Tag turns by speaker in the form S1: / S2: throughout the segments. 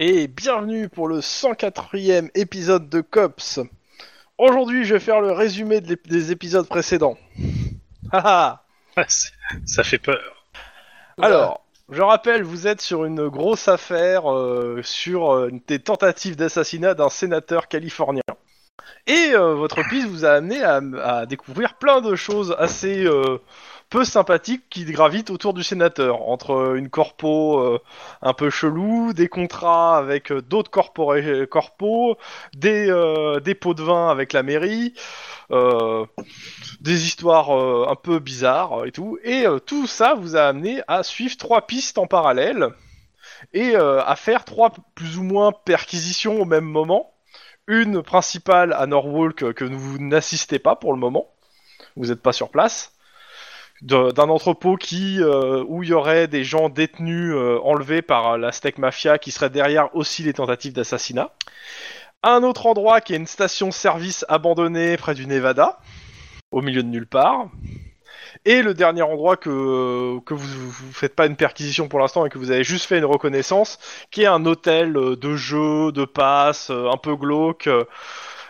S1: Euh, bienvenue pour le 104e épisode de Cops. Aujourd'hui, je vais faire le résumé de l'ép- des épisodes précédents. Haha.
S2: Ouais, c'est- ça fait peur.
S1: Alors, je rappelle, vous êtes sur une grosse affaire euh, sur euh, des tentatives d'assassinat d'un sénateur californien. Et euh, votre piste vous a amené à, à découvrir plein de choses assez euh, peu sympathiques qui gravitent autour du sénateur, entre euh, une corpo euh, un peu chelou, des contrats avec euh, d'autres corpora- corpos, des, euh, des pots de vin avec la mairie, euh, des histoires euh, un peu bizarres euh, et tout. Et euh, tout ça vous a amené à suivre trois pistes en parallèle et euh, à faire trois p- plus ou moins perquisitions au même moment. Une principale à Norwalk euh, que vous n'assistez pas pour le moment. Vous n'êtes pas sur place. De- D'un entrepôt qui euh, où il y aurait des gens détenus euh, enlevés par euh, la Steak Mafia qui serait derrière aussi les tentatives d'assassinat. Un autre endroit qui est une station-service abandonnée près du Nevada au milieu de nulle part. Et le dernier endroit que, que vous ne faites pas une perquisition pour l'instant et que vous avez juste fait une reconnaissance, qui est un hôtel euh, de jeu, de passe, euh, un peu glauque, euh,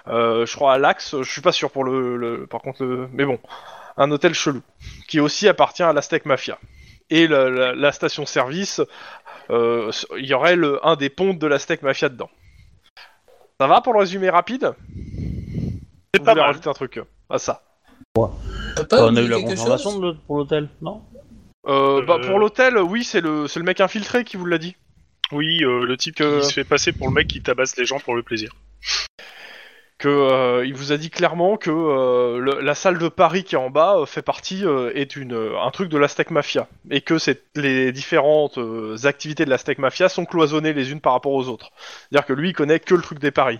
S1: euh, je crois à l'Axe, je suis pas sûr pour le, le- Par contre, le, mais bon, un hôtel chelou, qui aussi appartient à l'Aztec Mafia. Et la, la- la station-service, euh, il y aurait le, un des pontes de l'Aztec Mafia dedans. Ça va pour le résumé rapide
S2: C'est
S1: Vous
S2: pas
S1: voulez
S2: mal.
S1: rajouter un truc euh, à ça
S3: T'as pas
S4: on a
S3: oublié
S4: eu la
S3: quelque
S4: confirmation
S3: chose
S4: de l'autre- pour l'hôtel, non
S1: Euh, bah,
S2: Euh,
S1: pour l'hôtel, oui, c'est le, c'est le mec infiltré qui vous l'a dit.
S2: Oui, euh, le type
S1: Que-
S2: qui se fait passer pour le mec qui tabasse les gens pour le plaisir.
S1: Que, euh, il vous a dit clairement que euh, le- la salle de Paris qui est en bas euh, fait partie, euh, est une, euh, un truc de l'Aztec Mafia. Et que c'est, les différentes euh, activités de l'Aztec Mafia sont cloisonnées les unes par rapport aux autres. C'est-à-dire que lui, il connaît que le truc des paris.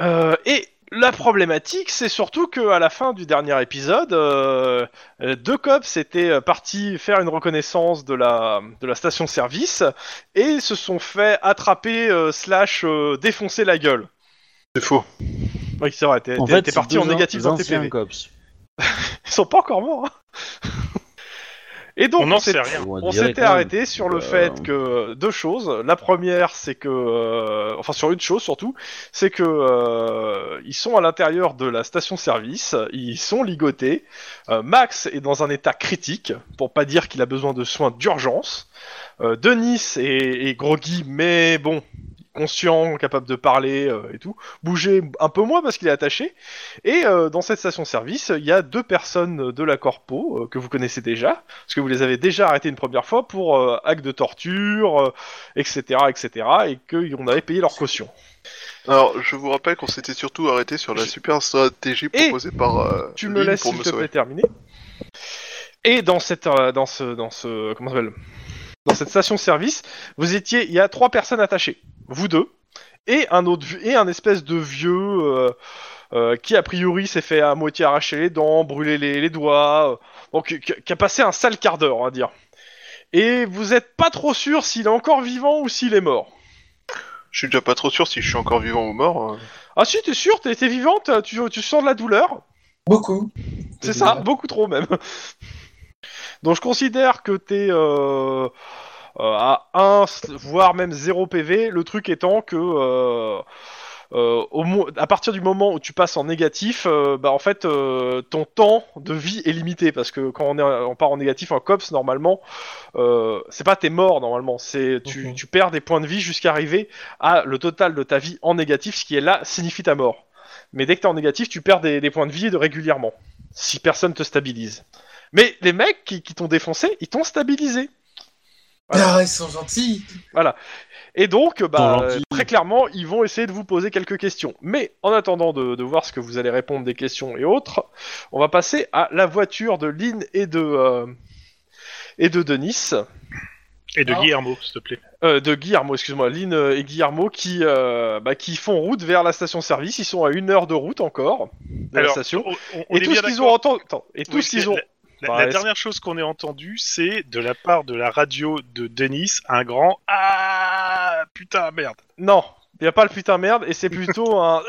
S1: Euh, et la problématique, c'est surtout que à la fin du dernier épisode, euh, euh, deux cops étaient euh, partis faire une reconnaissance de la, de la station-service et se sont fait attraper euh, slash euh, défoncer la gueule.
S2: C'est faux.
S1: Oui, c'est vrai, t'es t'es- t'es
S4: c'est
S1: parti en
S4: deux an-
S1: négatif dans tes
S4: anciens
S1: PV.
S4: cops.
S1: Ils sont pas encore morts. hein. et donc,
S2: On n'en
S1: s'est-
S2: sait rien.
S1: on s'était arrêté sur le
S4: Euh,
S1: fait que euh, deux choses. La première, c'est que, euh, enfin sur une chose surtout, c'est que euh, ils sont à l'intérieur de la station-service, ils sont ligotés. Euh, Max est dans un état critique, pour pas dire qu'il a besoin de soins d'urgence. Euh, Denis est, est groggy, mais bon, conscient, capable de parler euh, et tout. Bouger un peu moins parce qu'il est attaché. Et euh, dans cette station-service, il y a deux personnes de la corpo euh, que vous connaissez déjà parce que vous les avez déjà arrêtés une première fois pour euh, actes de torture, euh, etc., etc., et qu'on avait payé leur caution.
S5: Alors, je vous rappelle qu'on s'était surtout arrêté sur la super stratégie
S1: Et
S5: proposée par. euh,
S1: Eh Tu me
S5: Lynn
S1: laisses,
S5: pour
S1: s'il
S5: me
S1: te plaît,
S5: sauver.
S1: terminer. Et dans cette, euh, dans ce, dans ce, comment ça s'appelle Dans cette station-service, vous étiez, il y a trois personnes attachées, vous deux, et un autre, vieux- et un espèce de vieux euh, euh, qui a priori s'est fait à moitié arracher les dents, brûler les, les doigts, euh, donc qui, qui a passé un sale quart d'heure, on va dire. Et vous êtes pas trop sûr s'il est encore vivant ou s'il est mort.
S5: Je suis déjà pas trop sûr si je suis encore vivant ou mort. euh.
S1: Ah si, t'es sûr, t'es t'es vivante, tu, tu sens de la douleur.
S3: Beaucoup.
S1: C'est ça, beaucoup trop même. Donc je considère que t'es euh, euh, à 1, voire même 0 PV, le truc étant que... euh, euh, au mo- à partir du moment où tu passes en négatif, euh, bah en fait euh, ton temps de vie est limité parce que quand on, est, on part en négatif en cops normalement, euh, c'est pas t'es mort normalement, c'est tu,
S3: Mhm.
S1: tu perds des points de vie jusqu'à arriver à le total de ta vie en négatif, ce qui est là signifie ta mort. Mais dès que t'es en négatif, tu perds des, des points de vie de régulièrement si personne te stabilise. Mais les mecs qui, qui t'ont défoncé, ils t'ont stabilisé. Voilà.
S3: Ah, ils sont gentils.
S1: Et donc,
S4: Ils
S1: bah,
S4: sont gentils.
S1: très clairement, ils vont essayer de vous poser quelques questions. Mais en attendant de, de voir ce que vous allez répondre des questions et autres, on va passer à la voiture de Lynn et de, euh, et de Denis.
S2: Et de
S3: Ah.
S2: Guillermo, s'il te plaît.
S1: Euh, de Guillermo, excuse-moi, Lynn euh, et Guillermo qui, euh, bah, qui font route vers la station-service. Ils sont à une heure de route encore de la station.
S2: on, on-
S1: Et
S2: on est
S1: tout
S2: bien
S1: ce qu'ils ont
S2: d'accord.
S1: entendu. attends, Et tout
S2: Oui,
S1: ce
S2: c'est
S1: qu'ils ont.
S2: La, la-
S1: Bah,
S2: la
S1: est-ce-
S2: dernière chose qu'on ait entendue, c'est de la part de la radio de Denis, un grand Ah putain, merde.
S1: Non, il a pas le putain merde et c'est plutôt un.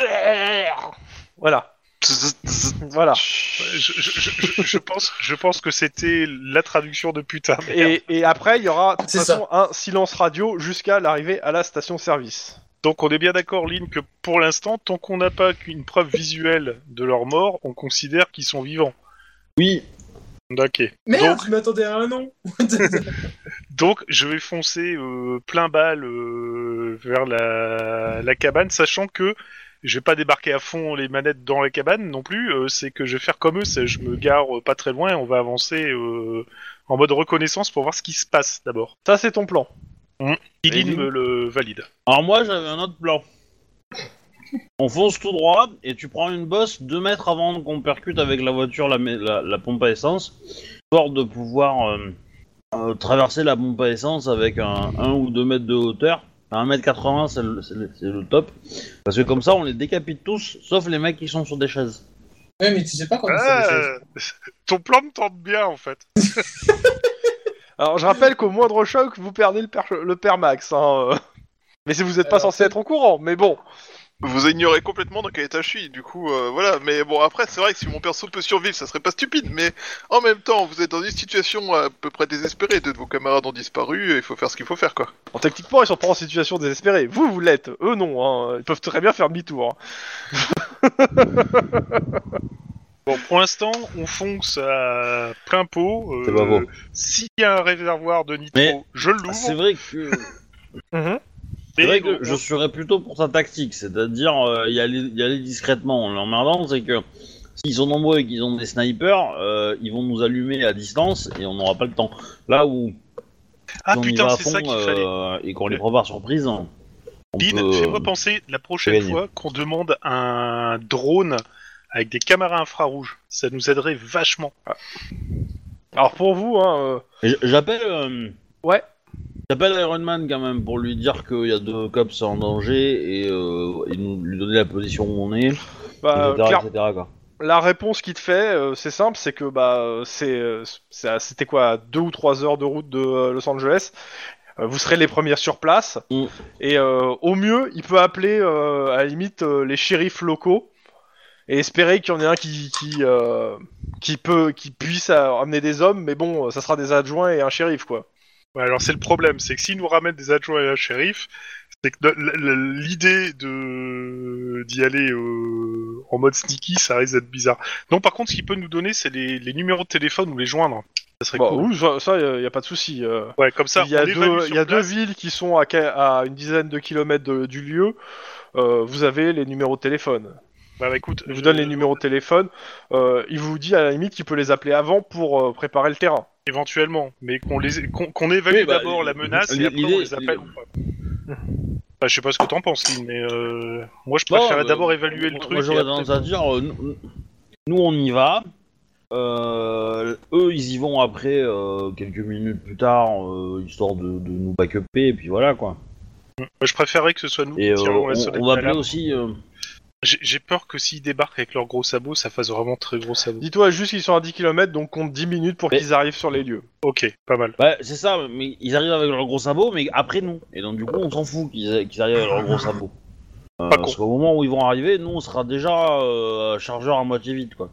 S1: Voilà,
S2: Ah.
S1: voilà.
S2: Je, je- je- je- je pense, je pense que c'était la traduction de putain, merde.
S1: Et, et après, il y aura de toute
S3: C'est
S1: façon un silence radio jusqu'à l'arrivée à la station-service.
S2: Donc on est bien d'accord, Lynn, que pour l'instant, tant qu'on n'a pas qu'une preuve visuelle de leur mort, on considère qu'ils sont vivants.
S4: Oui,
S2: Ok.
S3: Merde,
S2: Donc,
S3: je m'attendais à un nom.
S2: donc, je vais foncer euh, plein balle euh, vers la, la cabane, sachant que je vais pas débarquer à fond les manettes dans la cabane non plus. euh, c'est que je vais faire comme eux, c'est je me gare euh, pas très loin, et on va avancer euh, en mode reconnaissance pour voir ce qui se passe d'abord.
S1: Ça, c'est ton plan.
S2: Et
S4: Et
S2: Lynn
S4: Lynn
S2: me le valide.
S4: Alors moi j'avais un autre plan. On fonce tout droit et tu prends une bosse 2 mètres avant qu'on percute avec la voiture la, mé- la- la pompe à essence, histoire de pouvoir euh, euh, traverser la pompe à essence avec un 1 ou 2 mètres de hauteur. Enfin, 1m80 c'est le, c'est le- c'est le top. Parce que comme ça on les décapite tous, sauf les mecs qui sont sur des chaises.
S3: ouais, mais tu sais pas comment ça
S4: Ah.
S3: les choses.
S2: ton plan me tente bien en fait.
S1: Alors, je rappelle qu'au moindre choc, vous perdez le, per- le Permax. Hein, euh. Mais si vous n'êtes pas
S3: Alors,
S1: censé être au courant, mais bon.
S5: Vous ignorez complètement dans quel état je suis, du coup, euh, voilà. Mais bon, après, c'est vrai que si mon perso peut survivre, ça serait pas stupide, mais en même temps, vous êtes dans une situation à peu près désespérée. Deux de vos camarades ont disparu, et il faut faire ce qu'il faut faire, quoi.
S1: Bon, techniquement, ils sont pas en situation désespérée. Vous, vous l'êtes. Eux, non. hein. Ils peuvent très bien faire demi-tour.
S2: Bon, pour l'instant, on fonce à plein pot. euh,
S4: C'est pas beau.
S2: S'il y a un réservoir de nitro,
S4: Mais-
S2: je
S4: C'est
S2: l'ouvre.
S4: vrai que... C'est
S2: et
S4: vrai
S2: on-
S4: que je serais plutôt pour sa tactique, c'est-à-dire euh, y, aller, y aller discrètement. L'emmerdant, c'est que s'ils sont nombreux et qu'ils ont des snipers, euh, ils vont nous allumer à distance et on n'aura pas le temps. Là où
S2: Ah
S4: si on y
S2: putain,
S4: va à
S2: c'est
S4: fond,
S2: ça qu'il
S4: euh,
S2: fallait.
S4: et qu'on les prend par surprise, on
S2: Lynn,
S4: peut, euh,
S2: fais-moi penser la prochaine
S4: gagner.
S2: fois qu'on demande un drone avec des caméras infrarouges. Ça nous aiderait vachement.
S1: Alors, pour vous, hein, euh,
S4: j- J'appelle... euh,
S1: Ouais.
S4: J'appelle Iron Man quand même pour lui dire qu'il y a deux cops en danger et, euh, et nous, lui donner la position où on
S2: Euh,
S4: est,
S1: bah,
S4: etc.
S1: clair-
S4: etc., quoi.
S1: la réponse qu'il te fait, euh, c'est simple, c'est que bah euh, c'est euh, c'est à- c'était quoi deux ou trois heures de route de euh, Los Angeles. Euh, Vous serez les premières sur place
S4: Mm.
S1: et euh, au mieux, il peut appeler euh, à la limite euh, les shérifs locaux et espérer qu'il y en ait un qui qui, euh, qui peut qui puisse euh, amener des hommes, mais bon, euh, ça sera des adjoints et un shérif quoi.
S2: Ouais, alors c'est le problème, c'est que s'ils nous ramènent des adjoints et un shérif, c'est que no- l- l- l'idée de d'y aller euh, en mode sneaky, ça risque d'être bizarre. Non, par contre, ce qu'il peut nous donner, c'est les, les numéros de téléphone ou les joindre. Ça serait
S1: Bon,
S2: cool.
S1: oui, ça, ça, y a- y a pas de souci. euh.
S2: Ouais, comme ça,
S1: Bah, il y a,
S2: on évalue
S1: deux,
S2: sur
S1: il y a deux
S2: place.
S1: villes qui sont à, ca- à une dizaine de kilomètres de- du lieu. Euh, vous avez les numéros de téléphone.
S2: Bah, bah, écoute,
S1: Il vous
S2: je-
S1: donne les numéros de téléphone. euh, il vous dit à la limite qu'il peut les appeler avant pour euh, préparer le terrain.
S2: éventuellement, mais qu'on les qu'on qu'on évalue
S4: Oui, bah,
S2: d'abord la menace et
S4: l'idée-
S2: après on les appelle. ou pas. Bah, je sais pas ce que t'en penses, Lynn, mais euh, moi je préférais
S4: Non,
S2: d'abord
S4: euh,
S2: évaluer le
S4: moi,
S2: truc.
S4: Moi j'aurais
S2: et après-
S4: tendance à dire, euh, nous, nous, on y va. Euh, eux ils y vont après euh, quelques minutes plus tard, euh, histoire de, de nous backuper et puis voilà quoi.
S2: Moi, je préférais que ce soit nous
S4: Et
S2: qui
S4: euh,
S2: tirons
S4: on,
S2: la sonnette
S4: on va appeler
S2: d'alarme.
S4: aussi. euh,
S2: J'ai j'ai peur que s'ils débarquent avec leurs gros sabots, ça fasse vraiment très gros sabots.
S1: Dis-toi juste qu'ils sont à 10 km, donc compte 10 minutes pour
S4: Mais-
S1: qu'ils arrivent sur les lieux.
S2: Ok, pas mal.
S4: bah, c'est ça, mais ils arrivent avec leurs gros sabots, mais après nous. Et donc du coup on s'en fout qu'ils qu'ils arrivent avec leurs gros sabots. Euh,
S2: Pas con.
S4: parce qu'au moment où ils vont arriver, nous on sera déjà euh, chargeur à moitié vide quoi.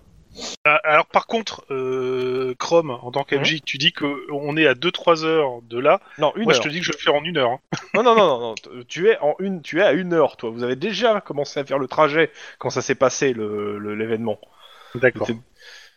S2: Ah, Alors par contre, euh, Chrome, en tant qu'MJ, tu dis qu'on est à 2-3 heures de là.
S1: Non, une
S2: Moi
S1: heure.
S2: je te dis que je vais le faire en une heure. hein.
S1: Non, non, non, non, non, t- Tu es en une, tu es à une heure, toi. Vous avez déjà commencé à faire le trajet quand ça s'est passé le- le- l'événement.
S2: D'accord.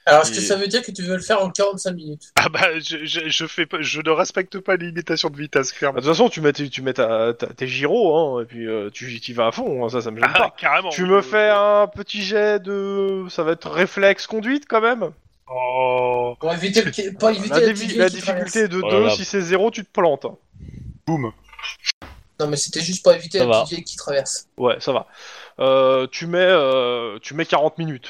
S3: Alors, est-ce que
S1: Et-
S3: ça veut dire que tu veux le faire en 45 minutes
S2: Ah bah je, je, je fais pas- je ne respecte pas les limitations de
S1: Ah,
S2: vitesse,
S1: De
S2: clairement.
S1: toute façon, tu mets, tes- tu mets ta- ta- tes gyros, hein, et puis euh, tu tu y vas à fond. hein, ça, ça me gêne pas.
S2: Ah, carrément.
S1: Tu me
S2: Euh,
S1: fais un petit jet de. Ça va être réflexe conduite quand même
S2: Oh.
S3: Pour éviter le... Pour éviter
S1: La,
S3: la,
S1: dévi-
S3: petite
S1: la
S3: vieille qui traverse.
S1: difficulté est de 2,
S4: Oh là là.
S1: si c'est 0, tu te plantes.
S2: Boum.
S3: Non, mais c'était juste pour éviter
S4: Ça
S3: la
S4: va.
S3: petite vieille qui traverse.
S1: Ouais, ça va. Euh, tu, mets, euh, tu mets 40 minutes.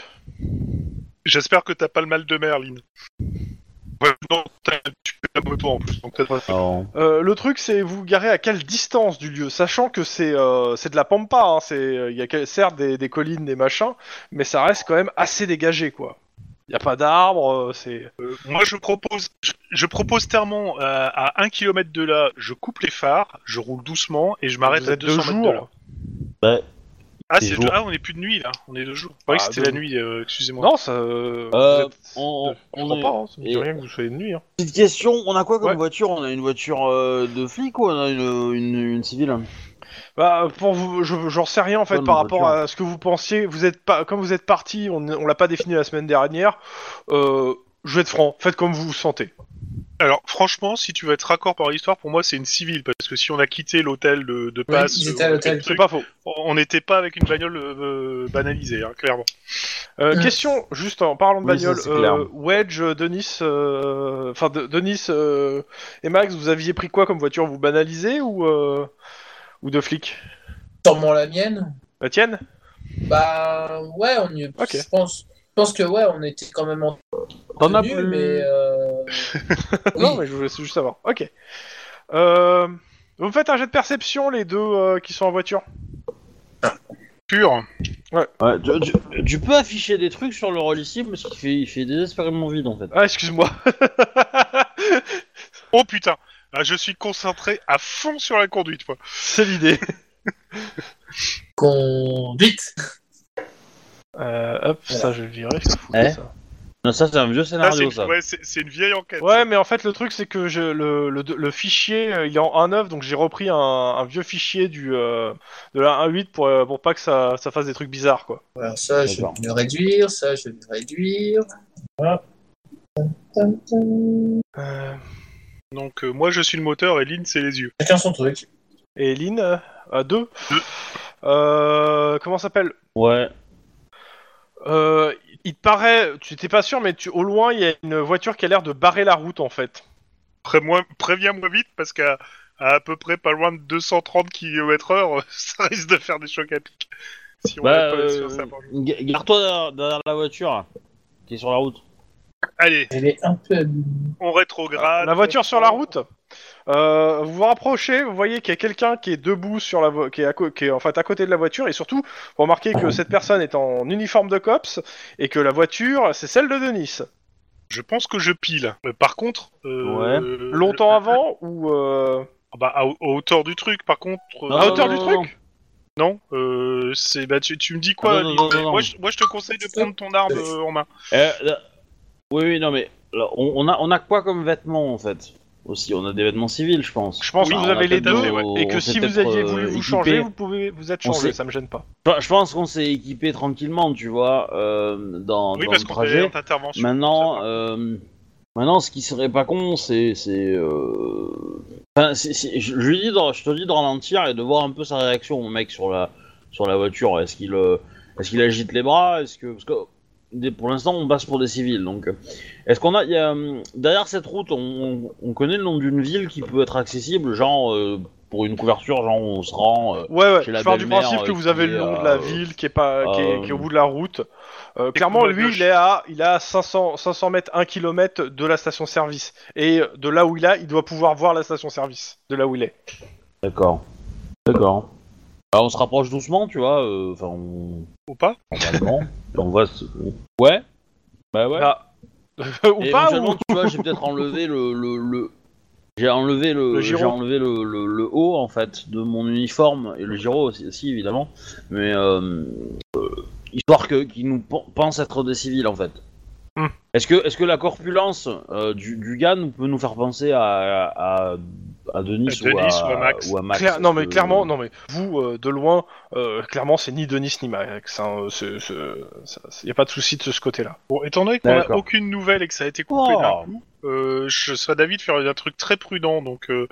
S2: J'espère que t'as pas le mal de mer, Lynn. Ouais, non, t'as- tu peux la moto en plus. Donc t'as-
S4: Alors,
S1: Euh, le truc, c'est vous garer à quelle distance du lieu, sachant que c'est euh, c'est de la pampa, hein, c'est- il y a que- certes des, des collines, des machins, mais ça reste quand même assez dégagé, quoi. Il n'y a pas d'arbres, euh, c'est...
S2: Euh, moi, je propose, je, je propose clairement euh, à 1 km de là, je coupe les phares, je roule doucement et je m'arrête
S1: vous
S2: à
S1: êtes
S2: 200
S1: deux
S2: mètres de là.
S1: jours.
S4: bah,
S2: Ah,
S4: Des
S2: c'est
S4: jours.
S2: ah, on est plus de nuit là, on est de jour. Je croyais
S1: Ah,
S2: que c'était
S1: deux
S2: la
S1: jours.
S2: nuit, euh, excusez-moi.
S1: Non, ça... euh,
S4: Euh,
S1: vous êtes-
S4: on-
S1: je
S4: on
S1: crois
S4: est-
S1: pas, hein, ça me dit
S4: et-
S1: rien que vous soyez de nuit. hein.
S4: petite question, on a quoi comme
S1: Ouais.
S4: voiture On a une voiture euh, de flic ou on a une, une, une civile
S1: Bah, pour vous, je, j'en sais rien en fait
S4: Bonne
S1: par rapport
S4: voiture.
S1: à ce que vous pensiez. Vous êtes pas, comme vous êtes parti, on, on l'a pas défini la semaine dernière. Euh, je vais être franc, faites comme vous vous sentez.
S2: Alors, franchement, si tu veux être raccord par l'histoire, pour moi, c'est une civile, parce que si on a quitté l'hôtel de, de Passe,
S3: ils étaient
S2: euh,
S3: à
S2: on a
S3: l'hôtel.
S2: fait le
S1: C'est
S2: truc,
S1: pas faux.
S2: on n'était pas avec une bagnole euh, banalisée, hein, clairement.
S1: Euh,
S3: Mm.
S1: Question, juste en parlant de
S4: Oui, ça,
S1: bagnole,
S4: c'est clair.
S1: euh, Wedge, euh, Denis, euh, enfin de- Denis euh, et Max, vous aviez pris quoi comme voiture Vous banalisez ou euh, ou de flic
S3: Sûrement la mienne.
S1: La tienne
S3: Bah ouais, on y...
S1: Ok.
S3: je pense. Je pense que ouais, on était quand même en
S4: T'en as
S3: tenue,
S4: plus.
S3: mais euh... oui.
S1: Non, mais je voulais juste savoir. Ok. Euh, vous me faites un jet de perception les deux euh, qui sont en voiture.
S2: Pur.
S4: Ouais, tu, tu- tu peux afficher des trucs sur le relissible parce qu'il fait, il fait désespérément vide en fait.
S1: Ah, excuse-moi.
S2: Oh putain Ah, Je suis concentré à fond sur la conduite, moi.
S1: C'est l'idée.
S3: conduite.
S1: Euh, hop, ça je le virais. c'est fou,
S4: Eh
S1: ça.
S4: Non, ça c'est un vieux
S2: Ah, c'est
S4: scénario
S2: une,
S4: ça.
S2: ouais, c'est- c'est une vieille enquête.
S1: Ouais, mais en fait, le truc, c'est que je, le, le, le fichier, euh, il est en 1.9, donc j'ai repris un, un vieux fichier du, euh, de la 1.8 pour, euh, pour pas que ça, ça fasse des trucs bizarres, quoi.
S3: Voilà, ça je vais
S4: D'accord.
S3: le réduire, ça je vais le réduire. Voilà. Tum, tum, tum.
S1: Euh,
S2: Donc, euh, moi, je suis le moteur et Lynn, c'est les yeux.
S3: Chacun son truc.
S1: et Lynn, euh, à 2.
S2: Deux.
S1: Euh, comment ça s'appelle
S4: Ouais.
S1: Euh, Il te paraît, tu t'es pas sûr, mais tu, au loin, il y a une voiture qui a l'air de barrer la route, en fait.
S2: Pré-moi- Préviens-moi vite, parce qu'à à, à peu près pas loin de 230 km/h, ça risque de faire des chocs à pic. Si on
S4: Bah,
S2: n'a pas sur
S4: euh,
S2: sa porte.
S4: ga- Garde-toi derrière, derrière la voiture là, qui est sur la route.
S2: Allez,
S3: Elle est un peu.
S4: Oh,
S2: on rétrograde.
S1: la voiture
S2: on
S1: sur la
S2: prend.
S1: route. Euh, vous vous rapprochez, vous voyez qu'il y a quelqu'un qui est debout sur la vo- qui est, à co- qui est en fait à côté de la voiture et surtout vous remarquez que cette personne est en uniforme de cops et que la voiture c'est celle de Denis.
S2: Je pense que je pile. Euh, Par contre, euh,
S1: Longtemps
S2: le-
S1: avant ou euh,
S2: Ah bah, à, à hauteur du truc, par contre. euh,
S4: Non,
S1: à hauteur
S4: non,
S1: du
S4: non,
S1: truc Ah,
S4: non.
S2: Non, euh, c'est bah tu, tu me dis
S4: Non,
S2: quoi
S4: non,
S2: Lynn
S4: non, non, non.
S2: Moi, je, moi, je te conseille de prendre ton arme euh, en main.
S4: Euh, là- Oui, oui, non mais là, on, on a, on a quoi comme vêtements en fait Aussi, on a des vêtements civils, je pense. Ah,
S1: Je pense
S2: Oui,
S1: que vous
S2: on
S1: avez
S2: a
S1: les
S2: tout à
S1: deux
S2: fait, ouais.
S1: et que
S4: on
S1: si
S4: s'est
S1: vous
S4: peut-être,
S1: aviez
S4: euh,
S1: voulu vous
S4: équipé.
S1: changer, vous pouvez vous êtes
S4: On
S1: changé,
S4: s'est-
S1: ça me gêne pas.
S4: Enfin, Je pense qu'on s'est équipé tranquillement, tu vois, euh,
S1: Ah,
S4: dans,
S2: Oui,
S1: bah,
S4: dans
S2: parce
S4: le
S2: qu'on est
S4: trajet.
S2: en intervention.
S4: Maintenant, euh, maintenant, ce qui serait pas con, c'est, c'est, euh, enfin, c'est- c'est- je je lui dis, de- je te dis de ralentir et de voir un peu sa réaction, mon mec, sur la, sur la voiture. Est-ce qu'il, euh, est-ce qu'il agite les bras Est-ce que, parce que des- pour l'instant, on passe pour des civils, donc. euh, Est-ce qu'on a, il y a, euh, derrière cette route, on, on- on connaît le nom d'une ville qui peut être accessible, genre euh, pour une couverture, genre on se rend. euh,
S1: Ouais, ouais,
S4: Chez la
S1: je pars du
S4: belle-mère,
S1: principe que
S4: euh,
S1: vous avez
S4: qui
S1: le
S4: est
S1: nom
S4: à,
S1: de la
S4: euh,
S1: ville qui est, pas, qui est,
S4: à,
S1: qui est au bout de la route. Euh, clairement,
S2: qu'on va
S1: lui,
S2: gauche.
S1: il est à, il est à 500, 500 mètres, 1 km de la station-service. Et de là où il est, il doit pouvoir voir la station-service, de là où il est.
S4: D'accord. D'accord. Alors Bah, on se rapproche doucement, tu vois, euh, enfin on...
S2: Ou pas
S4: normalement, et on voit ce... Ouais Bah ouais.
S1: Là. ou
S4: Et
S1: pas,
S4: éventuellement,
S1: ou...
S4: tu vois, j'ai peut-être enlevé le... le, le- J'ai enlevé, le,
S1: Le
S4: j'ai
S1: giro.
S4: enlevé le, le- le haut, en fait, de mon uniforme, et le giro aussi, aussi, évidemment, mais euh, euh, histoire que- qu'ils nous pen- pensent être des civils, en fait.
S1: Hmm.
S4: Est-ce que, est que la corpulence euh, du, du gars nous peut nous faire penser à, à, à Denis,
S2: À Denis
S4: ou, à,
S2: ou à Max.
S4: ou à Max
S1: Claire- non mais
S4: euh,
S1: clairement, non mais vous euh, de loin, euh, clairement c'est ni Denis ni Max. hein, euh, c'est- c'est- ça- Il n'y a pas de souci de ce côté-là.
S2: Bon, étant donné qu'on n'a
S4: D'accord.
S2: aucune nouvelle et que ça a été coupé,
S4: Oh.
S2: d'un coup, euh, je serais d'avis de faire un truc très prudent. Donc, euh,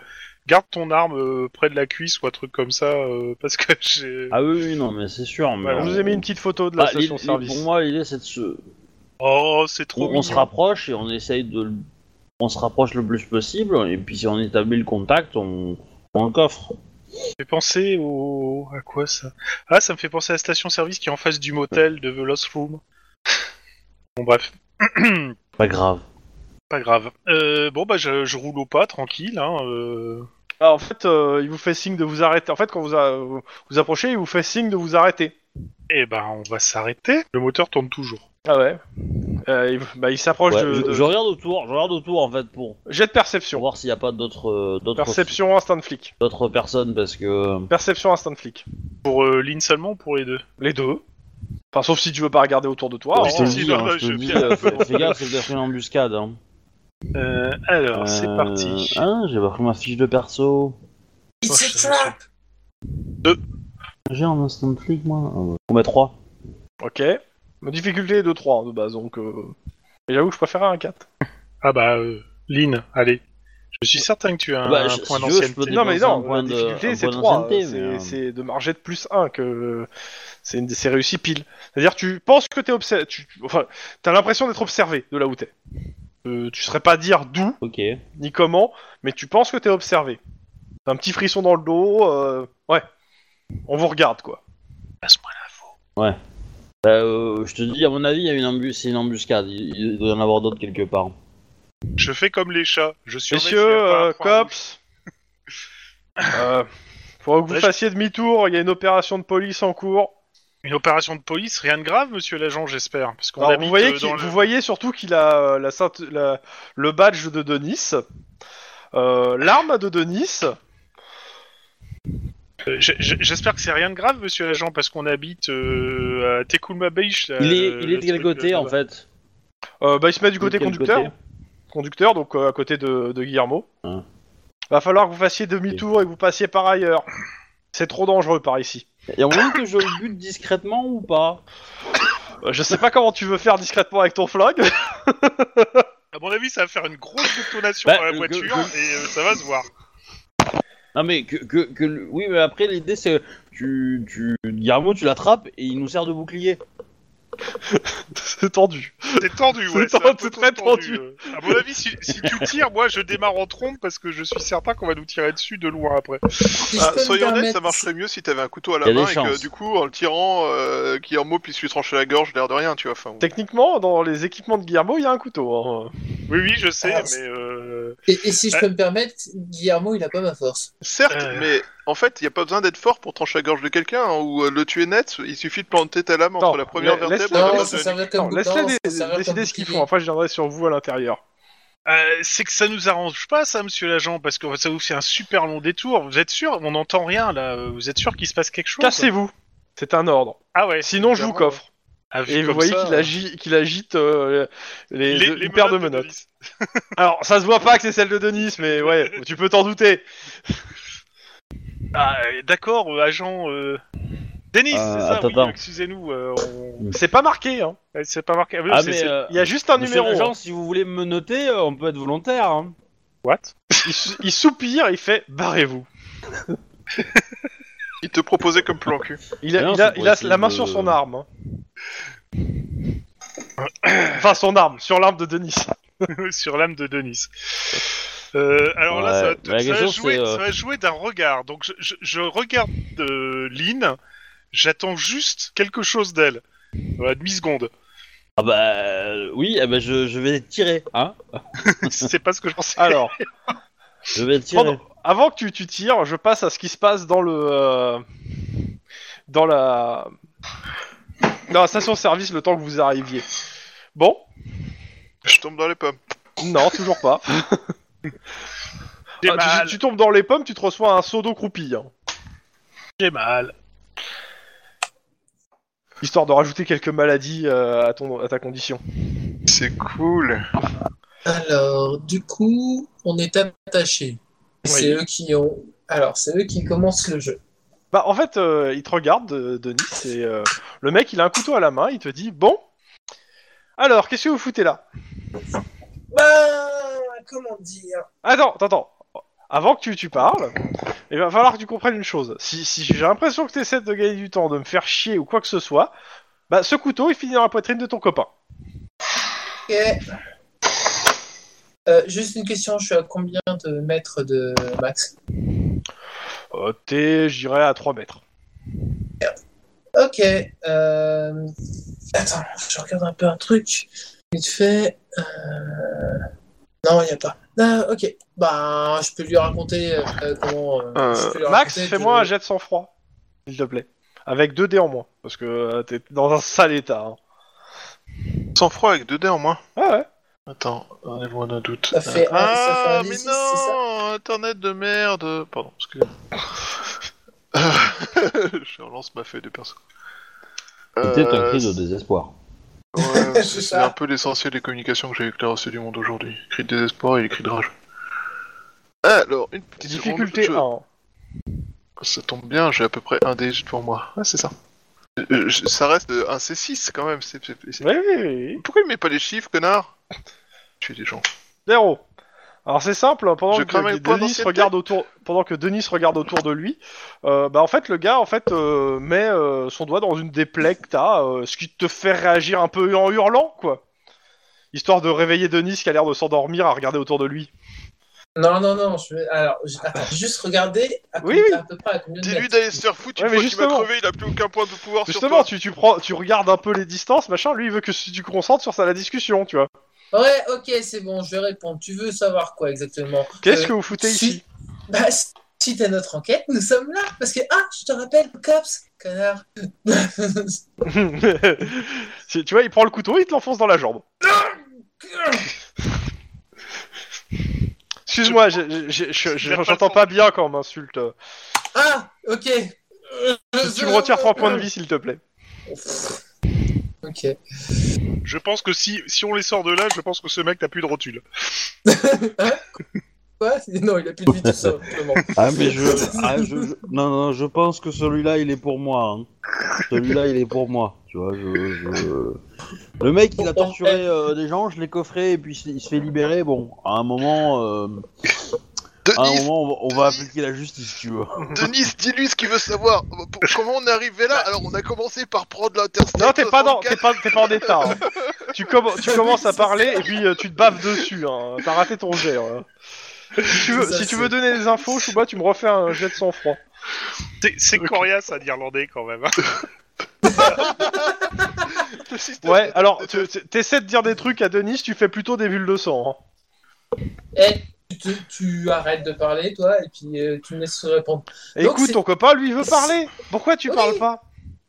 S2: garde ton arme euh, près de la cuisse ou un truc comme ça, euh, parce que j'ai.
S4: Ah oui, oui, non, mais c'est sûr. Mais
S2: Voilà,
S1: Je
S4: on-
S1: vous ai mis une petite photo de la
S4: Ah, l'idée-
S1: station-service.
S4: Pour moi, l'idée, c'est de se.
S2: Oh, c'est
S4: On,
S2: trop.
S4: on
S2: mignon.
S4: se rapproche et on essaye de. le- On se rapproche le plus possible, et puis si on établit le contact, on, on le coffre.
S2: Ça me fait penser au. À quoi ça Ah, ça me fait penser à la station-service qui est en face du motel de The Lost Room. bon, bref.
S4: Pas grave.
S2: Pas grave. Euh, bon, bah, je, je roule au pas, tranquille. Hein, euh.
S1: Alors, en fait, euh, il vous fait signe de vous arrêter. En fait, quand vous a- vous, vous approchez, il vous fait signe de vous arrêter.
S2: Eh ben, on va s'arrêter. Le moteur tourne toujours.
S1: Ah ouais. Euh, il bah, il s'approche
S4: Ouais,
S1: de,
S4: je,
S1: de-
S4: je regarde autour, je regarde autour en fait pour,
S1: Jet de
S4: pour
S1: perception.
S4: voir s'il n'y a pas d'autres euh, d'autres-
S1: Perception instant de flic.
S4: d'autres personnes parce que.
S1: Perception instant de flic.
S2: Pour euh, Lynn seulement ou pour les deux
S1: Les deux. Enfin, sauf si tu veux pas regarder autour de toi.
S2: Oh,
S4: je te le
S2: si,
S4: dis,
S2: non,
S4: hein,
S2: non,
S4: je te
S2: je
S4: le dis,
S2: viens.
S4: euh, fais, fais gaffe, c'est peut-être une embuscade. hein.
S2: euh, Alors, c'est
S4: Euh,
S2: parti.
S4: Ah, j'ai pas pris ma fiche de perso.
S3: It's
S2: Oh, je-
S3: a trap
S4: J'ai un instant flic, moi. Ah ouais. On met 3.
S1: Ok. Ma difficulté est de 3 de base, donc. euh, Et j'avoue que je préfère un 4.
S2: Ah bah, euh, Lynn, allez. Je suis certain que tu as un
S4: Bah, je-
S2: point
S4: si tu veux, je peux
S2: d'ancienneté.
S4: Et
S1: Non, mais
S4: dans un
S1: non,
S4: point
S1: la
S4: de-
S1: difficulté
S4: un
S1: c'est
S4: point
S1: 3.
S4: d'ancienneté,
S1: C'est
S4: mais, euh,
S1: c'est de marger de plus 1 que c'est une- c'est réussi pile. C'est-à-dire, tu penses que t'es observé. Tu... Enfin, t'as l'impression d'être observé de là où t'es. Euh, tu saurais pas dire d'où
S4: Ok.
S1: ni comment, mais tu penses que t'es observé. T'as un petit frisson dans le dos, euh, ouais. On vous regarde quoi.
S2: Passe-moi l'info.
S4: Bah, euh, je te dis, à mon avis, il y a une embus- c'est une embuscade. Il, il doit y en avoir d'autres quelque part.
S2: Je fais comme les chats. Je suis
S1: Messieurs, euh, cops, euh, faudra que vous
S2: Ouais, je-
S1: fassiez demi-tour, il y a une opération de police en cours.
S2: Une opération de police, rien de grave, monsieur l'agent, j'espère. Parce qu'on
S1: Alors,
S2: habite
S1: vous, voyez
S2: euh,
S1: qu'il-
S2: dans le-
S1: vous voyez surtout qu'il a euh, la ceinte- la- le badge de Denis, euh, l'arme de Denis.
S2: Euh, j- j- J'espère que c'est rien de grave, monsieur l'agent, parce qu'on habite euh, à Tekulma Beach. là,
S4: Il est,
S2: le-
S4: il est
S2: le
S4: de quel
S2: truc,
S4: côté,
S2: là-bas.
S4: en fait
S1: Euh, bah, il se met du côté
S4: De quel
S1: conducteur,
S4: côté
S1: conducteur donc euh, à côté de, de Guillermo.
S4: Hein.
S1: Va falloir que vous fassiez demi-tour et que vous passiez par ailleurs. C'est trop dangereux par ici.
S4: Il y a moyen que je le bute discrètement ou pas
S1: Euh, Je sais pas comment tu veux faire discrètement avec ton flag.
S2: À mon avis, ça va faire une grosse détonation
S4: Bah,
S2: dans la
S4: le-
S2: voiture
S4: le-
S2: et euh, ça va se voir.
S4: Non, mais que, que, que le- Oui, mais après, l'idée, c'est... Tu, tu... Guillermo, tu l'attrapes et il nous sert de bouclier.
S1: C'est tendu.
S2: C'est tendu,
S1: C'est
S2: ouais.
S1: tendu,
S2: un peu
S1: c'est
S2: trop
S1: très tendu.
S2: euh. À mon avis, si, si tu tires, moi, je démarre en trompe parce que je suis certain qu'on va nous tirer dessus de loin après.
S3: Si je
S5: Ah,
S3: peux me
S5: soyons honnêtes, ça
S3: permettre-
S5: marcherait mieux si t'avais un couteau à
S4: Y
S5: la
S4: a
S5: main
S4: des
S5: et que
S4: chances.
S5: du coup, en le tirant, euh, Guillermo puisse lui trancher la gorge, l'air de rien, tu vois. Enfin,
S1: Techniquement, dans les équipements de Guillermo, il y a un couteau. hein.
S2: Oui, oui, je sais,
S3: Ah,
S2: mais. euh,
S3: Et, et si je peux me permettre, Guillermo, il a pas ma force.
S5: Certes,
S2: Euh.
S5: mais en fait, il n'y a pas besoin d'être fort pour trancher la gorge de quelqu'un hein, ou euh, le tuer net. Il suffit de planter ta lame
S1: Attends,
S5: entre la première
S1: la-
S5: vertèbre
S1: laisse-la-
S5: et la
S1: Non,
S3: Non,
S5: deuxième.
S3: ça servirait comme
S1: Attends, laisse-les
S3: non,
S1: dé-
S3: ça servirait comme
S1: décider ce qu'ils
S3: bouclier.
S1: font. Après, je viendrai sur vous à l'intérieur.
S2: euh, c'est que ça nous arrange pas, ça, monsieur l'agent, parce que ça vous fait un super long détour. Vous êtes sûr On n'entend rien là. Vous êtes sûr qu'il se passe quelque chose
S1: Cassez-vous. C'est un ordre.
S2: Ah ouais.
S1: Sinon, je vous
S2: évidemment.
S1: coffre.
S2: Ah, vu
S1: Et vous
S2: comme
S1: voyez
S2: ça,
S1: qu'il agi- qu'il agite euh, les,
S2: les-
S1: deux-
S2: les
S1: une paire de
S2: menottes
S1: menottes.
S2: Denis.
S1: Alors, ça se voit pas que c'est celle de Denis, mais ouais, tu peux t'en douter.
S2: Ah, euh, d'accord, euh, agent. euh, Denis,
S4: Euh,
S2: c'est ça,
S4: attends,
S2: oui,
S4: attends.
S2: excusez-nous. euh, on-
S1: C'est pas marqué, hein.
S2: Euh, C'est pas marqué. oui,
S4: Ah,
S2: c'est-
S4: mais...
S2: c'est-
S4: euh,
S1: Il y a juste un
S4: monsieur
S1: numéro.
S4: l'agent,
S1: hein.
S4: si vous voulez me noter, euh, on peut être volontaire. hein.
S2: What
S1: Il, sou- il soupire, il fait barrez-vous.
S5: Il te proposait comme plan cul.
S1: Il a,
S4: Mais non,
S1: il a-
S4: c'est pour
S1: il a
S4: essayer
S1: la main
S4: de-
S1: sur son arme. hein. enfin, son arme, sur l'arme de Denis.
S2: Sur l'âme de Denis. Euh, alors là,
S4: Ouais,
S2: ça va, te-
S4: mais la
S2: ça va
S4: question,
S2: jouer,
S4: c'est, euh,
S2: ça va jouer d'un regard. Donc je, je- je regarde euh, Lynn, j'attends juste quelque chose d'elle. Voilà, demi-seconde.
S4: Ah bah... euh, Oui, eh ben, je, je vais tirer, hein
S2: C'est pas ce que j'en sais.
S1: Alors,
S4: Je vais tirer.
S1: pendant- avant que tu, tu tires, je passe à ce qui se passe dans le. euh, dans la. Dans la station-service le temps que vous arriviez. Bon.
S5: Je tombe dans les pommes.
S1: Non, toujours pas.
S2: J'ai
S1: Ah, tu-
S2: mal,
S1: tu, tombes dans les pommes, tu te reçois un seau d'eau croupi. hein.
S2: j'ai mal.
S1: Histoire de rajouter quelques maladies euh, à, ton, à ta condition.
S5: C'est cool.
S3: Alors, du coup, on est attaché.
S1: Oui.
S3: C'est eux qui ont. Alors, c'est eux qui commencent le jeu.
S1: Bah, en fait, euh, il te regarde, euh, Denis, et euh, le mec, il a un couteau à la main, il te dit Bon, alors, qu'est-ce que vous foutez là
S3: Bah, comment dire
S1: Attends, attends, attends. Avant que tu, tu parles, il va falloir que tu comprennes une chose. Si, si j'ai l'impression que tu essaies de gagner du temps, de me faire chier ou quoi que ce soit, bah, ce couteau, il finit dans la poitrine de ton copain.
S3: Ok. Euh, juste une question, je suis à combien de mètres de max
S1: Euh, T'es, je dirais, à 3 mètres.
S3: Ok. euh, Attends, je regarde un peu un truc. Vite fait. euh, Non, il n'y a pas. Ah, ok. Bah, je peux lui raconter euh, comment. euh,
S5: Euh,
S3: je peux lui
S1: Max,
S3: raconter
S1: fais-moi un
S3: que-
S1: jet de sang-froid, s'il te plaît. Avec 2 dés en moins, parce que euh, t'es dans un sale état. hein.
S5: Sans froid avec deux dés en moins.
S1: Ouais, ouais.
S5: Attends, on est loin d'un doute.
S3: Ça fait un- ça fait
S5: ah,
S3: un
S5: mais
S3: D6, c'est ça
S5: non Internet de merde Pardon, excusez Je relance ma feuille de perso.
S4: C'était un
S5: Euh,
S4: cri de désespoir.
S5: Ouais,
S3: C'est
S5: c'est
S3: ça.
S5: un peu l'essentiel des communications que j'ai avec la reste du monde aujourd'hui. Cris de désespoir et les cris de rage. Alors, une petite seconde,
S1: Difficulté
S5: je-
S1: 1.
S5: Ça tombe bien, j'ai à peu près un dé pour moi. Ouais, c'est ça. Euh, je- ça reste euh, un C6 quand même. c'est- c'est- c'est-
S1: Oui, oui, oui.
S5: Pourquoi il met pas les chiffres, connard Tu es des gens.
S1: Zéro. Alors c'est simple, hein, pendant
S5: Je
S1: que
S5: crame un
S1: De-
S5: point
S1: Denis
S5: d'ancienneté.
S1: regarde autour, pendant que Denis regarde autour de lui, euh, bah en fait le gars en fait euh, met euh, son doigt dans une des plaies que t'as, euh, ce qui te fait réagir un peu en hurlant quoi, histoire de réveiller Denis qui a l'air de s'endormir à regarder autour de lui.
S3: Non, non, non, je vais. Alors, je- attends, juste regarder à,
S1: Oui, oui.
S3: à peu près à combien de
S5: Dis-lui
S3: mètres.
S5: d'aller se faire foutre, une
S1: Ouais, mais
S5: fois qu'il m'a
S1: justement.
S5: crevé, il a plus aucun point de pouvoir
S1: Justement,
S5: sur toi.
S1: tu, tu prends, tu regardes un peu les distances machin, lui il veut que si tu concentres sur ça la discussion, tu vois.
S3: Ouais, ok, c'est bon, je vais répondre. Tu veux savoir quoi exactement
S1: Qu'est-ce
S3: Euh,
S1: que vous foutez
S3: si-
S1: ici
S3: Bah, si- suite à notre enquête, nous sommes là. Parce que, ah, je te rappelle, cops, connard.
S1: Si- Tu vois, il prend le couteau, il te l'enfonce dans la jambe. Excuse-moi, j'ai- j'ai- j'ai- je- je-
S2: perds pas
S1: j'entends
S2: le
S1: pas bien quand on m'insulte.
S3: ah, ok.
S1: Tu me retires 3 points de vie, s'il te plaît.
S3: Ok.
S2: Je pense que si, si on les sort de là, je pense que ce mec n'a plus de rotule.
S3: Quoi Non, il a plus de vie tout simplement.
S4: Ah mais je, ah, je- je- non non, je pense que celui-là il est pour moi. hein. Celui-là il est pour moi, tu vois. je- je- Le mec il a torturé euh, des gens, je l'ai coffré et puis il se fait libérer. Bon, à un moment, euh, à un
S5: Denis,
S4: moment on va, on va appliquer la justice, tu vois.
S5: Denis, dis-lui ce qu'il veut savoir. Bah, Pour- Comment on est arrivé là Alors, on a commencé par prendre l'interstate.
S1: Non, t'es pas, dans, t'es
S5: 64.
S1: pas, t'es pas en état. hein. Tu, comm- tu commences à parler et puis euh, tu te baves dessus. Hein. T'as raté ton jet. hein. Si tu veux,
S3: Ça,
S1: si tu
S3: c'est-
S1: veux donner des infos, Chouba, tu me refais un jet de sang-froid.
S2: C'est- C'est coriace à l'Irlandais quand même. hein.
S5: Le système
S1: Ouais,
S5: de-
S1: alors, tu- tu- t'essaies de dire des trucs à Denis, tu fais plutôt des bulles de sang. hein.
S3: Eh, tu, te- tu arrêtes de parler, toi, et puis euh, tu me laisses répondre.
S1: Et
S3: Donc,
S1: Écoute,
S3: c'est-
S1: ton copain, lui, veut parler. Pourquoi tu
S3: Oui.
S1: parles pas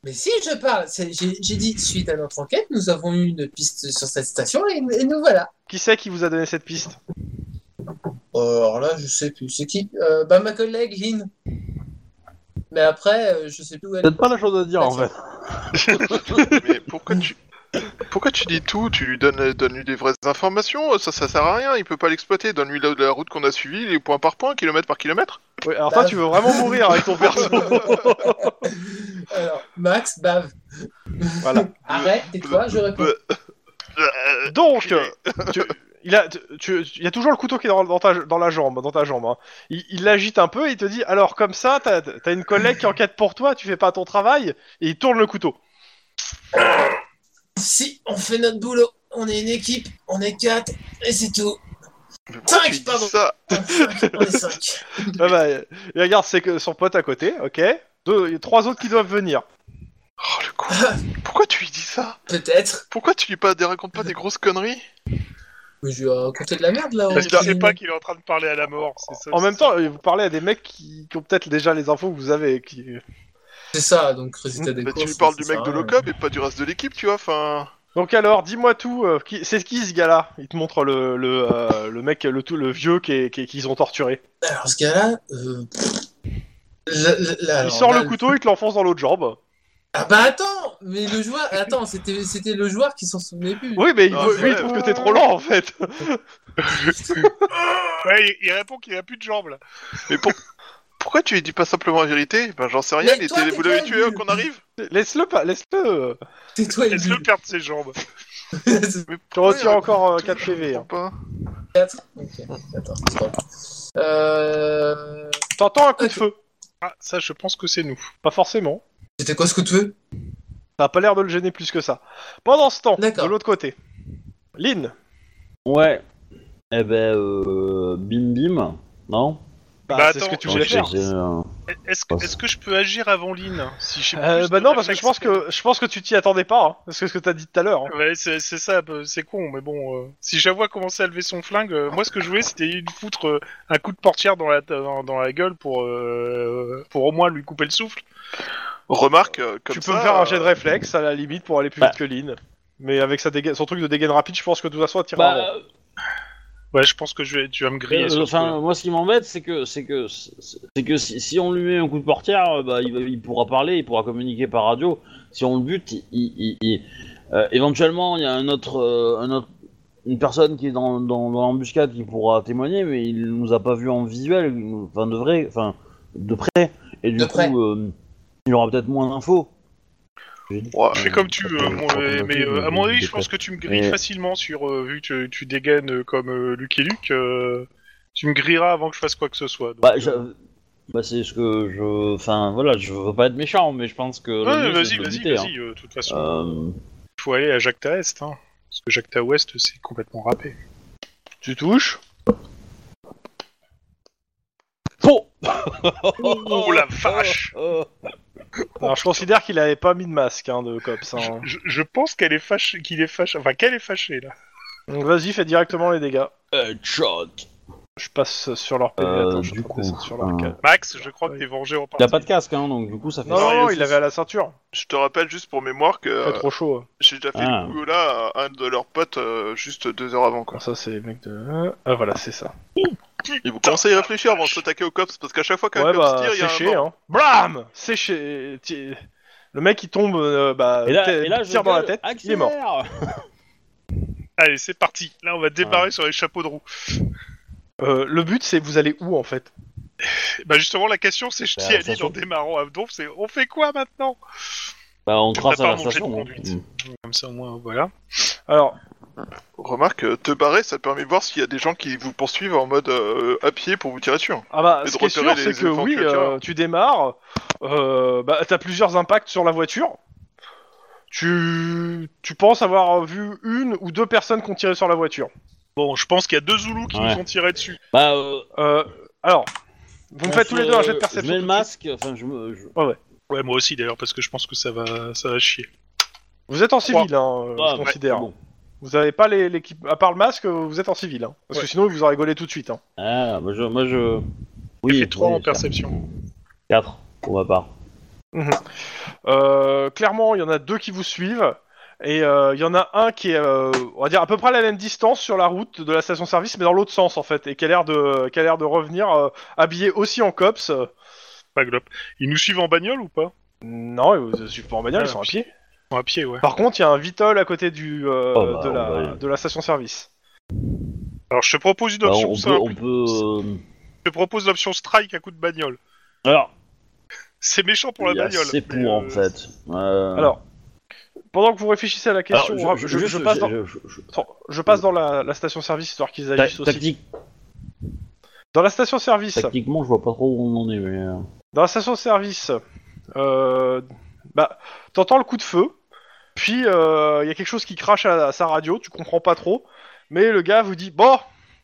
S3: Mais si je parle, c'est- j'ai j'ai dit, suite à notre enquête, nous avons eu une piste sur cette station et, et nous voilà.
S1: Qui c'est qui vous a donné cette piste
S3: Euh, Alors là, je sais plus, c'est qui Euh, Bah, ma collègue Lynn. Mais après, euh, je sais plus où elle
S4: Peut-être pas la chose à dire en fait.
S5: Mais pourquoi tu... Pourquoi tu dis tout Tu lui donnes, donne-lui des vraies informations, ça, ça sert à rien, il peut pas l'exploiter. Donne-lui la, la route qu'on a suivie, les points par point, kilomètre par kilomètre.
S1: Oui, alors toi,
S3: Bah,
S1: tu veux vraiment mourir avec ton perso.
S3: est. Alors, Max, bave,
S1: voilà.
S3: arrête, et toi, je réponds.
S5: Euh,
S1: Donc, euh, tu- il a, tu- tu- il y a toujours le couteau qui est dans, dans ta, dans la jambe, dans ta jambe. hein. Il il l'agite un peu et il te dit, alors comme ça, t'as t'as une collègue qui enquête pour toi, tu fais pas ton travail, et il tourne le couteau.
S3: Si, on fait notre boulot. On est une équipe, on est quatre, et c'est tout.
S5: mais pourquoi
S3: Cinq,
S5: tu dis
S3: pardon.
S5: ça
S3: on est cinq.
S1: Ah bah, euh, il regarde c'est que son pote à côté, ok. Deux, il y a trois autres qui doivent venir.
S5: Oh le con. Pourquoi tu lui dis ça
S3: Peut-être.
S5: Pourquoi tu lui pas, des- racontes pas des grosses conneries
S3: Mais je vais raconter de la merde, là.
S2: Parce
S3: on-
S2: qu'il sait pas qu'il est en train de parler à la mort. c'est ça,
S1: En
S2: c'est
S1: même
S2: ça.
S1: temps, euh, vous parlez à des mecs qui, qui ont peut-être déjà les infos que vous avez. et Qui...
S3: C'est ça, donc résultat des
S5: Bah, Tu
S3: courses,
S5: lui parles
S3: ça
S5: du
S3: sert à
S5: mec de
S3: rien.
S5: l'OCOP et pas du reste de l'équipe, tu vois, enfin...
S1: Donc alors, dis-moi tout. euh, qui- c'est qui ce gars-là Il te montre le, le, euh, le mec, le tout, le vieux qui est- qui est- qu'ils ont torturé.
S3: Alors, ce gars-là. euh, la- la- la-
S1: il
S3: alors,
S1: sort
S3: là,
S1: le couteau, il te l'enfonce dans l'autre jambe.
S3: Ah bah attends Mais le joueur. Attends, c'était c'était le joueur qui s'en souvenait plus.
S1: Oui, mais il,
S5: Ah,
S1: veut-
S5: c'est
S1: lui, il
S5: vrai.
S1: trouve que t'es trop lent en fait.
S2: Ouais, il, il répond qu'il a plus de jambes là.
S5: Mais pour- pourquoi tu lui dis pas simplement la vérité Ben j'en sais rien,
S3: Mais
S5: il
S3: toi,
S5: était-
S3: t'es
S5: vous l'avez
S3: pas
S5: tué avant
S3: nul.
S5: qu'on arrive
S1: Laisse-le pas, laisse-le.
S3: Tais-toi, il
S2: Laisse-le perdre ses jambes.
S5: Mais
S1: Tu
S5: pourquoi
S1: retires
S5: il
S1: encore euh,
S5: raconte
S1: 4
S5: tout, je
S1: PV. hein.
S5: comprends pas.
S3: Ok, attends, c'est pas grave. Euh.
S1: T'entends un coup de
S3: Ok.
S1: feu
S2: Ah, ça, je pense que c'est nous.
S1: Pas forcément.
S3: C'était quoi ce que tu veux
S1: Ça a pas l'air de le gêner plus que ça. Pendant ce temps,
S3: D'accord.
S1: de l'autre côté, Lynn,
S4: Ouais. Eh ben, euh, bim bim, non
S1: bah,
S2: Bah,
S1: c'est
S2: attends,
S1: ce que tu
S2: je
S1: voulais
S2: vais
S1: faire.
S2: chercher.
S4: J'ai un-
S2: Est-ce que, est-ce que je peux agir avant Lynn si j'ai
S1: Euh,
S2: plus
S1: bah
S2: de
S1: non, parce que je pense
S2: réflexes
S1: que je pense que tu t'y attendais pas. hein, parce que ce que t'as dit tout à l'heure. hein.
S2: Ouais, c'est c'est ça, peu- c'est con, mais bon. euh, si j'avoue commencer à lever son flingue, euh, moi ce que je voulais c'était lui foutre euh, un coup de portière dans la, dans, dans la gueule pour, euh, pour au moins lui couper le souffle.
S5: Remarque, euh, comme
S1: Tu peux
S5: ça,
S1: me faire un
S5: euh,
S1: jet de réflexe à la limite pour aller plus
S4: Bah.
S1: vite que Lynn. Mais avec sa dégaine- son truc de dégaine rapide, je pense que de toute façon, elle tirera avant.
S4: Bah,
S2: Ouais, je pense que je vais, tu vas me griller.
S4: Euh,
S2: sur ce
S4: enfin, moi, ce qui m'embête, c'est que, c'est que, c'est que si, si on lui met un coup de portière, euh, bah, il, va- il pourra parler, il pourra communiquer par radio. Si on le bute, il, il- il- euh, éventuellement, il y a un autre, euh, un autre- une personne qui est dans, dans, dans l'embuscade qui pourra témoigner, mais il nous a pas vu en visuel, il nous- enfin de vrai, enfin de près. Et du
S3: De près.
S4: coup, euh, il y aura peut-être moins d'infos.
S5: Ouais.
S2: Fais comme tu veux,
S4: Euh,
S2: mon-
S4: euh,
S2: euh, mais
S4: euh,
S2: euh, à mon avis, je
S4: dépasse.
S2: pense que tu me grilles
S4: Mais-
S2: facilement sur euh, vu que tu dégaines euh, comme euh, Luc et Luc. euh, tu me grilleras avant que je fasse quoi que ce soit. donc,
S4: Bah,
S2: euh,
S4: je- bah, c'est ce que je. Enfin, voilà, je veux pas être méchant, mais je pense que. le
S2: ouais,
S4: mieux,
S2: vas-y,
S4: c'est de
S2: vas-y,
S4: l'habiter,
S2: vas-y. euh, De toute façon,
S4: hein. Euh,
S2: il faut aller à Jacta Est, hein, parce que Jacta Ouest, c'est complètement râpé.
S1: Tu touches
S4: Bon
S2: Oh la vache
S4: Euh,
S1: Alors je considère qu'il avait pas mis de masque hein, de cops. hein.
S2: je, je pense qu'elle est fâchée, qu'il est fâché, enfin qu'elle est fâchée là.
S1: Donc vas-y, fais directement les dégâts.
S4: Headshot
S1: Je passe sur leur PV.
S4: Euh,
S1: Attends, je
S4: du
S1: vais
S4: coup,
S1: descendre sur l'arcade.
S2: Max, je crois que
S1: Ouais.
S2: t'es vengé en
S4: Il
S2: partie.
S4: a pas de casque, hein, donc du coup, ça fait.
S1: Non,
S5: Non,
S1: non,
S5: il y a
S1: non, il
S5: ça-
S1: l'avait à la ceinture.
S5: Je te rappelle juste pour mémoire que
S1: Pas
S5: euh,
S1: trop chaud. hein.
S5: j'ai déjà fait
S4: Ah.
S5: le coup là à un de leurs potes euh, juste deux heures avant quoi.
S1: Comme ça, c'est les mecs de. Ah voilà, c'est ça.
S5: Il vous conseille de réfléchir avant de s'attaquer au cops parce qu'à chaque fois qu'un
S1: Ouais,
S5: cops
S1: bah,
S5: tire, il y a un
S1: séché,
S5: mort.
S1: hein. Blam Séché Ti- Le mec, il tombe, euh, bah,
S4: Et là,
S1: t-
S4: et là je
S1: tire dans la
S4: gueule,
S1: tête, il est
S4: accélère
S1: mort.
S2: Allez, c'est parti. Là, on va démarrer sur les chapeaux de roue.
S1: Euh, le but, c'est vous allez où, en fait
S2: Bah justement, la question, c'est je
S4: Bah,
S2: t'y ai
S4: ça
S2: dit en
S4: saute.
S2: démarrant à Donf, c'est on fait quoi maintenant
S4: Bah, on
S2: Je
S4: trace à la
S2: prépare mon jet de
S4: station. hein.
S2: conduite.
S4: Mm.
S2: Comme ça, au moins, voilà.
S1: Alors,
S5: Remarque, euh, te barrer, ça te permet de voir s'il y a des gens qui vous poursuivent en mode euh, à pied pour vous tirer dessus. hein.
S1: ah bah,
S5: Et de
S1: ce qui est sûr,
S5: repérer les
S1: c'est que oui,
S5: éventuels
S1: euh,
S5: tireurs.
S1: tu démarres, euh, bah, t'as plusieurs impacts sur la voiture. Tu... tu penses avoir vu une ou deux personnes qui ont tiré sur la voiture.
S2: Bon, je pense qu'il y a deux Zoulous qui
S4: Ouais.
S2: nous ont tiré dessus.
S4: Bah, euh,
S1: Euh, alors, vous me
S4: on
S1: faites tous les deux un
S4: se-
S1: jet de
S4: Je
S1: perception.
S4: mets
S1: tout
S4: le
S1: de suite.
S4: masque, enfin, je me. je-
S2: Ouais, moi aussi d'ailleurs, parce que je pense que ça va, ça va chier.
S1: Vous êtes en civil, hein, euh,
S4: Ah,
S1: je
S4: ouais,
S1: considère.
S4: c'est bon.
S1: Vous avez pas les- l'équipe. À part le masque, euh, vous êtes en civil. Hein, parce
S2: Ouais.
S1: que sinon, ils vous auraient rigolé tout de suite. Hein.
S4: Ah, bah, je. Moi, je...
S2: J'ai
S4: Oui,
S2: fait trois
S4: oui,
S2: en
S4: ça.
S2: perception.
S4: Quatre, pour ma part.
S1: Euh, clairement, il y en a deux qui vous suivent. Et euh, il y en a un qui est, euh, on va dire, à peu près à la même distance sur la route de la station-service, mais dans l'autre sens, en fait. Et qui a l'air de, qui a l'air de revenir euh, habillé aussi en cops. euh.
S2: Pas glop. Ils nous suivent en bagnole ou pas
S1: Non, ils vous suivent pas en bagnole, ils sont à pied.
S2: Ils sont à pied, ouais.
S1: Par contre, il y a un Vitol à côté du, euh,
S4: Oh, bah,
S1: de, la,
S4: on va y-
S1: de la station-service.
S2: Alors je te propose une
S4: Bah,
S2: option
S4: on peut.
S2: simple.
S4: On peut euh,
S2: Je te propose l'option strike à coup de bagnole.
S4: Alors,
S2: C'est méchant pour la bagnole.
S4: c'est
S2: mais,
S4: pour, en
S2: euh,
S4: fait. Euh,
S1: Alors, pendant que vous réfléchissez à la
S4: alors,
S1: question, je, je- je passe dans,
S4: je- je- je-
S1: Attends, je passe dans la, la station-service histoire qu'ils
S4: ta-
S1: agissent aussi.
S4: tactique-
S1: Dans la station-service,
S4: Tactiquement, je vois pas trop où on en est, mais. euh,
S1: dans la station-service, euh, bah, t'entends le coup de feu, puis il y a quelque chose qui crache à, à sa radio, tu comprends pas trop, mais le gars vous dit bon,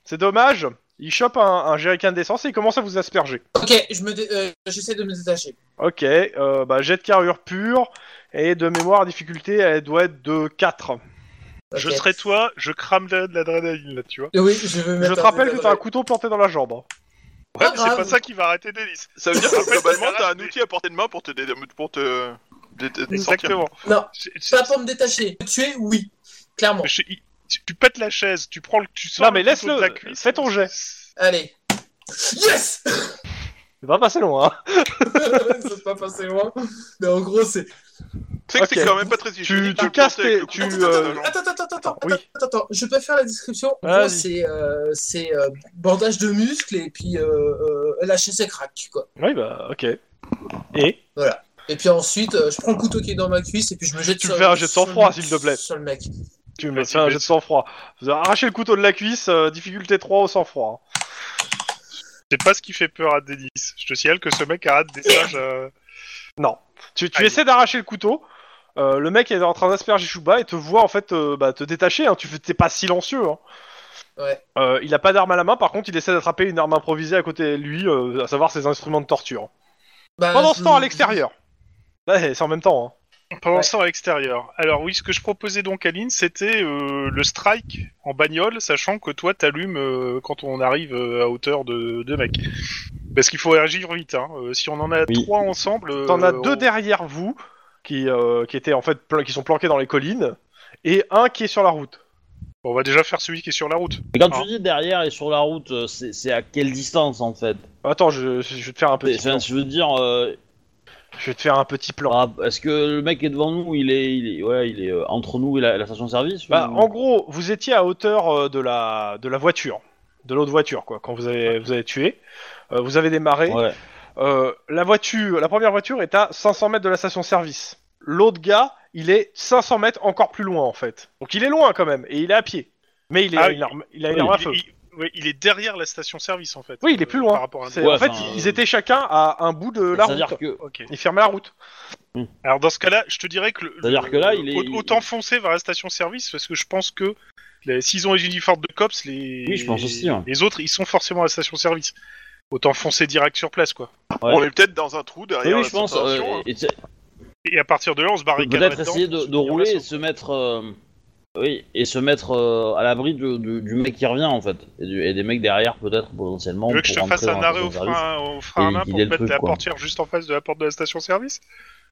S1: c'est dommage, il chope un, un jerrycan d'essence et il commence à vous asperger.
S3: Ok, je me dé- euh, j'essaie de me détacher.
S1: Ok, euh, bah, jet de carrure pure et de mémoire difficulté, elle doit être de 4.
S3: Ok. Euh,
S2: Je serais toi, je crame de, de l'adrénaline là, tu vois.
S3: Oui, je veux
S1: Je
S3: mettre.
S1: te
S3: un
S1: rappelle que
S3: peu
S1: t'as un
S3: d'adré-
S1: couteau planté dans la jambe. hein.
S2: Ouais,
S3: Pas
S2: mais c'est
S3: grave.
S2: pas ça qui va arrêter Delis.
S5: Ça veut dire que globalement,
S2: c'est
S5: t'as un
S2: raté.
S5: outil à portée de main pour te, dé- pour te, dé- dé- sortir.
S2: Exactement.
S3: Non,
S2: Je- je-
S3: pas pour me détacher. Me Tuer, oui, clairement.
S2: je- il- tu, tu pètes la chaise, tu prends le, tu sors
S1: Non mais
S2: le couteau de
S1: laisse-le,
S2: la cuisse.
S1: fais ton jet.
S3: Allez. Yes
S1: Il va passer loin. hein.
S3: Ça s'est pas passé loin. Mais en gros, c'est.
S5: Tu sais que c'est
S1: Ok.
S5: quand même pas très hygiénique
S1: tu
S5: de le
S1: casses
S5: planter avec
S1: tes-
S5: le
S1: tu,
S5: couteau
S3: Attends,
S5: dans la
S1: euh,
S5: jambe.
S3: Attends, attends, attends, attends,
S1: oui.
S3: attends, attends. Je peux faire la description. En gros,
S1: Vas-y.
S3: c'est euh, c'est, euh, bandage de muscles et puis euh, euh, lâcher ses cracks, quoi.
S1: Oui bah ok. Et
S3: Et puis ensuite, euh, je prends le couteau qui est dans ma cuisse et puis je me jette
S1: Tu
S3: sur
S1: me fais un jet de
S3: sur le-
S1: sang-froid, s'il te plaît.
S3: Sur le mec.
S1: Tu me
S2: Vas-y,
S1: fais un
S2: vas-y.
S1: jet de sang-froid. Vous avez arraché le couteau de la cuisse, euh, difficulté 3 au sang-froid. hein.
S2: C'est pas ce qui fait peur à Denis. Je te signale que ce mec arrête des sages. euh,
S1: Non. Tu, tu
S2: Aïe.
S1: essaies d'arracher le couteau, euh, le mec est en train d'asperger Chouba et te voit en fait euh, bah, te détacher, hein. tu fais- t'es pas silencieux. hein.
S3: Ouais.
S1: Euh, il a pas d'arme à la main, par contre il essaie d'attraper une arme improvisée à côté de lui, euh, à savoir ses instruments de torture. hein.
S3: Bah,
S1: Pendant ce
S3: je-
S1: temps à l'extérieur. Ouais, c'est en même temps. hein.
S2: Pendant
S3: Ouais.
S2: ce temps à l'extérieur. Alors oui, ce que je proposais donc à Lynn, c'était euh, le strike en bagnole, sachant que toi t'allumes euh, quand on arrive euh, à hauteur de deux mecs. Parce qu'il faut réagir vite. Hein. Euh, si on en a
S4: Oui.
S2: trois ensemble, euh,
S1: T'en as deux
S2: on-
S1: derrière vous qui, euh, qui étaient en fait plan- qui sont planqués dans les collines et un qui est sur la route.
S2: on va déjà faire celui qui est sur la route.
S4: Mais quand
S2: Ah.
S4: tu dis derrière et sur la route, euh, c'est c'est à quelle distance en fait
S1: Attends, je, je vais te faire un petit
S4: Enfin,
S1: plan.
S4: Je veux dire, euh,
S1: Je vais te faire un petit plan.
S4: par rapp- est-ce que le mec est devant nous Il est, il est, ouais, il est euh, entre nous et la, la station service
S1: Bah,
S4: ou-
S1: en gros, vous étiez à hauteur euh, de la de la voiture, de l'autre voiture quoi. Quand vous avez vous avez tué, Euh, vous avez démarré.
S4: Ouais.
S1: Euh, la voiture, la première voiture est à 500 mètres de la station-service. L'autre gars, il est 500 mètres encore plus loin en fait. Donc il est loin quand même et il est à pied. Mais il, est,
S2: Ah
S1: il
S2: oui.
S1: a, une arme- il a une
S4: Oui,
S1: arme à
S2: il,
S1: feu.
S2: il- ouais, il est derrière la station-service en fait. euh,
S1: Oui, il est plus loin.
S2: Par rapport à nous.
S1: C'est-
S4: Ouais,
S1: en fait,
S4: enfin,
S1: ils
S4: euh,
S1: étaient chacun à un bout de la
S4: C'est-à-dire
S1: route.
S4: que,
S2: Ok.
S1: Ils fermaient la route.
S2: Alors dans ce cas-là, je te dirais que, le-
S4: C'est-à-dire
S2: le-
S4: que là,
S2: le-
S4: il est-
S2: au- autant foncer vers la station-service parce que je pense que les- s'ils ont les uniformes de cops, les
S4: Oui, je pense aussi, hein. ouais.
S2: les autres, ils sont forcément à la station-service. Autant foncer direct sur place quoi.
S4: Ouais.
S5: On est peut-être dans un trou
S4: oui,
S5: derrière
S4: oui,
S5: la
S4: je pense.
S5: station,
S4: euh,
S5: hein.
S4: et- et-
S2: Et à partir de là, on se barricade.
S4: Peut-être
S2: là-dedans
S4: essayer
S2: pour
S4: de, de
S2: soutenir
S4: rouler et
S2: l'assaut.
S4: se mettre, euh, oui, et se mettre euh, à l'abri de- de- du mec qui revient en fait, et, du- et des mecs derrière peut-être potentiellement.
S2: Tu veux que je
S4: pour
S2: te
S4: rentrer
S2: fasse
S4: dans
S2: un
S4: la
S2: arrêt au
S4: station-service.
S2: frein, au frein à
S4: et
S2: main
S4: qu'il
S2: pour
S4: ait le
S2: mettre
S4: truc,
S2: la
S4: quoi.
S2: portière juste en face de la porte de la station-service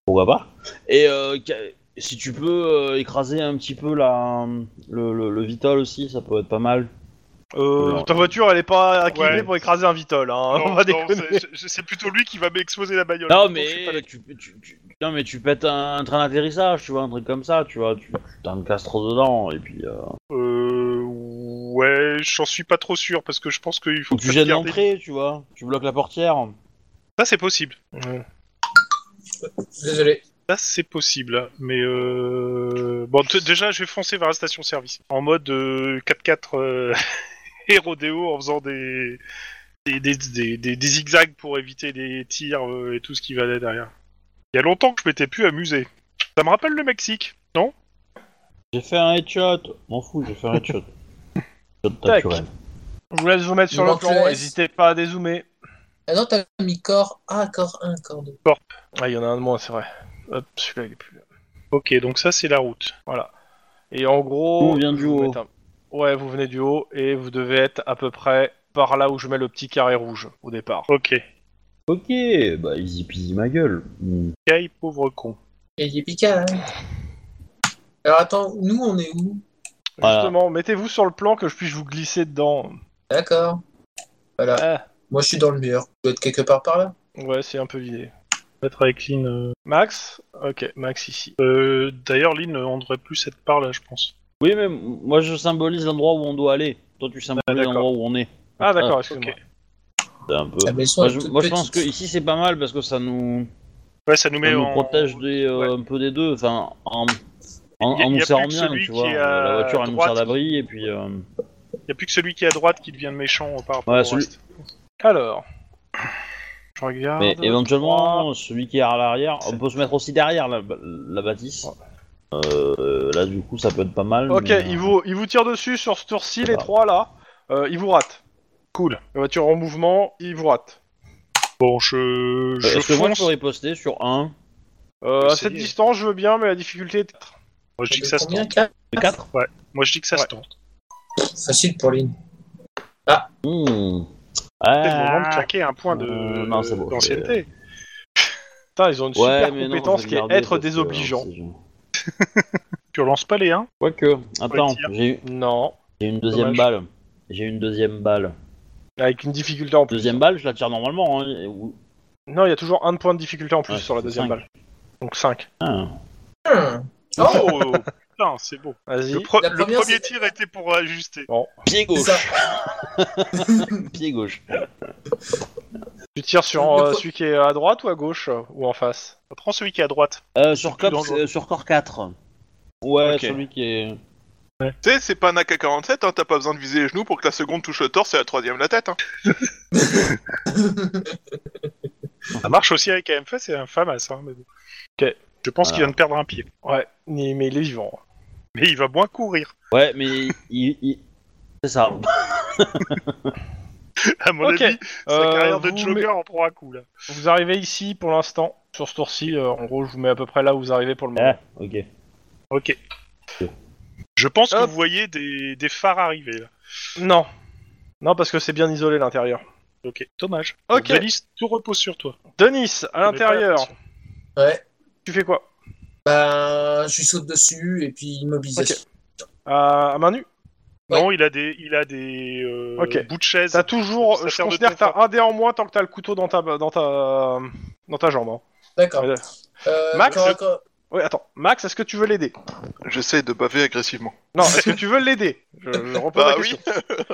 S4: Pourquoi pas Et euh, ca- si tu peux euh, écraser un petit peu la, le, le, le Vitol aussi, ça peut être pas mal.
S1: Euh,
S4: Alors,
S1: ta voiture, elle est pas inclinée
S2: ouais.
S1: pour écraser un vitol, hein.
S2: Non,
S1: on va
S2: non,
S1: déconner.
S2: c'est- c'est- C'est plutôt lui qui va m'exposer la bagnole.
S4: Non
S2: Donc, Euh, je suis
S4: mais
S2: pas d'accord.
S4: tu, tu- tu- non mais tu pètes un, un train d'atterrissage, tu vois, un truc comme ça, tu vois, tu, tu t'en casses trop dedans et puis euh,
S2: Euh, ouais, j'en suis pas trop sûr parce que je pense qu'il faut.
S4: tu gênes
S2: garder-
S4: l'entrée, tu vois, tu bloques la portière.
S2: Ça c'est possible.
S3: Désolé.
S2: Ça c'est possible. hein. Mais euh... bon, t- déjà je vais foncer vers la station-service en mode euh, 4x4 euh, et rodéo en faisant des des, des, des- des- des zigzags pour éviter les tirs euh, et tout ce qui va là derrière. Il y a longtemps que je m'étais plus amusé. Ça me rappelle le Mexique, non
S4: J'ai fait un headshot, m'en fous, j'ai fait un headshot. Headshot
S1: Tac.
S4: naturel.
S1: Je vous laisse vous mettre sur
S3: Il
S1: le
S3: manque le
S1: plan,
S3: S.
S1: n'hésitez pas à dézoomer.
S3: Ah non, t'as mis corps A, corps 1, corps 2.
S1: Ah, il y en a un de moins, c'est vrai. Hop, celui-là, il est plus là.
S2: Ok, donc ça c'est la route.
S1: Et en gros.
S4: Nous, on vient du
S1: vous
S4: haut.
S1: mettez un- Ouais, vous venez du haut et vous devez être à peu près par là où je mets le petit carré rouge au départ.
S2: Ok.
S4: Ok, bah easy peasy ma gueule. Hmm.
S2: Kai, pauvre con.
S3: Et il est piquant, hein. Alors attends, nous on est où
S4: Voilà.
S1: Justement, mettez-vous sur le plan que je puisse vous glisser dedans.
S3: D'accord. Voilà.
S1: Ah.
S3: Moi je suis dans le mur. Je dois être quelque part par là.
S1: Ouais, c'est un peu vidé.
S2: Être avec Lynn. euh,
S1: Max Ok, Max ici.
S2: Euh, D'ailleurs, Lynn, on devrait plus être par là, je pense.
S4: Oui, mais m- moi je symbolise l'endroit où on doit aller. Toi tu symbolises
S1: d'accord.
S4: l'endroit où on est. Ah,
S1: Ah, d'accord, excuse-moi.
S2: ok.
S4: C'est un peu.
S3: La maison
S4: Moi
S3: est
S4: je,
S3: toute
S4: moi, je
S3: petite.
S4: pense que ici c'est pas mal parce que ça nous,
S2: Ouais, ça nous
S4: ça
S2: met
S4: nous
S2: en.
S4: protège des, euh, un peu des deux. Enfin, en, en,
S2: Y a-
S4: en nous
S2: y a
S4: serrant
S2: plus que
S4: bien,
S2: celui
S4: tu vois. euh,
S2: qui est à
S4: La voiture elle nous
S2: droite
S4: sert d'abri et puis. euh,
S2: Y a plus que celui qui est à droite qui devient le méchant euh, par rapport
S4: Ouais,
S2: au
S4: celui-
S2: reste.
S1: Alors. Je regarde.
S4: Mais éventuellement,
S1: Trois.
S4: celui qui est à l'arrière, on
S1: Sept.
S4: peut se mettre aussi derrière la, la bâtisse. Euh, là du coup ça peut être pas mal.
S1: Ok,
S4: mais,
S1: il
S4: euh,
S1: vous, il vous tire dessus sur ce tour-ci, les
S4: Bah.
S1: trois là. Euh, il vous rate.
S2: Cool.
S1: La voiture en mouvement, il vous rate.
S2: Bon, je.
S4: euh,
S2: Je
S4: Est-ce que moi je
S2: fonce.
S4: pourrais poster sur un
S1: Euh, à
S2: Essayez.
S1: cette distance, je veux bien, mais la difficulté est quatre.
S2: Moi, je dis que ça se
S3: Combien
S2: tente.
S3: quatre
S4: 4
S2: Moi, je dis que ça
S1: Ouais.
S2: se tente.
S3: Facile pour Lynn.
S2: C'est le moment de
S4: Hmm. Ah.
S2: claquer un point de
S4: Euh, non, c'est bon,
S2: d'ancienneté.
S1: Putain, ils ont une
S4: Ouais,
S1: super
S4: mais non,
S1: compétence
S4: je vais
S1: qui est
S4: garder
S1: être
S4: parce que,
S1: désobligeant.
S4: euh, c'est-
S2: Tu relances pas les 1
S4: Quoique, attends,
S2: tirer.
S4: j'ai
S1: Non,
S4: j'ai une deuxième
S1: Dommage.
S4: balle. J'ai une deuxième balle.
S1: avec une difficulté en plus.
S4: Deuxième balle, je la tire normalement. Hein. et- ou-
S1: Non, il y a toujours un de point de difficulté en plus
S4: Ouais,
S1: sur la
S4: c'est cinq.
S1: deuxième balle. Donc 5.
S4: Ah.
S3: Hmm.
S2: Oh Putain, c'est beau.
S1: Vas-y.
S2: Le, pro-
S3: La
S2: le
S3: première,
S2: premier
S3: c'est-
S2: tir était pour ajuster.
S4: Pied
S3: C'est
S4: gauche,
S3: ça.
S4: pied gauche.
S1: Tu tires sur
S3: Le
S1: euh,
S3: pro-
S1: celui qui est à droite ou à gauche euh, ou en face
S2: Prends celui qui est à droite.
S4: Euh, sur,
S2: plus
S4: cop,
S2: dangereux.
S4: euh, sur corps 4. Ouais,
S2: Ok.
S4: celui qui est.
S5: Tu sais, c'est pas un AK-47, hein, t'as pas besoin de viser les genoux pour que la seconde touche le torse et la troisième la tête. Hein.
S2: Ça marche aussi avec AMF, c'est un FAMAS. Hein, mais bon.
S1: Ok.
S2: Je pense
S4: Voilà.
S2: qu'il vient de perdre un pied.
S1: Ouais, mais mais il est vivant.
S2: Mais il va moins courir.
S4: Ouais, mais il. il- C'est ça.
S2: À mon
S1: Ok.
S2: avis, sa
S1: Euh,
S2: carrière de
S1: vous
S2: jogger en prend un coup là.
S1: met- Vous arrivez ici pour l'instant. Sur ce tour-ci, euh, en gros, je vous mets à peu près là où vous arrivez pour le moment.
S4: Ah, ok.
S2: Ok. Je pense que
S1: Hop.
S2: vous voyez des, des phares arriver là.
S1: Non. Non, parce que c'est bien isolé l'intérieur.
S2: Ok, dommage.
S1: Ok.
S2: Denis, tout repose sur toi.
S1: Denis, à
S2: On est pas
S1: l'intérieur,
S2: là-dessus.
S3: Ouais.
S1: tu fais quoi
S3: Ben, je lui saute dessus et puis immobilisation.
S1: à, à main nue
S2: Non, il a des, il a des euh,
S1: Ok.
S2: bouts de chaise.
S1: T'as toujours.
S2: Ça
S1: Je
S2: sert de
S1: considère que
S2: confort.
S1: t'as un dé en moins tant que t'as le couteau dans ta dans ta dans ta jambe. hein.
S3: D'accord.
S1: Ouais.
S3: Euh,
S1: Max,
S3: corps à
S1: je-
S3: corps-
S1: Oui, attends. Max, est-ce que tu veux l'aider
S5: J'essaie de baver agressivement.
S1: Non, est-ce que tu veux l'aider Je, je reprends
S5: Bah
S1: la
S5: oui
S1: question.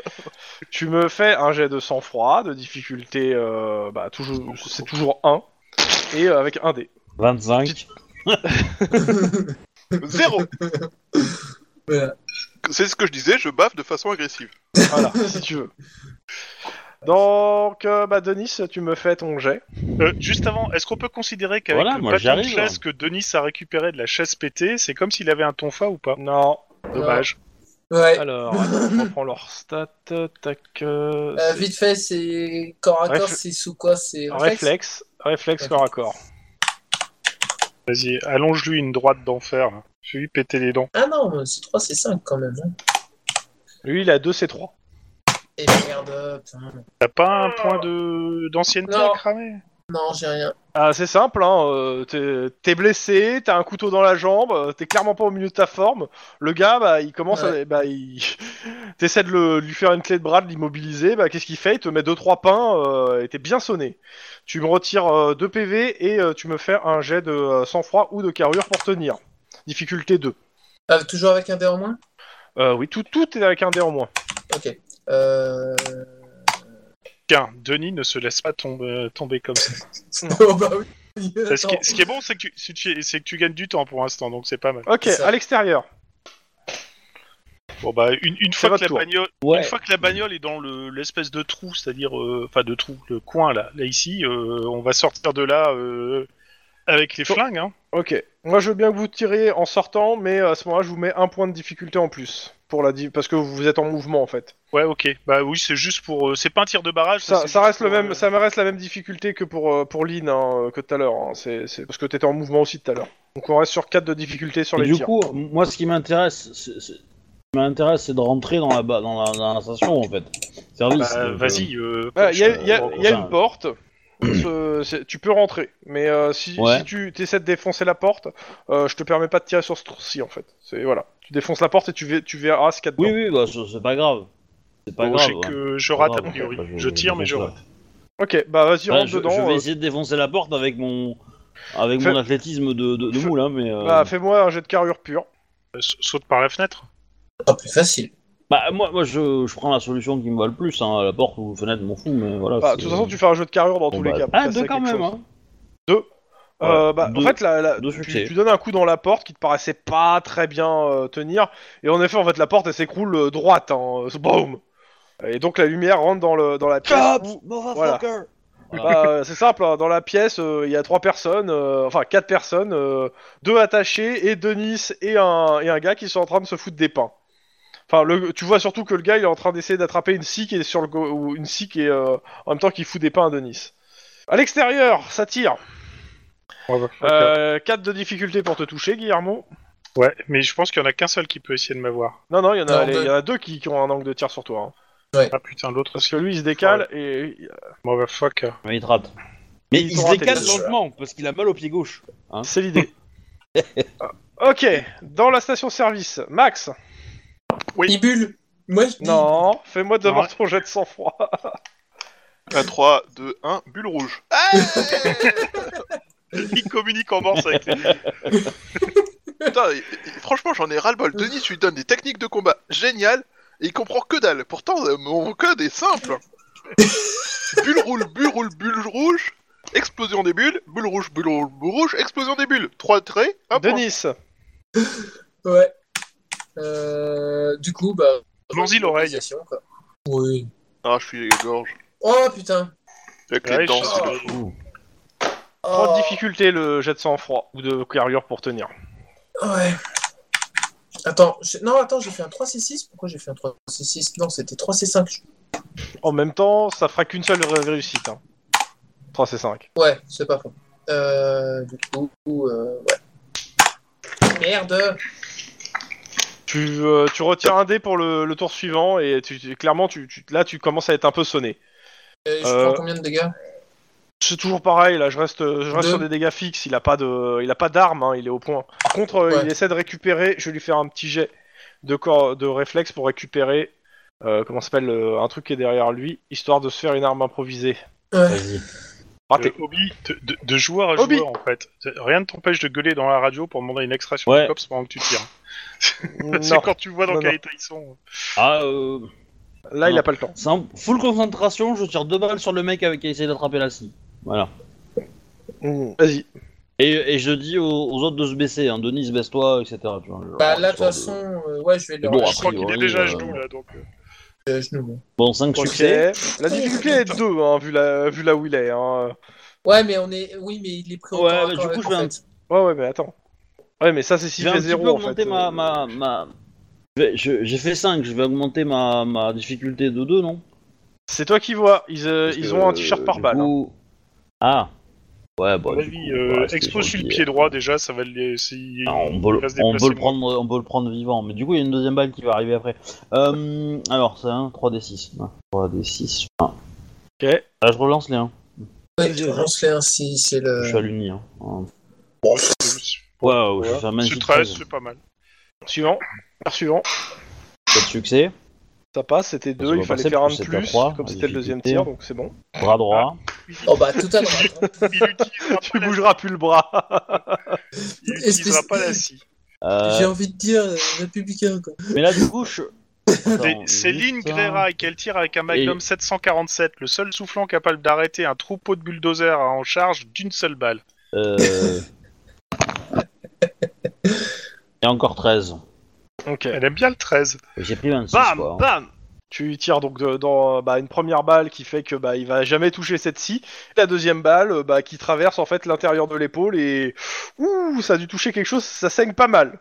S1: Tu me fais un jet de sang-froid, de difficulté, euh, bah, toujours, c'est toujours 1, et euh, avec un dé.
S4: 25.
S5: Zéro
S3: Voilà.
S5: C'est ce que je disais, je bave de façon agressive.
S1: Voilà, si tu veux. Donc, euh, bah, Denis, tu me fais ton jet.
S2: Euh, juste avant, est-ce qu'on peut considérer qu'avec
S4: Voilà,
S2: le
S4: moi,
S2: bâton de
S4: j'arrive.
S2: chasse que Denis a récupéré de la chasse pétée, c'est comme s'il avait un tonfa ou pas
S1: Non. Eh.
S2: Dommage.
S3: Ouais.
S1: Alors, attends, je reprends leur stat. Tac. euh,
S3: Euh,
S1: c'est-
S3: vite fait, c'est corps à corps,
S1: Réfl-
S3: c'est sous quoi C'est réflexe
S1: réflexe. Réflexe corps à corps.
S2: Vas-y, allonge-lui une droite d'enfer. là. Fais-lui péter les dents.
S3: Ah non, c'est 3, c'est 5 quand même. hein.
S1: Lui, il a 2 C3.
S3: Et merde, euh, putain.
S2: T'as pas un point de d'ancienneté
S3: Non.
S2: à cramer
S3: Non, j'ai rien.
S1: Ah, c'est simple, hein. euh, t'es- t'es blessé, t'as un couteau dans la jambe, euh, t'es clairement pas au milieu de ta forme. Le gars, bah, il commence à. Bah, il... T'essaies de, le- de lui faire une clé de bras, de l'immobiliser, bah, qu'est-ce qu'il fait Il te met 2-3 pains euh, et t'es bien sonné. Tu me retires 2 PV et euh, tu me fais un jet de euh, sang-froid ou de carrure pour tenir. Difficulté 2.
S3: Ah, toujours avec un dé en moins
S1: Euh, oui, tout, tout est avec un dé en moins.
S3: Ok. Euh...
S2: Tiens, Denis ne se laisse pas tomber, tomber comme ça.
S3: oh bah oui.
S2: Ce qui,
S3: Attends.
S2: ce qui est bon, c'est que, tu- si tu- c'est que tu gagnes du temps pour l'instant, donc c'est pas mal.
S1: Ok,
S3: C'est ça.
S1: à l'extérieur.
S2: Bon bah, une, une
S1: C'est
S2: fois,
S1: votre
S2: que la
S1: tour.
S2: bagnole,
S4: Ouais.
S2: une fois que la bagnole est dans le- l'espèce de trou, c'est-à-dire, euh, enfin de trou, le coin là, là ici, euh, on va sortir de là euh, avec les
S1: Bon.
S2: flingues. Hein.
S1: Ok. Moi, je veux bien que vous tiriez en sortant, mais à ce moment-là, je vous mets un point de difficulté en plus pour la di- parce que vous êtes en mouvement en fait.
S2: Ouais, ok. Bah oui, c'est juste pour. euh, c'est pas un tir de barrage.
S1: Ça, ça
S2: c'est juste
S1: reste le
S2: pour,
S1: même,
S2: euh,
S1: ça me reste la même difficulté que pour euh, pour Lynn hein, euh, que tout à l'heure. hein. C'est c'est parce que t'étais en mouvement aussi tout à l'heure. Donc on reste sur 4 de difficulté sur
S4: Et
S1: les
S4: du
S1: tirs.
S4: coup, moi, ce qui m'intéresse, c'est- c'est- ce qui m'intéresse, c'est de rentrer dans la, ba- dans la, dans la station, en fait. Service.
S2: bah,
S4: donc,
S2: vas-y. euh,
S1: Voilà, Bah, Il y a,
S4: je-
S1: il y a-
S4: euh,
S1: il y a
S4: enfin,
S1: une porte. Ce- c'est- tu peux rentrer, mais euh, si,
S4: Ouais.
S1: si tu essaies de défoncer la porte, euh, je te permets pas de tirer sur ce trou-ci en fait. C'est voilà, tu défonces la porte et tu, ver- tu verras ce qu'il y a dedans.
S4: Oui, oui, bah, c'est c'est pas grave. C'est pas
S2: bon,
S4: grave.
S2: je sais
S4: ouais.
S2: que je
S4: Pas
S2: rate
S4: grave,
S2: a priori.
S4: bah,
S2: je, tire, mais je
S4: défonce
S2: rate.
S4: la-
S1: Ok, bah vas-y
S4: Ouais,
S1: rentre
S4: je,
S1: dedans.
S4: je vais
S1: euh,
S4: essayer de défoncer la porte avec mon, avec
S1: Fais-
S4: mon athlétisme de, de, de
S1: Fais-
S4: moule, hein, mais. euh,
S1: Bah fais-moi un jet de carrure pure.
S2: Euh, sa- Saute par la fenêtre.
S3: Ah, plus facile.
S4: bah, moi, moi je, je prends la solution qui me va le plus, hein, la porte ou fenêtre, m'en fous, mais voilà.
S1: Bah,
S4: c'est-
S1: de toute façon, tu fais un jeu de carrure dans
S4: Bon,
S1: tous
S4: bah,
S1: les cas.
S4: Ah,
S1: ça,
S4: deux
S1: c'est
S4: quand même,
S1: quelque chose.
S4: hein.
S1: Euh, bah,
S4: Deux-
S1: en fait, la, la-
S4: deux
S1: tu,
S4: succès.
S1: tu donnes un coup dans la porte qui te paraissait pas très bien euh, tenir, et en effet, en fait, la porte elle s'écroule euh, droite, hein, euh, boum. Et donc la lumière rentre dans le dans la pièce. où-
S4: motherfucker
S1: bah, euh, c'est simple, hein, dans la pièce, euh, il y a trois personnes, euh, enfin quatre personnes, euh, deux attachés et Denis et un et un gars qui sont en train de se foutre des pains. Enfin, le, tu vois surtout que le gars il est en train d'essayer d'attraper une scie qui est sur le go- ou une scie qui est euh, en même temps qu'il fout des pains à Denis. À l'extérieur, ça tire. Euh, 4 de difficulté pour te toucher, Guillermo.
S2: Ouais, mais je pense qu'il y en a qu'un seul qui peut essayer de m'avoir.
S1: Non, non, il y en a,
S3: Non,
S1: les-
S3: deux.
S1: il y en a deux qui, qui ont un angle de tir sur toi. hein.
S2: Ah putain, l'autre
S1: Parce
S2: aussi. Ah, bah,
S1: que lui, il se décale et.
S2: Motherfucker.
S4: Mais il te rate. Mais
S1: Ils
S4: il
S1: ont
S4: se
S1: raté
S4: décale
S1: les
S3: deux.
S4: lentement, parce qu'il a mal au pied gauche.
S1: C'est l'idée. Ah, ok, dans la station-service, Max.
S2: Oui.
S3: Ibule Moi je dis.
S1: Non, fais-moi d'abord
S2: Ouais.
S1: ton jet de sang-froid.
S5: 1, 3, 2, 1, bulle rouge. Hey il communique en morse avec les... Putain, il- il- franchement, j'en ai ras-le-bol. Denis, tu lui donnes des techniques de combat géniales et il comprend que dalle. Pourtant, euh, mon code est simple. bulle roule, bulle roule, bulle rouge, explosion des bulles, bulle rouge, bulle rouge, bulle rouge, explosion des bulles. Trois traits, un point.
S1: Denis,
S3: Ouais. Euh, du coup, bah.
S2: Allons-y, l'oreille.
S3: quoi. Oui.
S5: Ah, je suis gorge.
S3: Oh putain.
S5: Avec
S2: Ouais,
S5: les dents,
S2: je-
S5: c'est bon.
S1: Trop
S3: Oh.
S1: de difficulté le jet de sang-froid ou de carrure pour tenir.
S3: Ouais. Attends, j'ai- non, attends, j'ai fait un 3C6. Pourquoi j'ai fait un 3C6 Non, c'était 3C5.
S1: En même temps, ça fera qu'une seule ré- réussite. hein. 3 c'est 5.
S3: Ouais, c'est pas faux. Euh, du coup, euh, ouais. Merde
S1: Tu, euh, tu retires un dé pour le, le tour suivant et tu, tu- clairement, tu, tu- là, tu commences à être un peu sonné.
S3: Euh, Je
S1: Euh.
S3: prends combien de dégâts
S1: C'est toujours pareil, là je reste, je reste
S3: Deux.
S1: sur des dégâts fixes, il a pas de, il a pas d'arme, hein, il est au point. Par contre, euh,
S3: Ouais.
S1: il essaie de récupérer, je vais lui faire un petit jet de corps, de réflexe pour récupérer, euh, comment ça s'appelle, euh, un truc qui est derrière lui, histoire de se faire une arme improvisée.
S3: Ouais.
S4: Vas-y.
S1: Raté.
S2: de hobby, de, de- de joueur à
S1: Hobby.
S2: joueur en fait. C'est- Rien ne t'empêche de gueuler dans la radio pour demander une extraction
S4: Ouais.
S2: de cops pendant que tu tires.
S1: non,
S2: C'est quand tu vois dans
S1: Non,
S2: quel
S1: non.
S2: état ils sont.
S4: Ah, euh,
S1: là il a pas le temps.
S4: sans full concentration, je tire deux balles sur le mec avec qui a essayé d'attraper la scie. Voilà.
S1: Mm, Vas-y.
S4: Et, et je dis aux, aux autres de se baisser, hein. Denis, baisse-toi, etc. tu vois, genre,
S3: Bah là, de
S4: histoire
S3: toute façon, euh, ouais, je vais leur
S4: bon,
S2: Je
S4: après-
S2: crois qu'il est
S4: priori,
S2: déjà à
S4: euh,
S2: genoux là donc. euh.
S3: euh, genou, ouais.
S4: Bon, 5
S1: Ok.
S4: succès.
S1: La difficulté est 2, hein, vu, la, vu là où il est. Hein.
S3: Ouais, mais on est. Oui, mais il est pris au
S4: Ouais,
S3: corps à
S4: mais
S3: corps
S4: du coup,
S3: avec,
S4: je vais
S3: en
S4: un
S3: fait.
S1: Ouais, ouais, mais attends. Ouais, mais ça c'est
S4: Je
S1: 6
S4: vais un
S1: fait
S4: petit peu
S1: 0 en fait.
S4: augmenter ma...
S1: euh.
S4: ma, ma... je vais- je- J'ai fait 5, je vais augmenter ma, ma difficulté de 2, non
S1: C'est toi qui vois, ils, euh,
S4: Parce
S1: ils
S4: que,
S1: ont un t-shirt
S4: euh,
S1: par
S4: du
S1: balle. hein.
S4: coup- Ah. Ouais, bah, du
S2: Vas-y,
S4: coup, on va
S2: euh,
S4: rester
S2: expose sur le
S4: gentil.
S2: pied droit déjà, ça va le si-
S4: Ah, on, peut le,
S2: il va se
S4: on
S2: déplacer
S4: peut le
S2: moins.
S4: prendre, on peut le prendre vivant, mais du coup il y a une deuxième balle qui va arriver après. Euh, alors c'est un 3d6. hein. 3d6. Ah.
S1: Ok.
S4: Là je relance les 1.
S3: Ouais, je relance les ainsi, c'est
S4: Je
S3: le.
S4: suis à l'uni. Hein. Hein.
S2: Ce
S4: Ouais, ouais, je vais faire magnifique.
S2: 13,
S4: 13,
S2: c'est pas mal.
S1: Suivant. Suivant.
S4: Pas de succès.
S1: Ça passe, c'était
S4: Ça
S1: 2,
S4: va
S1: il fallait
S4: passer,
S1: faire un de
S4: parce que c'est à
S1: plus,
S4: trois,
S1: comme
S4: la
S1: c'était le deuxième
S4: difficulté.
S1: tir, donc c'est bon.
S4: Bras droit.
S3: Oh bah, tout à droite. hein.
S2: Il utilisera
S1: Tu
S2: pas la-
S1: bougeras plus le bras.
S2: il utilisera pas la scie.
S4: Euh,
S3: J'ai envie de dire euh, républicain, quoi.
S4: mais là du coup je.
S2: Des-
S4: Attends,
S2: Céline
S4: huit, hein.
S2: Grera, qu'elle tire avec un Magnum 747, le seul soufflant capable d'arrêter un troupeau de bulldozers en charge d'une seule balle.
S4: Euh... Et encore 13.
S1: Ok.
S2: Elle aime bien le 13.
S4: J'ai pris 26 quoi. hein.
S2: bam
S1: Tu tires donc de- dans euh, bah, une première balle qui fait que bah, il va jamais toucher cette scie. La deuxième balle euh, bah, qui traverse en fait l'intérieur de l'épaule et ouh ça a dû toucher quelque chose, ça saigne pas mal.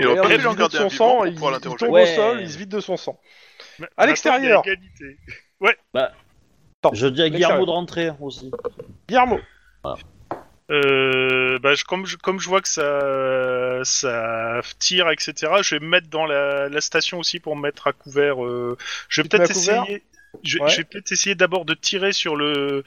S5: Et on
S1: en
S5: va
S1: fait,
S5: pas
S1: il
S5: lui en
S1: vide de
S5: garder un
S1: son
S5: vivant
S1: sang,
S5: pour
S1: il,
S5: pouvoir
S1: il tombe
S5: l'interroger.
S1: au
S4: Ouais.
S1: sol, il se vide de son sang.
S2: Ma-
S1: À
S2: maintenant,
S1: l'extérieur.
S2: il y a égalité.
S4: Je dis à Guillermo de rentrer aussi.
S1: Guillermo,
S2: Euh, bah, je- comme, je, comme je vois que ça, ça tire, etc., je vais me mettre dans la, la station aussi pour me mettre à couvert. euh, je vais
S1: Tu te mets
S2: peut-être
S1: à couvert
S2: essayer, je,
S1: Ouais.
S2: je vais peut-être essayer d'abord de tirer sur le.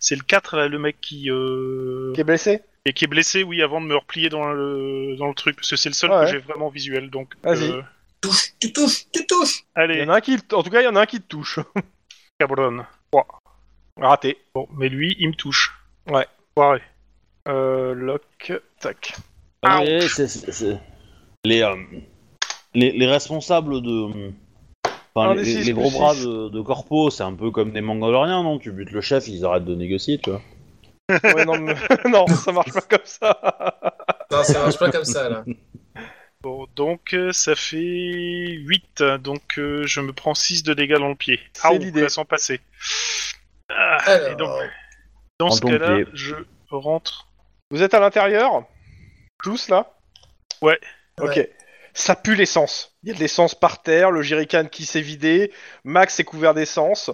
S2: C'est le 4, là, le mec qui, euh,
S1: qui est blessé
S2: et qui est blessé, oui, avant de me replier dans le, dans le truc, parce que c'est le seul
S1: Ouais.
S2: que j'ai vraiment visuel. Donc,
S1: Vas-y.
S2: euh,
S3: Touche, tu touches, tu touches
S1: Il y
S2: allez,
S1: en a un qui, en tout cas, il y en a un qui te touche.
S2: cabron.
S1: Raté.
S2: Bon, mais lui, il me touche.
S1: Ouais.
S2: Foiré.
S1: Euh, lock, tac.
S4: Ah
S2: Ouch.
S4: ouais, c'est- c'est- c'est- Les, euh, les, les responsables de. Enfin,
S1: Un
S4: les,
S1: des six
S4: les gros
S1: plus
S4: bras
S1: six.
S4: de, de Corpo, c'est un peu comme des Mongoliens, non Tu butes le chef, ils arrêtent de négocier, tu vois.
S1: Ouais, non, mais- non, ça marche pas comme ça.
S3: Non, ça marche pas comme ça, là.
S2: Bon, donc euh, ça fait 8, donc euh, je me prends 6 de dégâts dans le pied.
S1: C'est
S2: Ah, on
S1: l'idée.
S2: peut s'en passer. Ah, et donc,
S3: Alors,
S2: dans ce
S4: Prends ton
S2: cas-là,
S4: pied.
S2: je rentre.
S1: Vous êtes à l'intérieur Tous là
S2: Ouais.
S1: Ok.
S3: Ouais.
S1: Ça pue l'essence. Il y a de l'essence par terre, le jerrycan qui s'est vidé, Max est couvert d'essence.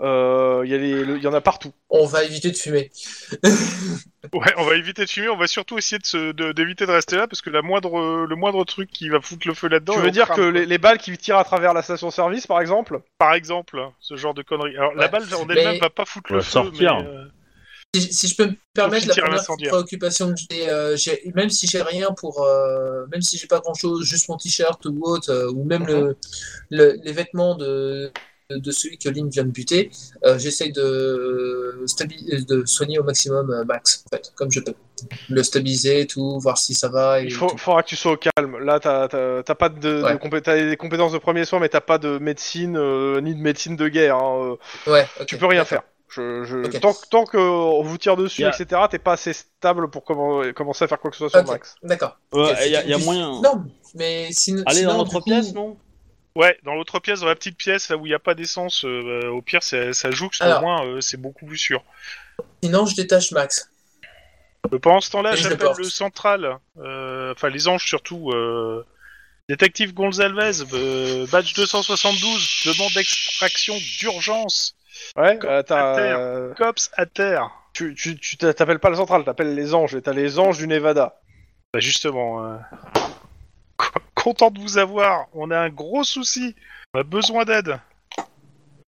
S1: Euh, Il y, a les- le- il y en a partout.
S3: on va éviter de fumer.
S2: Ouais, on va éviter de fumer, on va surtout essayer de se- de- d'éviter de, rester là, parce que la moindre, le moindre truc qui va foutre le feu là-dedans.
S1: tu
S2: on
S1: veux dire
S2: crame,
S1: que
S2: quoi.
S1: les, les balles qui tirent à travers la station-service, par exemple
S2: Par exemple, hein, ce genre de conneries. Alors la
S3: Ouais,
S2: balle en elle-même
S3: mais-
S2: va pas foutre
S4: On
S2: le
S4: va
S2: feu,
S4: sortir.
S2: mais, euh,
S3: Si, si je peux me permettre,
S2: qui
S3: la
S2: tire
S3: première
S2: l'incendiaire.
S3: préoccupation que j'ai, euh, j'ai- même si j'ai rien pour, euh, même si j'ai pas grand chose, juste mon t-shirt ou autre, euh, ou même
S2: Mhm.
S3: le, le- les vêtements de, de, de celui que Lynn vient de buter, euh, j'essaye de, stabi- de soigner au maximum euh, Max, en fait, comme je peux. Le stabiliser, tout, voir si ça va. Et
S1: Il faut,
S3: tout.
S1: faudra que tu sois au calme. Là, t'as t'as- t'as pas de, de
S3: Ouais.
S1: compé- t'as des compétences de premier soin, mais t'as pas de médecine euh, ni de médecine de guerre. hein, euh.
S3: Ouais, ok,
S1: Tu peux rien
S3: d'accord.
S1: faire. Je, je-
S3: Ok.
S1: Tant, que- tant que on vous tire dessus,
S4: Y a-
S1: etc., t'es pas assez stable pour commen- commencer à faire quoi que ce soit sur
S3: Ok.
S1: Max.
S3: D'accord.
S4: Il
S3: Ok,
S4: y, a-
S3: c'est
S4: y a
S3: une-
S4: moyen.
S3: Non, mais sinon.
S4: Allez
S3: sinon,
S4: dans
S3: du
S4: notre
S3: coup-
S4: pièce, non
S2: Ouais, dans l'autre pièce, dans la petite pièce, là où il n'y a pas d'essence, euh, au pire, ça, ça joue,
S3: Alors.
S2: au moins, euh, c'est beaucoup plus sûr.
S3: Sinon, je détache Max.
S2: Euh, Pendant ce temps-là,
S3: Et je
S2: j'appelle
S3: porte.
S2: le central, euh, enfin les anges surtout. euh, détective Gonzalez, euh, badge 272, demande d'extraction d'urgence,
S1: Ouais, euh,
S2: à
S1: t'as,
S2: terre.
S1: euh,
S2: cops à terre.
S1: tu, tu, tu t'a- t'appelles pas le central, t'appelles les anges, et t'as les anges du Nevada.
S2: Bah justement, euh, co- content de vous avoir, on a un gros souci, on a besoin d'aide.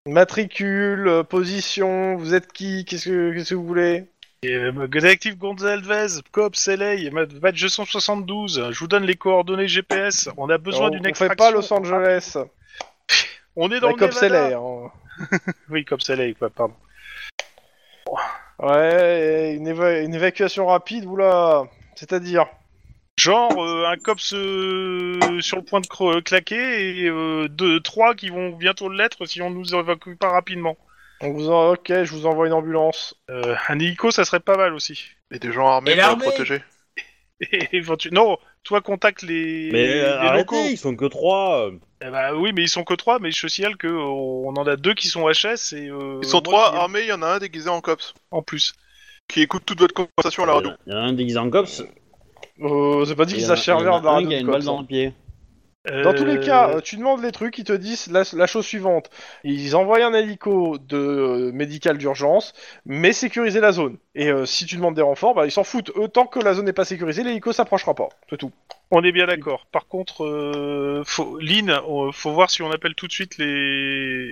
S1: Matricule, euh, position, vous êtes qui Qu'est-ce que qu'est-ce que vous voulez
S2: Et, euh, Détective Gonzalez, cops LA, ma- badge 272, je vous donne les coordonnées GPS, on a besoin
S1: On-
S2: d'une
S1: on
S2: extraction.
S1: fait pas Los Angeles.
S2: On est dans
S1: La
S2: le
S1: Cops
S2: Nevada.
S1: LA, hein.
S2: Oui, cops LA, quoi, pardon.
S1: Ouais, et une, éva- une évacuation rapide, oula. C'est-à-dire
S2: Genre euh, un cops euh, sur le point de cro- claquer et euh, deux, trois qui vont bientôt l'être si on nous évacue pas rapidement.
S1: on vous en... Ok, je vous envoie une ambulance.
S2: Euh, un hélico, ça serait pas mal aussi.
S5: Et des gens armés
S3: Et
S5: pour
S3: l'armée. Euh,
S5: les protéger.
S2: Et éventu- Non, toi contacte les,
S4: Mais
S2: les
S4: euh,
S2: locaux.
S4: arrêtez, ils sont que trois. euh.
S2: Eh ben oui, mais ils sont que trois, mais je te signale que euh, on en a deux qui sont HS et euh,
S5: Ils sont
S2: moi
S5: trois
S2: qui-
S5: armés, il y en a un déguisé en cops.
S2: en plus.
S5: Qui écoute toute votre conversation à la radio.
S4: Il euh, y en a un déguisé en cops.
S1: Euh, c'est pas dit
S4: et il
S1: qu'ils
S4: y en a-
S1: s'achèvent
S4: il y en a
S1: vers d'un
S4: un
S1: radeau
S4: qui a
S1: de
S4: une
S1: cops,
S4: balle
S1: hein.
S4: dans le pied.
S1: Dans tous les cas,
S2: Euh,
S1: euh, tu demandes les trucs, ils te disent la, la chose suivante. Ils envoient un hélico de euh, médical d'urgence, mais sécuriser la zone. Et euh, si tu demandes des renforts, bah, ils s'en foutent. Eux, tant que la zone n'est pas sécurisée, l'hélico s'approchera pas. C'est tout.
S2: on est bien d'accord. Par contre, euh, faut... Lynn, euh, faut voir si on appelle tout de suite les,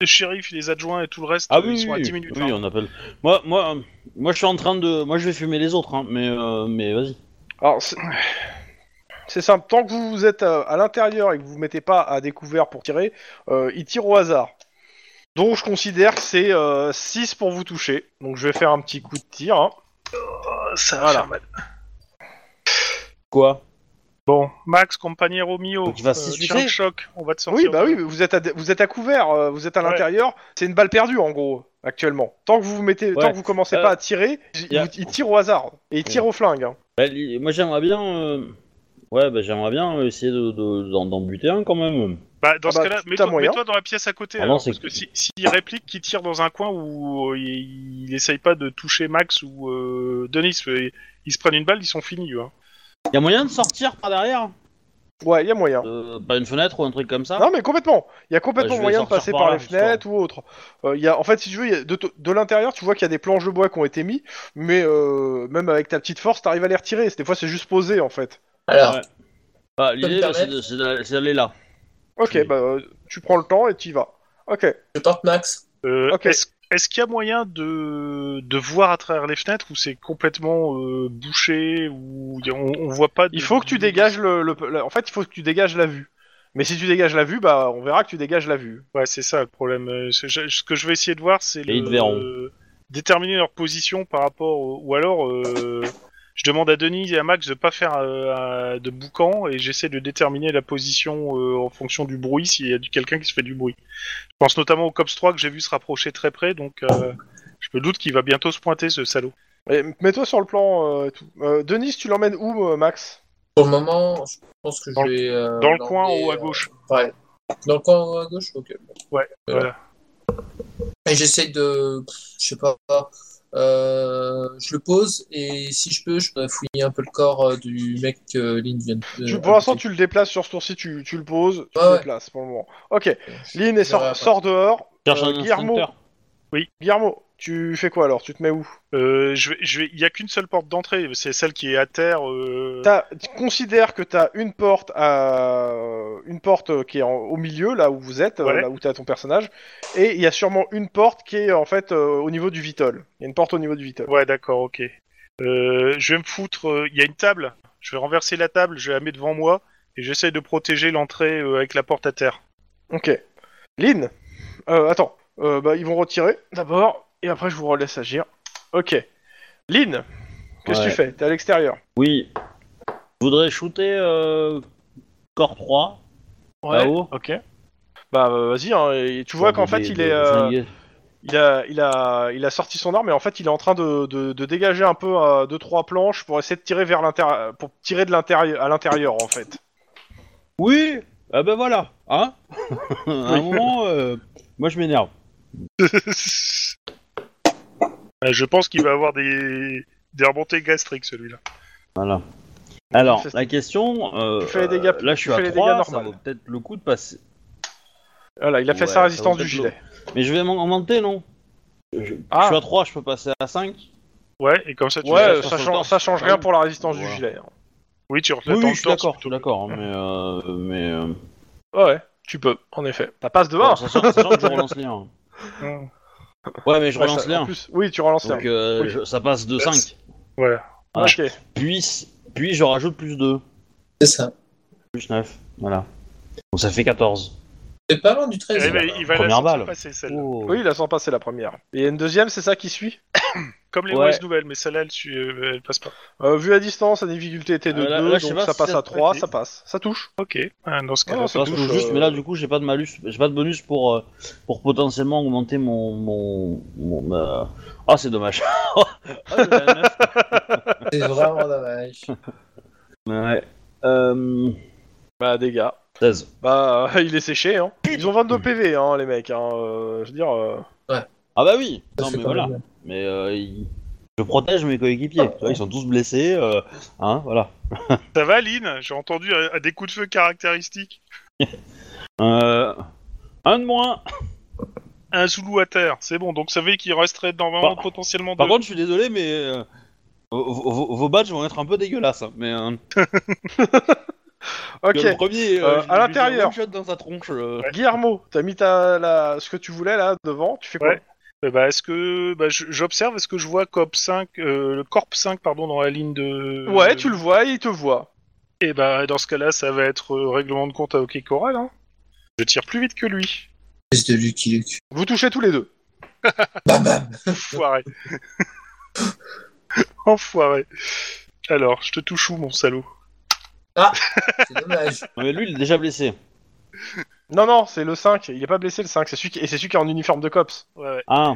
S2: les shérifs, les adjoints et tout le reste.
S4: Ah
S2: euh,
S4: oui,
S2: ils sont à
S4: oui,
S2: 10 minutes.
S4: oui,
S2: hein.
S4: on appelle. Moi, moi, euh, moi, je suis en train de, moi, je vais fumer les autres, hein, mais, euh, mais vas-y.
S1: Alors, c'est- c'est simple. Tant que vous vous êtes euh, à l'intérieur et que vous vous mettez pas à découvert pour tirer, euh, ils tirent au hasard. Donc, je considère que c'est 6 pour vous toucher. Donc, je vais faire un petit coup de tir. hein.
S2: Euh, Ça va
S1: Voilà.
S2: faire mal.
S4: Quoi
S2: Bon, Max, compagnero mio,
S4: Donc il va s'essuyer.
S2: choc, choc, on va te sortir.
S1: Oui, bah oui, mais vous êtes à, vous êtes à couvert, euh, vous êtes à
S2: Ouais.
S1: l'intérieur, c'est une balle perdue en gros, actuellement. Tant que vous, vous mettez,
S4: Ouais.
S1: tant que vous commencez
S4: Euh,
S1: pas à tirer, ils,
S4: y a-
S1: vous- ils tirent au hasard, et ils tirent au flingue. hein.
S4: Bah, li- Moi, j'aimerais bien, euh, ouais, bah, j'aimerais bien essayer de, de- d'en, d'en buter un quand même.
S2: Bah, dans
S1: Ah
S2: ce
S1: bah,
S2: cas-là,
S1: tout à
S2: mets-toi
S1: moyen.
S2: mets-toi dans la pièce à côté.
S4: Ah
S2: alors,
S4: non, c'est
S2: parce que si- s'il réplique, qu'il tire dans un coin où euh, il, il essaye pas de toucher Max ou euh, Denis, euh, ils se prennent une balle, ils sont finis. eux, hein.
S4: Y a moyen de sortir par derrière,
S1: Ouais, il y a moyen.
S4: euh, par une fenêtre ou un truc comme ça.
S1: Non mais complètement, il y a
S4: Bah,
S1: complètement
S4: je vais
S1: moyen de
S4: sortir
S1: passer
S4: par
S1: par,
S4: là,
S1: les fenêtres ou autre. Euh, il y a, en fait, si tu veux, il y a- de, t- de l'intérieur, tu vois qu'il y a des planches de bois qui ont été mis, mais euh, même avec ta petite force, t'arrives à les retirer. Des fois, c'est juste posé en fait.
S3: Alors,
S4: Ouais. Bah, l'idée,
S3: me
S4: bah, c'est,
S3: permettre
S4: de- c'est d'a- c'est d'aller là.
S1: Ok,
S4: Oui.
S1: bah euh, tu prends le temps et t'y vas. Ok.
S3: je porte Max.
S2: Euh,
S1: Ok.
S2: Est-ce est-ce qu'il y a moyen de, de voir à travers les fenêtres où c'est complètement euh, bouché, où y a- on, on voit pas de-
S1: Il faut que tu dégages le, le- le- En fait, il faut que tu dégages la vue. Mais si tu dégages la vue, bah, on verra que tu dégages la vue.
S2: Ouais, c'est ça le problème. Euh, Ce, je- ce que je vais essayer de voir, c'est
S4: Et ils te
S2: le-
S4: verront.
S2: euh, déterminer leur position par rapport. au- Ou alors, euh, je demande à Denis et à Max de pas faire euh, un- de boucan et j'essaie de déterminer la position euh, en fonction du bruit s'il y a du- quelqu'un qui se fait du bruit. Je pense notamment au Cops 3 que j'ai vu se rapprocher très près, donc euh, je me doute qu'il va bientôt se pointer ce salaud.
S1: Et mets-toi sur le plan euh, et tout. Euh, Denis, tu l'emmènes où, euh, Max
S3: Pour le moment, je pense que
S2: Dans
S3: je
S2: le-
S3: vais. euh,
S2: Dans le coin
S3: l'emmener,
S2: en haut à
S3: euh,
S2: gauche.
S3: ouais. Dans le coin en haut à gauche Ok.
S2: Ouais,
S3: Voilà.
S2: voilà.
S3: Et j'essaie de. Je sais pas. euh, je le pose et si je peux, je voudrais fouiller un peu le corps euh, du mec que Lynn vient de.
S1: Tu- Pour l'instant, tu le déplaces sur ce tour-ci, tu, tu le poses, tu
S3: Euh, Ouais,
S1: le
S3: ouais.
S1: déplaces pour le moment. Ok, Lynn est sort,
S3: Ouais, ouais.
S1: sort dehors.
S4: Cherche
S1: Euh,
S4: un
S1: Guillermo,
S4: instincteur.
S1: Guillermo, tu fais quoi alors Tu te mets où
S2: Euh, je vais, je vais... Il y a qu'une seule porte d'entrée, c'est celle qui est à terre. euh,
S1: T'as- tu Considère que t'as une porte à une porte euh, qui est en- au milieu là où vous êtes, euh,
S2: Ouais.
S1: là où t'as ton personnage, et il y a sûrement une porte qui est en fait euh, au niveau du vitol. Il y a une porte au niveau du vitol.
S2: Ouais, d'accord, ok. Euh, je vais me foutre. euh, Il y a une table. Je vais renverser la table. Je vais la mettre devant moi et j'essaie de protéger l'entrée euh, avec la porte à terre.
S1: Ok. Lynn euh, Attends. Euh, bah, ils vont retirer d'abord, et après je vous relaisse agir. Ok. Lynn Qu'est-ce que
S4: Ouais.
S1: tu fais T'es à l'extérieur.
S4: Oui. Je voudrais shooter euh, corps 3. Là-haut
S1: Ok. Bah euh, vas-y, hein, et tu vois
S4: Genre
S1: qu'en
S4: de-
S1: fait
S4: de-
S1: il
S4: de-
S1: est...
S4: de
S1: euh,
S4: flinguer.
S1: il, a, il, a, il a sorti son arme et en fait il est en train de, de, de dégager un peu euh, deux trois planches pour essayer de tirer vers l'intérieur pour tirer de l'intérieur à l'intérieur en fait.
S4: Oui Ah ben voilà Hein À un moment, euh, moi je m'énerve.
S2: Euh, je pense qu'il va avoir des, des remontées gastriques celui-là.
S4: Voilà. Alors,
S1: Tu fais-
S4: la question. euh,
S1: tu fais les dégâts-
S4: là, je
S1: tu
S4: suis à
S1: fais les
S4: 3,
S1: dégâts
S4: ça
S1: normaux.
S4: vaut peut-être le coup de passer.
S1: Voilà, il a fait
S4: Ouais,
S1: sa résistance
S4: ça
S1: du
S4: vaut peut-être
S1: gilet.
S4: le- Mais je vais m'en augmenter, non je, je
S1: Ah.
S4: suis à 3, je peux passer à 5
S2: Ouais, et comme ça tu.
S1: Ouais,
S4: l'as sur
S1: ça,
S4: son
S1: change-
S4: torse.
S1: ça change rien pour la résistance
S4: Voilà.
S1: du gilet. hein.
S2: Oui, tu
S4: Oui,
S2: reflètes
S4: oui, je suis d'accord, je suis d'accord. hein, Mais. euh, mais euh,
S1: Ouais, tu peux, en effet. Ça passe de 1.
S4: alors, sachant, sachant que je relance les 1. Ouais, mais je
S1: Ouais,
S4: relance
S1: ça-
S4: les
S1: en
S4: 1.
S1: plus- Oui, tu relances
S4: Donc
S1: l'air.
S4: euh,
S1: Oui.
S4: je- ça passe de 5.
S2: Voilà.
S4: Ah.
S1: Ok.
S4: Puis, puis je rajoute plus 2,
S3: C'est ça.
S4: plus 9. Voilà. Donc ça fait 14.
S3: C'est pas loin du 13.
S2: Eh ben,
S3: là.
S2: il va la
S4: Première
S2: sentir
S4: balle.
S2: passer celle.
S4: Oh.
S1: Oui, il a sans passer la première. Et une deuxième, c'est ça qui suit
S2: Comme les
S4: Ouais.
S2: mauvaises nouvelles, mais celle-là, elle, suit- euh, elle passe pas.
S1: Euh, vu à distance, la difficulté était de
S4: Euh, là-
S1: 2,
S4: là, je sais
S1: donc
S4: pas
S1: ça
S4: si
S1: passe
S4: ça
S1: à 3,
S2: te-
S1: ça passe. Ça touche.
S2: Ok, Ah, dans ce
S1: Ah,
S2: cas-là,
S1: non,
S2: ça
S1: ça
S4: Parce que
S1: touche,
S4: juste,
S1: euh,
S4: mais là du coup j'ai pas de malus, j'ai pas de bonus pour euh, pour potentiellement augmenter mon mon, mon, euh, Ah c'est dommage. Ah, j'ai un neuf.
S3: C'est vraiment dommage.
S4: ouais. Euh,
S1: Bah, dégâts.
S4: 16.
S1: Bah, euh, il est séché, hein. Ils ont 22 PV, hein, les mecs, hein. euh, je veux dire. euh,
S4: Ah bah oui.
S3: Ça,
S4: Non
S3: c'est
S4: mais
S3: pas
S4: voilà.
S3: mal.
S4: Mais euh, il- je protège mes coéquipiers. Tu vois, Ils sont tous blessés. euh, Hein, voilà.
S2: Ça va, Lynn J'ai entendu euh, des coups de feu caractéristiques.
S4: Euh, Un de moins.
S2: Un Zoulou à terre, c'est bon, donc ça veut dire qu'il resterait dans vraiment
S4: Par-
S2: potentiellement
S4: Par
S2: deux.
S4: contre, je suis désolé, mais euh, vos, vos- vos badges vont être un peu dégueulasses. hein, Mais euh,
S1: Ok,
S4: le premier,
S1: Euh,
S4: je-
S1: à
S4: je-
S1: l'intérieur.
S4: je le one-shot dans sa tronche. euh.
S1: Guillermo, t'as mis ta, la... ce que tu voulais là devant, tu fais quoi
S2: Ouais. Euh, bah, est-ce que bah, je- j'observe, est-ce que je vois Cop 5, euh, le Corp 5 pardon, dans la ligne de.
S1: Ouais, tu le vois, il te voit.
S2: Et bah dans ce cas-là, ça va être euh, règlement de compte à Hockey Coral. Hein. Je tire plus vite que lui.
S3: Fils de Lucky Luke.
S1: Vous touchez tous les deux.
S3: Bam bam
S2: Enfoiré. Enfoiré. Alors, je te touche où, mon salaud
S3: C'est dommage.
S4: Non, mais lui, il est déjà blessé.
S1: Non, non, c'est le 5, il est pas blessé le 5, c'est celui qui, et c'est celui qui est en uniforme de cops.
S2: Ouais, ouais.
S4: Ah,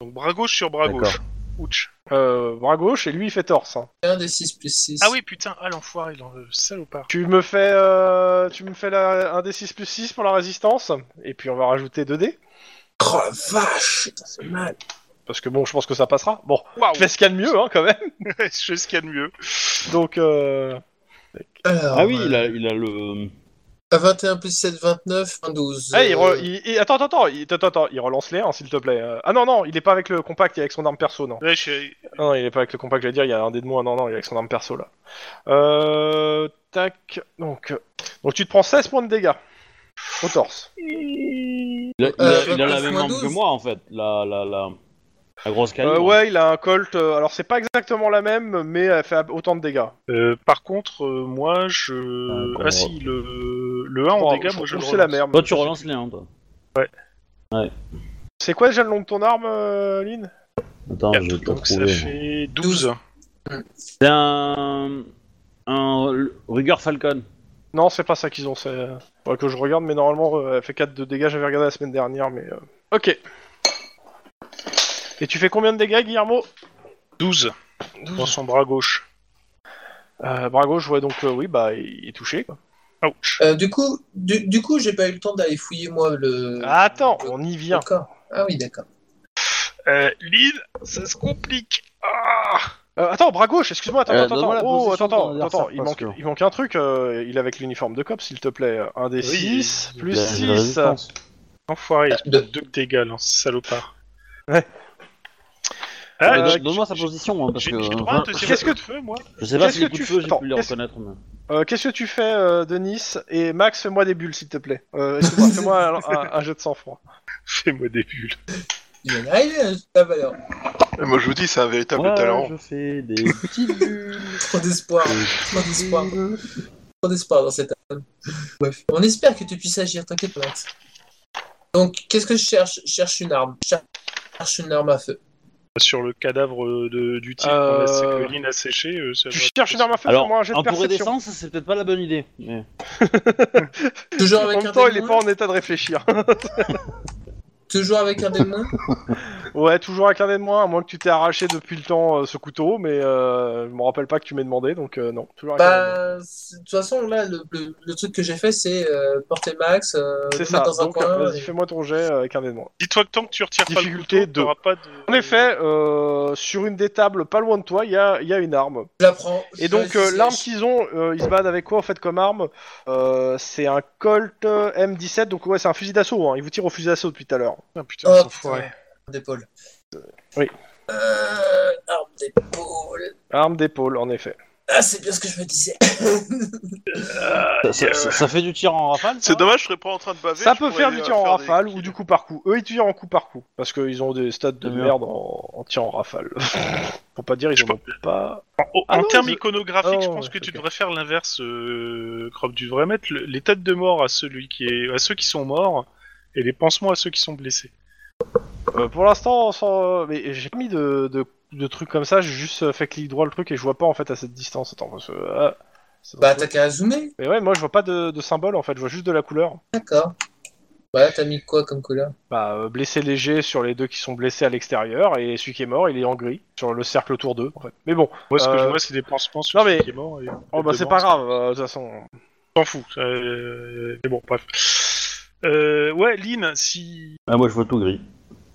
S2: Donc bras gauche sur bras
S4: D'accord.
S2: gauche. Ouch.
S1: Euh, bras gauche et lui il fait torse. hein.
S3: 1 des 6 plus 6.
S2: Ah oui, putain, ah l'enfoiré, dans le salopard.
S1: Tu me fais, euh, tu me fais la, un des 6 plus 6 pour la résistance, et puis on va rajouter 2D,
S3: Oh la vache putain, C'est mal.
S1: parce que bon, je pense que ça passera. Bon,
S2: Waouh,
S1: je fais ce qu'il y a de mieux hein, quand même.
S2: je fais ce qu'il y a de mieux.
S1: Donc, euh,
S3: Alors,
S4: ah oui,
S3: euh,
S4: il a, il a le.
S3: à 21 plus 7, 29, 1, 12.
S1: eh, il re-
S3: euh,
S1: il- il- attends, attends, attends, il, attends, attends, il relance les 1 s'il te plaît. Euh, ah non, non, il est pas avec le compact, il est avec son arme perso, non.
S2: Ouais, je suis-
S1: Non, non, il est pas avec le compact, j'allais dire, il y a un dé de moins, non, non, il est avec son arme perso là. Euh, tac, donc, euh, donc tu te prends 16 points de dégâts au torse.
S4: Il a, il a-
S3: Euh,
S4: il a la
S3: 29
S4: même
S3: moins
S4: arme
S3: 12.
S4: que moi en fait. La, la, la, la grosse calibre.
S1: Euh, ouais, il a un Colt. euh, alors, c'est pas exactement la même, mais elle fait autant de dégâts.
S2: Euh, par contre, euh, moi, je...
S4: Ah,
S2: Ah,
S4: bon.
S2: si, le, le 1
S1: Bon,
S2: en dégâts,
S1: Oh, je-
S2: moi, je
S1: je
S2: le
S1: sais la
S2: relance.
S1: merde.
S4: Toi, tu relances les uns, toi.
S1: C'est quoi déjà le nom de ton arme, euh, Lynn
S4: Attends, je vais te
S2: Donc ça
S4: retrouver.
S2: fait 12.
S4: C'est un. Un. le- Rigueur Falcon.
S1: Non, c'est pas ça qu'ils ont. C'est euh, faudrait que je regarde, mais normalement, euh, elle fait 4 de dégâts. J'avais regardé la semaine dernière, mais euh, ok. Et tu fais combien de dégâts, Guillermo
S2: 12 dans son bras gauche.
S1: euh, Bras gauche, ouais, donc euh, oui, bah, il est touché. quoi.
S2: Ouch.
S3: euh, du coup, du, du coup, j'ai pas eu le temps d'aller fouiller moi le.
S1: Ah, Attends, on y vient.
S3: D'accord. Ah oui, d'accord.
S2: Euh, Lynn, ça se complique. Ah
S1: Euh, attends, bras gauche, excuse-moi, attends,
S4: Euh,
S1: attends,
S4: donne-moi
S1: attends,
S4: la
S1: oh,
S4: position de
S1: attends, attends,
S4: ton adversaire,
S1: il,
S4: parce
S1: manque,
S4: que-
S1: il manque un truc, euh, il est avec l'uniforme de cop, s'il te plaît, un des
S2: Oui,
S1: 6, plus
S4: La- la
S1: 6,
S4: résistance.
S2: Enfoiré,
S1: Ah,
S3: Euh,
S2: il
S3: de-
S2: donne deux dégâts, là, ce salopard.
S1: Ouais. Euh,
S2: Ah,
S4: Ouais,
S2: j'ai-
S4: donne- Donne-moi sa position, hein, parce
S2: J'ai
S4: que.
S2: j'ai droit à un
S4: enfin,
S2: deuxième
S1: qu'est-ce
S2: coup
S1: que-
S2: de feu, moi
S4: Je sais pas
S1: Qu'est-ce
S4: si
S1: que
S4: les coups
S1: tu
S4: de
S1: fais
S4: feu, j'ai
S1: Attends,
S4: pu les
S1: qu'est-ce-
S4: reconnaître. mais-
S1: Euh, Qu'est-ce que tu fais, euh, Denis Et Max, fais-moi des bulles, s'il te plaît. Euh, excuse-moi, fais-moi un, un- un jet de sang-froid.
S2: Fais-moi des bulles.
S3: Il vient d'arriver hein, la valeur.
S5: Et moi, je vous dis, c'est un véritable
S4: Ouais,
S5: talent.
S4: je fais des petites bulles.
S3: Trop d'espoir. Trop d'espoir. Trop d'espoir dans cette âme. Bref. On espère que tu puisses agir, t'inquiète pas. Max. Donc, qu'est-ce que je cherche Je cherche une arme. Je cherche une arme à feu.
S2: Sur le cadavre euh, de, du type
S1: Euh,
S2: qu'on a sé- que Lynn a séché, euh, ça
S1: Tu
S2: doit être
S1: cherches une arme à feu,
S4: Alors,
S1: fais-moi un jet de
S4: entourer
S1: perception.
S4: d'essence, c'est peut-être pas la bonne idée. mais-
S3: Toujours
S1: En
S3: avec un
S1: même temps, il
S3: démon
S1: est pas en état de réfléchir.
S3: Toujours avec un démon
S1: ouais, toujours avec un dé de moins, à moins que tu t'es arraché depuis le temps euh, ce couteau, mais euh, je me rappelle pas que tu m'aies demandé, donc euh, non, toujours avec un dé de moins.
S3: Bah, c'est- de toute façon, là, le, le- le truc que j'ai fait, c'est euh, porter Max, euh, le
S1: C'est
S3: mettre
S1: ça,
S3: dans un
S1: donc
S3: coin.
S1: vas-y,
S3: et-
S1: fais-moi ton jet euh, avec un dé de moins.
S2: Dis-toi que tant que tu retires pas le
S1: Difficulté
S2: couteau,
S1: deux.
S2: t'auras pas de...
S1: En effet, euh, sur une des tables pas loin de toi, il y a, il y a une arme.
S3: Je la prends.
S1: Et donc, euh, l'arme qu'ils ont, euh, ils se battent avec quoi en fait comme arme Euh, C'est un Colt euh, M17, donc ouais, c'est un fusil d'assaut, hein. ils vous tirent au fusil d'assaut depuis tout à l'heure.
S2: Ah, putain,
S3: Oh,
S2: c'est enfoiré.
S3: putain, d'épaule.
S1: Oui.
S3: Euh, arme d'épaule.
S1: Arme d'épaule, en effet.
S3: Ah, c'est bien ce que je me disais.
S4: Ça, ça- ça- ça fait du tir en rafale ça
S5: C'est dommage, je serais pas en train de baver.
S1: ça
S5: je
S1: peut
S5: pourrais,
S1: faire du
S5: euh,
S1: tir en
S5: des
S1: rafale ou
S5: kills.
S1: du coup par coup. Eux, ils tirent en coup par coup, parce qu'ils ont des stats de
S4: Très bien.
S1: merde en, en tir en rafale. Pour pas dire, ils
S2: Je
S1: en ont pas...
S2: Oh,
S1: Ah
S2: en
S1: non,
S2: termes
S1: je-
S2: iconographiques,
S1: Ah
S2: je
S1: non,
S2: pense
S1: ouais,
S2: que tu
S1: ok.
S2: devrais faire l'inverse, euh, Crop. Tu devrais mettre le- les têtes de mort à celui qui est, à ceux qui sont morts, et les pansements à ceux qui sont blessés.
S1: Euh, pour l'instant, sans... mais j'ai pas mis de, de de trucs comme ça, j'ai juste euh, fait clic droit le truc et je vois pas en fait à cette distance. Attends, parce que, ah, c'est
S3: Bah,
S1: dangereux.
S3: t'as qu'à zoomer.
S1: Mais ouais, moi je vois pas de, de symbole en fait, je vois juste de la couleur.
S3: D'accord. Bah, t'as mis quoi comme couleur
S1: Bah, euh, blessé léger sur les deux qui sont blessés à l'extérieur et celui qui est mort, il est en gris sur le cercle tour 2 en fait. Mais bon,
S2: Moi, ce que
S1: Euh,
S2: je vois, c'est des pansements sur
S1: non,
S2: celui
S1: mais-
S2: qui est mort. Et...
S1: oh, bah,
S2: et
S1: c'est
S2: devant,
S1: pas grave, euh, de toute façon.
S2: T'en fous. euh, Mais bon, bref. Euh, ouais, Lynn, si
S4: Ah, moi je vois tout gris.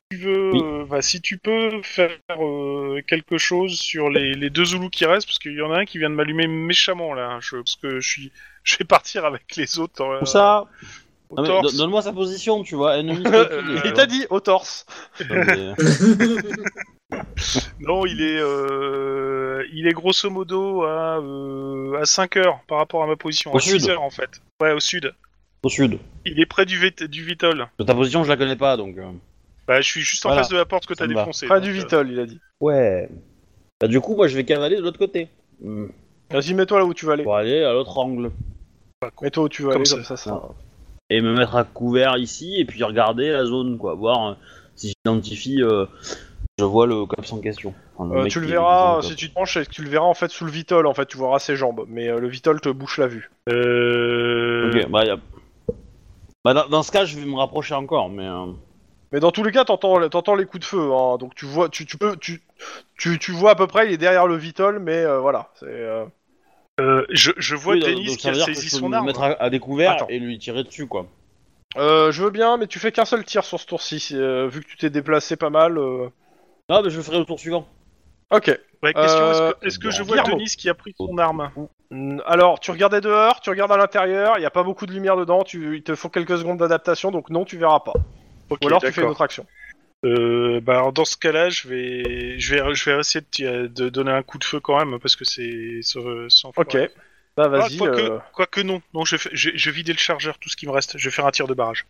S2: tu veux,
S4: Oui.
S2: euh, bah, si tu peux faire euh, quelque chose sur les, les deux Zoulous qui restent, parce qu'il y en a un qui vient de m'allumer méchamment là. hein, je- parce que je suis, je vais partir avec les autres. euh,
S4: Où ça
S2: au
S4: Ah, mais
S2: torse.
S4: don- Donne-moi sa position, tu vois. Ennemi
S2: Euh,
S1: Il t'a dit au torse.
S4: Euh,
S2: Non, il est, euh, il est grosso modo à, euh, à 5 heures par rapport à ma position.
S4: Au
S2: à 6
S4: sud.
S2: heures en fait. Ouais, au sud.
S4: Au sud.
S2: Il est près du, vit- du Vitol.
S4: Ta position, je la connais pas donc. euh.
S2: Bah, je suis juste en
S4: Voilà.
S2: face de la porte que
S4: Ça
S2: t'as
S4: me va.
S2: défoncée.
S1: Pas
S2: donc,
S1: du
S2: euh,
S1: Vitol, il a dit.
S4: Ouais. Bah, du coup, moi je vais cavaler de l'autre côté. Hmm.
S1: Vas-y, mets-toi là où tu vas aller.
S4: Pour aller à l'autre angle.
S1: Mets-toi où tu vas
S2: Comme
S1: aller,
S2: ça.
S1: comme ça, ça.
S4: Et me mettre à couvert ici et puis regarder la zone, quoi. Voir euh, si j'identifie. euh, je vois le cops en question. Enfin,
S1: Euh,
S4: mec
S1: tu le
S4: qui est-
S1: verras, euh,
S4: qui est-
S1: si tu te penches, et que tu le verras en fait sous le Vitol, en fait, tu verras ses jambes, mais euh, le Vitol te bouche la vue.
S2: Euh...
S4: Ok, bah, y a- bah, dans, dans ce cas, je vais me rapprocher encore, mais. euh,
S1: Mais dans tous les cas, t'entends, t'entends les coups de feu, hein, donc tu vois, tu, tu peux, tu, tu, tu vois à peu près, il est derrière le Vitol, mais euh, voilà. C'est, euh,
S2: Euh, je, je vois
S4: oui,
S2: Denis
S4: donc
S2: qui
S4: ça
S2: a
S4: veut dire que
S2: saisi
S4: je peux
S2: son
S4: me
S2: arme.
S4: mettre à, à découvert
S1: Attends.
S4: et lui tirer dessus, quoi.
S1: euh, je veux bien, mais tu fais qu'un seul tir sur ce tour-ci, c'est, euh, vu que tu t'es déplacé pas mal. euh.
S4: Non, mais je le ferai au tour suivant.
S1: Ok.
S2: Ouais, Bah, question, est-ce
S1: Euh,
S2: que, est-ce que je vois
S1: Guillermo.
S2: Denis qui a pris son arme
S1: Mm, Alors, tu regardais dehors, tu regardes à l'intérieur, il y a pas beaucoup de lumière dedans, tu, il te faut quelques secondes d'adaptation, donc non, tu verras pas.
S2: Ok,
S1: Ou alors tu fais une
S2: d'accord.
S1: autre action.
S2: Euh, bah, alors, dans ce cas-là, je vais, je vais, je vais essayer de, tirer- de donner un coup de feu quand même parce que c'est sans- sans
S1: Ok. Bah
S2: Ah,
S1: vas-y.
S2: quoique,
S1: euh,
S2: quoique non. Non, je, fais- je, je vidais le chargeur, tout ce qui me reste. Je vais faire un tir de barrage.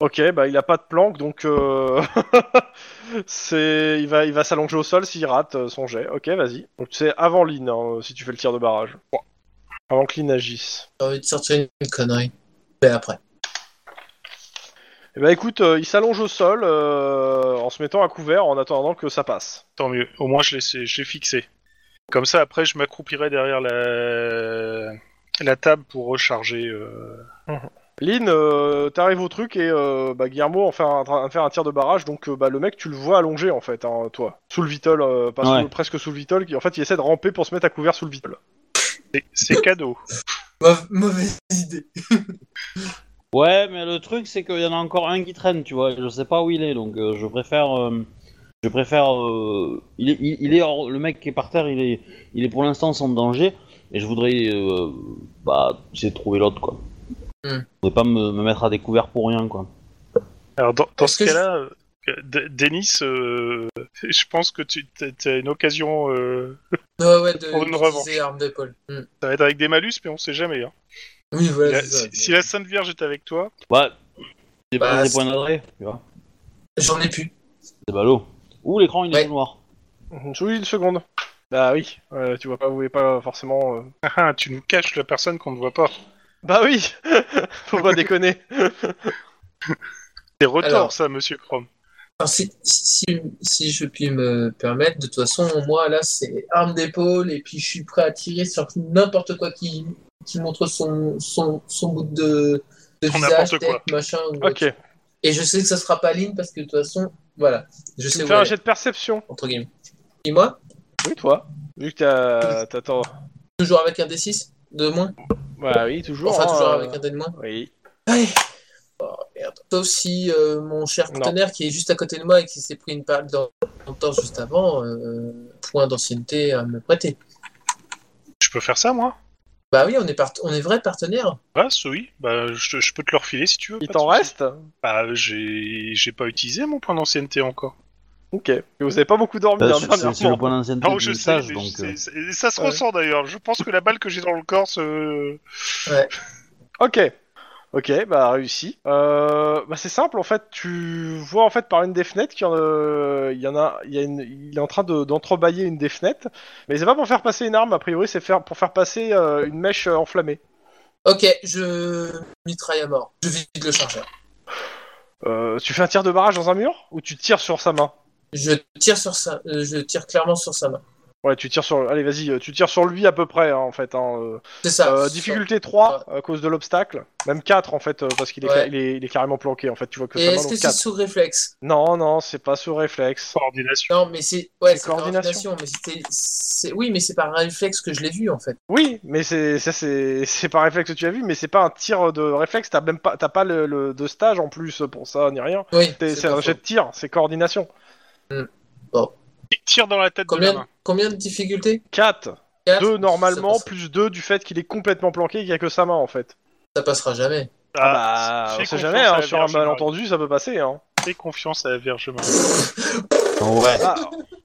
S1: Ok, bah il a pas de planque, donc euh... c'est, il va, il va s'allonger au sol s'il rate euh, son jet. Ok, vas-y. Donc c'est avant Lynn hein, si tu fais le tir de barrage. Trois. Avant que Lynn agisse.
S3: J'ai envie de sortir une connerie. Mais après.
S1: Eh bah écoute, euh, il s'allonge au sol euh, en se mettant à couvert en attendant que ça passe.
S2: Tant mieux. Au moins, je l'ai, c'est- je l'ai fixé. Comme ça, après, je m'accroupirai derrière la, la table pour recharger. euh.
S1: Lynn, euh, t'arrives au truc et euh, bah, Guillermo en fait un, en fait un tir de barrage, donc euh, bah, le mec tu le vois allongé en fait, hein, toi. Sous le vitol, euh, pas sous-
S4: Ouais.
S1: presque sous le vitol, qui en fait il essaie de ramper pour se mettre à couvert sous le vitol.
S2: C'est, c'est cadeau.
S3: Mau- mauvaise idée.
S4: Ouais, mais le truc, c'est qu'il y en a encore un qui traîne, tu vois. et Je sais pas où il est, donc euh, je préfère. euh, je préfère. euh, il, est, il, il est hors- le mec qui est par terre, il est, il est pour l'instant sans danger, et je voudrais. euh, bah, essayer de trouver l'autre, quoi.
S3: Hmm.
S4: Je voudrais pas me, me mettre à découvert pour rien, quoi.
S2: Alors, dans, dans ce
S3: Est-ce que
S2: cas-là, euh, D- Denis, euh, je pense que tu as une occasion. euh,
S3: Ouais, ouais, de
S2: Pour une
S3: d'utiliser arme d'épaule. Hmm.
S2: Ça va être avec des malus, mais on sait jamais. hein.
S3: Oui, voilà.
S2: La-
S3: c'est ça.
S2: si, si la Sainte Vierge est avec toi,
S4: Ouais. C'est
S3: Bah,
S4: pas des
S3: c'est-
S4: points d'adresse, tu vois.
S3: J'en ai plus.
S4: C'est ballot. Ouh, l'écran, il est
S3: Ouais.
S4: tout noir.
S1: Mhm. Oui, une seconde. Bah oui, euh, tu vois pas, vous voyez pas forcément. euh,
S2: Ah, ah, tu nous caches la personne qu'on ne voit pas.
S1: Bah oui Faut pas déconner
S2: C'est retort,
S3: Alors.
S2: ça, monsieur Chrome.
S3: Enfin, si, si, si je puis me permettre, de toute façon, moi là, c'est arme d'épaule et puis je suis prêt à tirer sur n'importe quoi qui, qui montre son, son, son bout de, de
S2: Son
S3: visage,
S2: n'importe
S3: tête,
S2: quoi.
S3: machin. ou
S1: Ok,
S3: autre. Et je sais que ça sera pas ligne parce que de toute façon, voilà, je
S1: tu
S3: sais
S1: me
S3: où
S1: fais un
S3: elle est,
S1: jet de perception.
S3: entre guillemets. Et moi,
S1: Oui, toi Vu que t'as... t'attends...
S3: toujours avec un D6 de moins,
S1: Bah oui, toujours.
S3: enfin
S1: hein,
S3: toujours
S1: euh,
S3: avec un D de moins.
S1: Oui.
S3: Allez. Oh, merde. Sauf si euh, mon cher
S1: Non.
S3: partenaire qui est juste à côté de moi et qui s'est pris une balle dans dans le temps juste avant, euh, point d'ancienneté à me prêter.
S2: Je peux faire ça, moi
S3: Bah oui, on est, part... on est vrai partenaire.
S2: Ah, c'est oui. Bah, je, je peux te le refiler si tu veux.
S1: Il
S2: pas de
S1: t'en
S2: soucis.
S1: reste
S2: Bah, j'ai j'ai pas utilisé mon point d'ancienneté encore.
S1: Ok. Et Vous avez pas beaucoup dormi
S4: Bah,
S1: hein,
S4: c'est- c'est- c'est le
S1: dernièrement.
S4: point d'ancienneté
S2: Non,
S4: du
S2: je sais,
S4: message,
S2: mais
S4: donc.
S2: je
S4: euh,
S2: sais, c'est- ça se
S1: Ouais.
S2: ressent d'ailleurs. Je pense que la balle que j'ai dans le corps se...
S1: Ok. Ok, bah réussi. Euh, bah c'est simple en fait. Tu vois en fait par une des fenêtres qu'il y en a, il y en a, il y a une, il est en train de- d'entrebâiller une des fenêtres, mais c'est pas pour faire passer une arme. A priori, c'est faire pour faire passer euh, une mèche euh, enflammée.
S3: Ok, je mitraille à mort. Je vide le chargeur.
S1: Euh, tu fais un tir de barrage dans un mur ou tu tires sur sa main
S3: Je tire sur ça. je tire clairement sur sa main.
S1: Ouais, tu tires sur. Allez, vas-y, euh, tu tires sur lui à peu près hein, en fait. hein, euh.
S3: C'est ça.
S1: Euh, difficulté 3 à cause de l'obstacle, même 4 en fait euh, parce qu'il est,
S3: Ouais.
S1: il est, il est carrément planqué en fait. Tu vois que
S3: Et
S1: ça va
S3: est-ce
S1: donc
S3: que c'est
S1: 4.
S3: sous réflexe
S1: Non, non, c'est pas sous réflexe.
S2: Coordination.
S3: Non, mais c'est ouais,
S1: C'est
S3: c'est
S1: coordination.
S3: coordination. Mais c'était, c'est- oui, mais c'est par réflexe que je l'ai vu en fait.
S1: Oui, mais c'est ça, c'est c'est pas réflexe que tu as vu, mais c'est pas un tir de réflexe. T'as même pas t'as pas le, le- de stage en plus pour ça ni rien.
S3: Oui.
S1: T'es-
S3: c'est
S1: C'est
S3: pas
S1: un jet de
S3: faux.
S1: tir, c'est coordination.
S2: Il tire dans la tête de la
S3: Combien,
S2: main.
S3: combien de difficultés
S1: 4
S3: Quatre
S1: 2 normalement
S3: Ça, passe-
S1: plus 2 du fait qu'il est complètement planqué, et qu'il y a que sa main en fait.
S3: ça passera jamais.
S1: Ah, bah,
S2: fais
S1: on sait
S2: confiance
S1: jamais
S2: à
S1: hein,
S2: la
S1: sur un
S2: Vierge Marie.
S1: malentendu, ça peut passer hein.
S2: Fais confiance à la Vierge Marie.
S4: Ouais.
S1: Ah,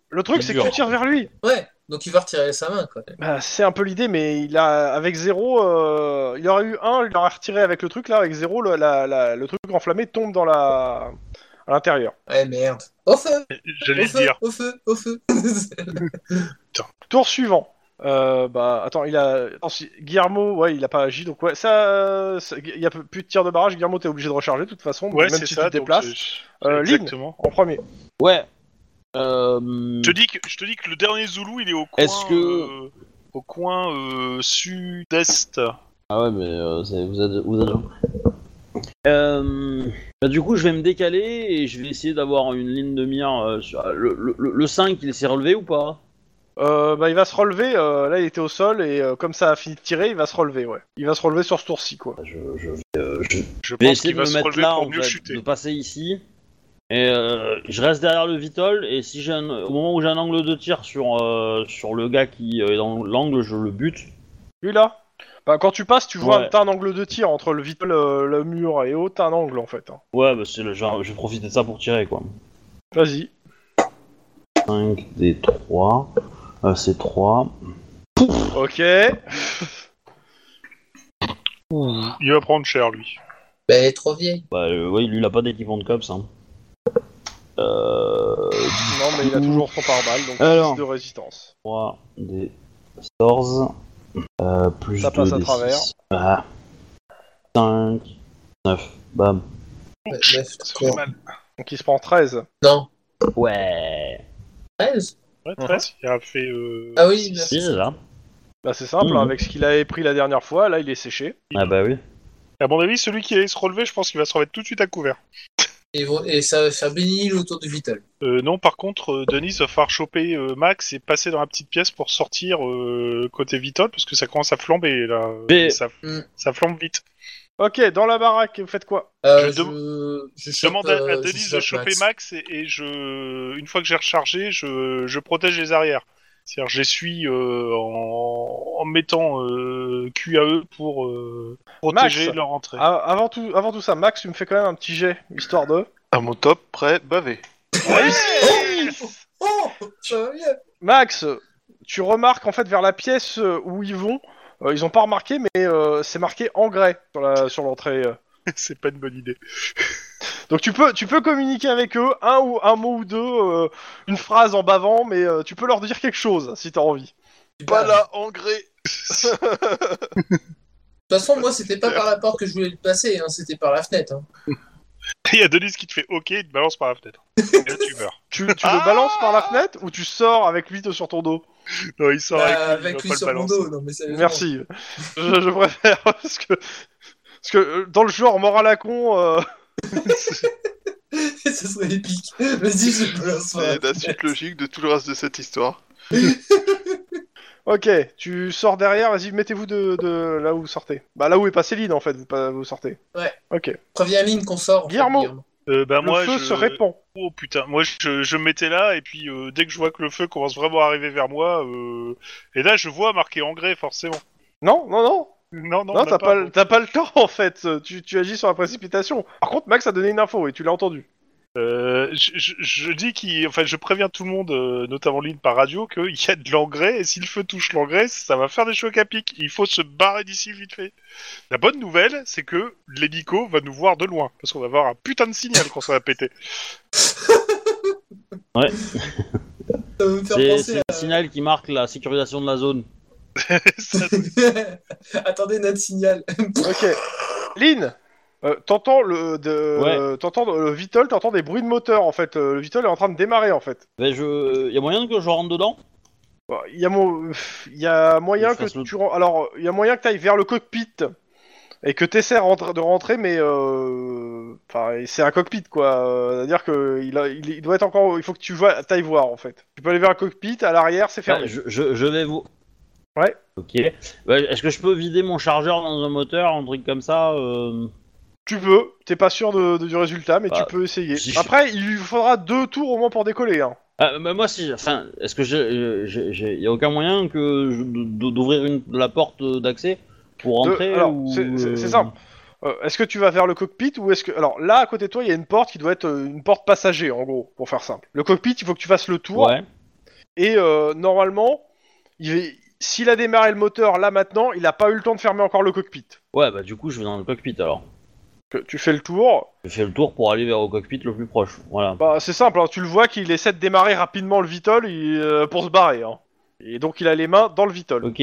S1: le truc
S4: C'est
S1: c'est que
S4: dur.
S1: tu tires vers lui.
S3: Ouais. Donc il va retirer sa main quoi.
S1: Bah, c'est un peu l'idée, mais il a avec zéro, euh, il aurait eu un, il aurait retiré avec le truc là, avec zéro, le, la- la- le truc enflammé tombe dans la à l'intérieur.
S3: Ouais merde. Au feu.
S2: J'allais
S3: Au
S2: le
S3: feu.
S2: dire.
S3: Au feu. Au feu. Bah,
S1: Tour suivant. Euh, bah attends, il a attends, si- Guillermo, ouais, il a pas agi, donc ouais, ça, ça- il y a peu- plus de tir de barrage. Guillermo, t'es obligé de recharger de toute façon,
S2: Ouais,
S1: même
S2: c'est
S1: si
S2: ça.
S1: tu te
S2: donc,
S1: déplaces
S2: je-
S1: Euh, Lynn.
S2: Exactement.
S1: en premier.
S4: Ouais. Euh,
S2: Je te dis que je te dis que le dernier Zoulou, il est au coin.
S4: Est-ce que-
S2: euh, au coin euh, sud-est.
S4: Ah ouais, mais euh, c'est- vous êtes. Vous êtes- Euh, bah, du coup, je vais me décaler et je vais essayer d'avoir une ligne de mire. euh, sur- le, le- le- le 5, il s'est relevé ou pas
S1: Euh, bah il va se relever. euh, là, il était au sol et euh, comme ça a fini de tirer, il va se relever, ouais. Il va se relever sur ce tour-ci, quoi.
S4: je, je vais, euh, je vais
S2: Je pense
S4: essayer de
S2: qu'il va
S4: me
S2: se
S4: mettre
S2: relever
S4: là,
S2: pour
S4: en
S2: mieux
S4: fait,
S2: chuter.
S4: de passer ici. Et euh, je reste derrière le Vitol. Et si j'ai un- au moment où j'ai un angle de tir sur, euh, sur le gars qui euh, est dans l'angle, je le bute.
S1: Lui là Bah quand tu passes, tu vois,
S4: Ouais.
S1: t'as un angle de tir entre le vitol, le, le mur et haut, t'as un angle en fait. hein.
S4: Ouais, bah, c'est le genre, je vais profiter de ça pour tirer quoi.
S1: Vas-y.
S4: 5 des 3. c'est 3.
S1: Ok.
S2: Il va prendre cher lui.
S3: Bah elle est trop vieille.
S4: Bah, euh, ouais, lui, il a pas d'équipement de cops. Hein. Euh,
S1: Non mais il a toujours son pare-balles, donc
S4: Alors.
S1: 6 de résistance.
S4: 3 des 14. euh, plus
S1: Ça
S4: 2
S1: passe à
S4: des
S1: travers.
S4: 6. Ah. 5, 9, bam.
S3: Ouais,
S2: Chut,
S3: neuf,
S2: Oh, Ça fait
S3: quoi.
S2: mal.
S1: Donc il se prend 13.
S3: Non.
S4: Ouais.
S3: 13
S2: Ouais,
S1: Uh-huh.
S2: presque. Il a fait. euh,
S3: Ah oui,
S2: six.
S3: neuf.
S4: Si, c'est ça.
S1: Bah c'est simple,
S4: Mhm.
S1: hein, avec ce qu'il avait pris la dernière fois, là il est séché.
S4: Ah bah oui.
S2: À mon avis, celui qui allait se relever, je pense qu'il va se remettre tout de suite à couvert.
S3: Et, vont- et ça va faire bénil autour du Vital.
S2: Euh, non, par contre, euh, Denis va falloir choper euh, Max et passer dans la petite pièce pour sortir euh, côté Vitol, parce que ça commence à flamber là.
S4: Mais-
S2: Et Ça,
S3: Mm.
S2: ça flambe vite.
S1: Ok, dans la baraque, vous faites quoi
S3: Euh,
S2: Je
S3: je
S2: Je
S3: chope,
S2: demande à, à
S3: euh, je
S2: Denis de
S3: chope
S2: choper Max, et, et je, une fois que j'ai rechargé, je, je protège les arrières. C'est-à-dire, j'essuie euh, en, en mettant euh, QAE pour euh, protéger
S1: Max.
S2: leur entrée.
S1: Ah, avant, tout, avant tout ça, Max, tu me fais quand même un petit jet, histoire de...
S5: À mon top, prêt, bavé.
S3: Oh Ça va mieux
S1: Max, tu remarques en fait vers la pièce euh, où ils vont, euh, ils ont pas remarqué, mais euh, c'est marqué engrais sur la- sur l'entrée. euh.
S2: C'est pas une bonne idée.
S1: Donc tu peux, tu peux communiquer avec eux un ou un mot ou deux, euh, une phrase en bavant, mais euh, tu peux leur dire quelque chose si t'as envie.
S3: Bah,
S5: Pas là, engrais.
S3: De toute façon, moi, c'était pas par la porte que je voulais le passer, hein, c'était par la fenêtre. hein.
S2: Il y a Denis qui te fait OK, il te balance par la fenêtre. Et là, tu meurs.
S1: Tu, tu le balances par la fenêtre ou tu sors avec lui de- sur ton dos
S2: Non, il sort
S3: Bah,
S2: il va
S3: avec lui
S2: pas le
S3: sur mon
S2: balancer.
S3: dos, non mais sérieusement.
S1: Merci. je, je préfère parce que parce que euh, dans le genre mort à la con, euh,
S3: Ça serait épique. Vas-y, je le lance. voilà.
S5: C'est la suite logique de tout le reste de cette histoire.
S1: ok, tu sors derrière. Vas-y, mettez-vous de, de là où vous sortez. Bah là où est passé Lynn en fait, vous pas- vous sortez.
S3: Ouais.
S1: Ok.
S3: Préviens Lynn qu'on sort. en fait,
S1: Guillermo.
S2: Euh, bah,
S1: Le
S2: moi,
S1: feu
S2: je...
S1: se répand.
S2: Oh putain, moi je, je me mettais là et puis euh, dès que je vois que le feu commence vraiment à arriver vers moi, euh, et là je vois marqué engrais forcément.
S1: Non, non, non.
S2: Non, non,
S1: Non,
S2: on
S1: t'as
S2: l'a
S1: pas, le- t'as pas le temps en fait. Tu, tu agis sur la précipitation. Par contre, Max a donné une info et tu l'as entendu.
S2: Euh, je, je- je dis qu'il, enfin je préviens tout le monde, euh, notamment Lynn par radio, qu'il y a de l'engrais et si le feu touche l'engrais, ça va faire des chocs à pic. Il faut se barrer d'ici vite fait. La bonne nouvelle, c'est que l'hélico va nous voir de loin parce qu'on va avoir un putain de signal quand ça va péter.
S3: Ça va me faire
S4: C'est
S3: penser
S4: c'est le signal qui marque la sécurisation de la zone.
S2: Ça-
S3: à... Attendez notre signal.
S1: Ok. Lynn, Euh, t'entends le, de,
S4: Ouais.
S1: euh, t'entends euh, le Vitol, t'entends des bruits de moteur en fait. Euh, le Vitol est en train de démarrer en fait.
S4: Ben, je... Y a moyen que je rentre dedans
S1: Bon, Il y a mo- pff, il y a moyen
S4: Il
S1: que
S4: fasse le-
S1: tu, ren- alors il y a moyen que t'ailles vers le cockpit et que t'essaies rentre- de rentrer, mais euh, enfin c'est un cockpit quoi. Euh, C'est-à-dire que il, a- il- il doit être encore, il faut que tu vois, t'ailles voir en fait. Tu peux aller vers le cockpit, à l'arrière c'est fermé.
S4: Ben, je, je- je vais vous...
S1: Ouais.
S4: Ok. Ben, Est-ce que je peux vider mon chargeur dans un moteur, un truc comme ça euh,
S1: Tu peux, t'es pas sûr de, de- du résultat, mais
S4: Bah,
S1: tu peux essayer.
S4: si je-
S1: Après, il lui faudra deux tours au moins pour décoller. Hein.
S4: Ah, bah, moi si, enfin, est-ce que j'ai, euh, j'ai- j'ai- y a aucun moyen que je- d- d'ouvrir une, la porte euh, d'accès pour
S1: Deux-
S4: rentrer
S1: alors,
S4: ou,
S1: c'est- c'est
S4: euh,
S1: c'est simple. Euh, est-ce que tu vas vers le cockpit ou est-ce que. Alors là, à côté de toi, il y a une porte qui doit être euh, une porte passager, en gros, pour faire simple. Le cockpit, il faut que tu fasses le tour.
S4: Ouais.
S1: Et euh, normalement, il est- s'il a démarré le moteur là maintenant, il n'a pas eu le temps de fermer encore le cockpit.
S4: Ouais, bah du coup je vais dans le cockpit alors.
S1: Que Tu fais le tour.
S4: Je fais le tour pour aller vers le cockpit le plus proche. Voilà.
S1: Bah, c'est simple, hein, tu le vois qu'il essaie de démarrer rapidement le Vitol il- euh, pour se barrer. hein. Et donc, il a les mains dans le Vitol.
S4: Ok.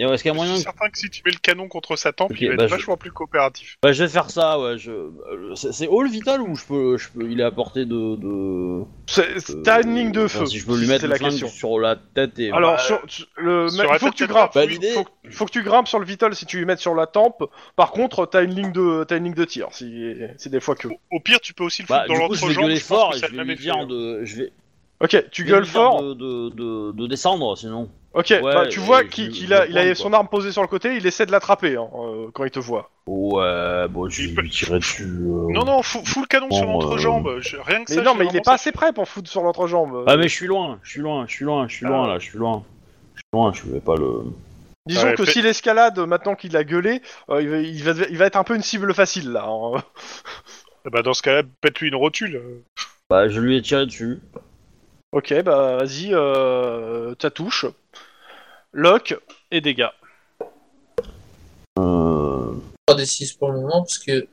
S4: Et est-ce qu'il y a
S2: Je
S4: moyen
S2: suis certain que si tu mets le canon contre sa tempe,
S4: Ok,
S2: il va
S4: bah,
S2: être
S4: je-
S2: vachement plus coopératif.
S4: Bah je vais faire ça. Ouais. Je... euh, C'est, c'est all vital ou je peux, je peux, il est à portée de. de...
S1: C'est-
S4: euh,
S1: c'est- T'as une ligne de
S4: enfin,
S1: feu.
S4: si je peux lui mettre
S1: c'est
S4: le
S1: la
S4: flingue
S1: question.
S4: sur la tête et.
S1: Alors,
S2: Bah,
S1: sur, sur- le,
S2: sur
S1: mais-
S2: la
S1: il faut que
S2: tête
S1: tu
S2: de
S1: grimpes.
S4: bah,
S1: faut,
S4: l'idée-
S1: que- faut que tu grimpes sur le Vitol si tu lui mets sur la tempe. Par contre, t'as une ligne de, t'as une ligne de tir. Si, c'est des fois que.
S2: Au- Au pire, tu peux aussi le
S4: Bah,
S2: foutre dans
S4: du coup je vais
S2: l'entrejambe.
S4: gueuler
S2: je pense
S4: fort
S2: que
S4: et
S2: ça
S4: je
S2: a le
S4: vais
S2: même
S4: lui
S2: effet,
S4: dire
S2: hein.
S4: de, je vais.
S1: Ok, tu
S4: je vais
S1: gueules
S4: lui dire
S1: fort.
S4: de, de, de, de descendre sinon.
S1: Ok,
S4: Ouais,
S1: bah tu
S4: et
S1: vois
S4: je-
S1: qu'il
S4: je
S1: qu'il a,
S4: vais
S1: il a
S4: prendre,
S1: son arme posée sur le côté. Il essaie de l'attraper hein, euh, quand il te voit.
S4: Ouais, Oh, euh, bon, je
S2: Il
S4: vais
S2: peut-
S4: lui tirer dessus. euh.
S2: Non, non, fous, fous le canon sur
S4: Bon,
S2: l'entrejambe. je- Rien que
S1: Mais
S2: ça.
S1: non,
S2: je
S1: mais
S2: fais
S1: il est
S2: vraiment
S1: pas
S2: ça.
S1: assez près pour foutre sur l'entrejambe.
S4: Ah, mais je suis loin, je suis loin, je suis loin, je suis loin là, je suis loin. Je suis loin, je vais pas le.
S1: Disons
S2: Ouais,
S1: que
S2: fait-
S1: s'il escalade maintenant qu'il a gueulé, euh, il, va, il, va, il va être un peu une cible facile là. hein.
S2: Ah Bah, dans ce cas-là, pète-lui une rotule. Euh,
S4: Bah, je lui ai tiré dessus.
S1: Ok, bah vas-y, euh, ta touche, lock et dégâts.
S4: Euh...
S3: 3d6 pour le moment, parce que.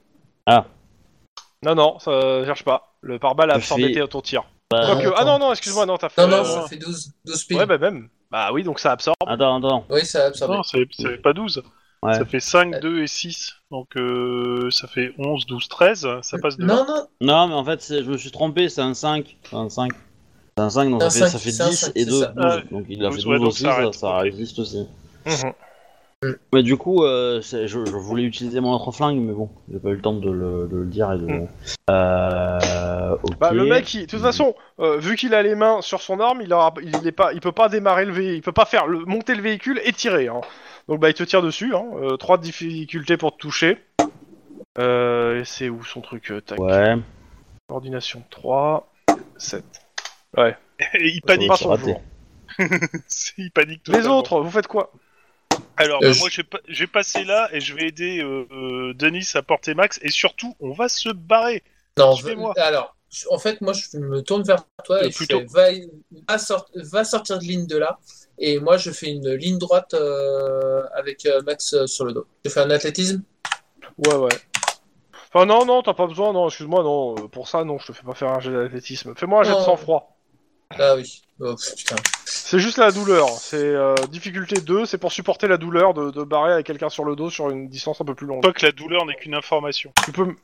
S1: Non, non, ça cherche pas. Le pare-balles a
S4: Je
S1: absorbé
S4: fais-
S1: ton tir.
S4: bah,
S1: Quoique- Ah
S3: attends.
S1: non, non, excuse-moi, non, t'as fait.
S3: Non, non,
S1: euh,
S3: ça fait 12, 12 piles.
S1: Ouais, bah même. Bah oui, donc ça absorbe.
S4: Attends, attends.
S3: Oui, ça a absorbé.
S2: Non, c'est ça fait pas 12.
S4: Ouais.
S2: Ça fait 5, 2 et 6. Donc, euh, ça fait 11, 12, 13. Ça passe de.
S3: non, non,
S4: Non, mais en fait, c'est- je me suis trompé, c'est un 5. C'est un 5. C'est un 5, donc ça
S3: Un
S4: fait, ça
S3: cinq,
S4: fait
S3: c'est un
S4: 10
S3: cinq,
S4: et
S3: c'est
S4: 2.
S3: ça.
S4: 12.
S2: Ah,
S4: donc il a fait
S2: douze,
S4: 12
S2: ouais, donc
S4: aussi,
S2: ça
S4: ça,
S2: arrête.
S4: ça existe aussi.
S1: Mhm.
S4: Mm. Mais du coup, euh, c'est- je, je voulais utiliser mon autre flingue, mais bon, j'ai pas eu le temps de le, de le dire et de.
S2: Mm.
S1: Mhm.
S4: Euh. Ok.
S1: Bah le mec, il- de toute façon, euh, vu qu'il a les mains sur son arme, il, aura... il est pas, il peut pas démarrer le véhicule, il peut pas faire le... monter le véhicule et tirer. hein. Donc bah il te tire dessus. Hein. Euh, trois difficultés pour te toucher. Euh, et c'est où son truc euh, Tac.
S4: Ouais.
S1: Coordination 3, 7.
S2: Et il panique.
S1: Pas son
S4: raté.
S1: jour.
S2: il panique tout
S1: Les autres, vous faites quoi
S2: Alors, bah,
S3: Euh, je-
S2: moi, je vais pa- je vais passer là et je vais aider euh, euh, Denis à porter Max. Et surtout, on va se barrer.
S3: non.
S2: je fais moi.
S3: va- Alors, je- en fait, moi, je me tourne vers toi
S2: Euh,
S3: et je
S2: plutôt.
S3: fais, va, va sort- va sortir de ligne de là. Et moi, je fais une ligne droite euh, avec euh, Max euh, sur le dos. Je fais un athlétisme.
S1: Ouais, ouais. Enfin non, non, t'as pas besoin, non, excuse-moi, non, euh, pour ça, non, je te fais pas faire un jet d'athlétisme. Fais-moi un jet de
S3: Oh.
S1: sang-froid.
S3: Ah oui. Oh, pff, putain.
S1: C'est juste la douleur. C'est euh, difficulté 2, c'est pour supporter la douleur de, de barrer avec quelqu'un sur le dos sur une distance un peu plus longue.
S2: Pas que la douleur n'est qu'une information.
S1: Tu peux. m-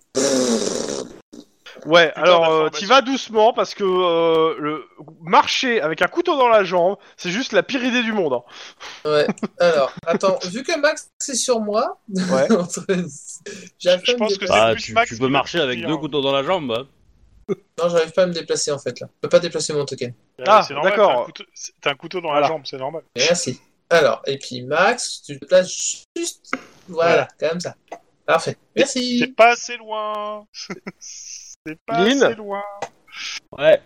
S1: Ouais, alors euh,
S2: d'information.
S1: t'y vas doucement parce que euh, le marcher avec un couteau dans la jambe, c'est juste la pire idée du monde. hein.
S3: Ouais. Alors, attends, vu que Max est sur moi,
S1: Ouais.
S3: entre- j'arrive
S2: Je
S3: pas, à me
S2: pense que
S3: déplacer.
S4: Bah,
S2: plus
S4: tu,
S2: Max
S4: tu
S2: qui
S4: peux
S2: va
S4: marcher
S2: te
S4: avec
S2: dire,
S4: deux
S2: hein.
S4: couteaux dans la jambe. hein.
S3: Non, j'arrive pas à me déplacer en fait là. Je peux pas déplacer mon token.
S1: Ah,
S2: Euh, c'est normal,
S1: d'accord.
S2: t'as un couteau- T'as un couteau dans
S1: Voilà.
S2: la jambe, c'est normal.
S3: Merci. Alors, et puis Max, tu te places juste. Voilà, comme ça. Parfait.
S2: C'est
S3: Merci.
S2: pas assez loin. c'est pas
S1: Lynn
S2: assez loin.
S4: Ouais.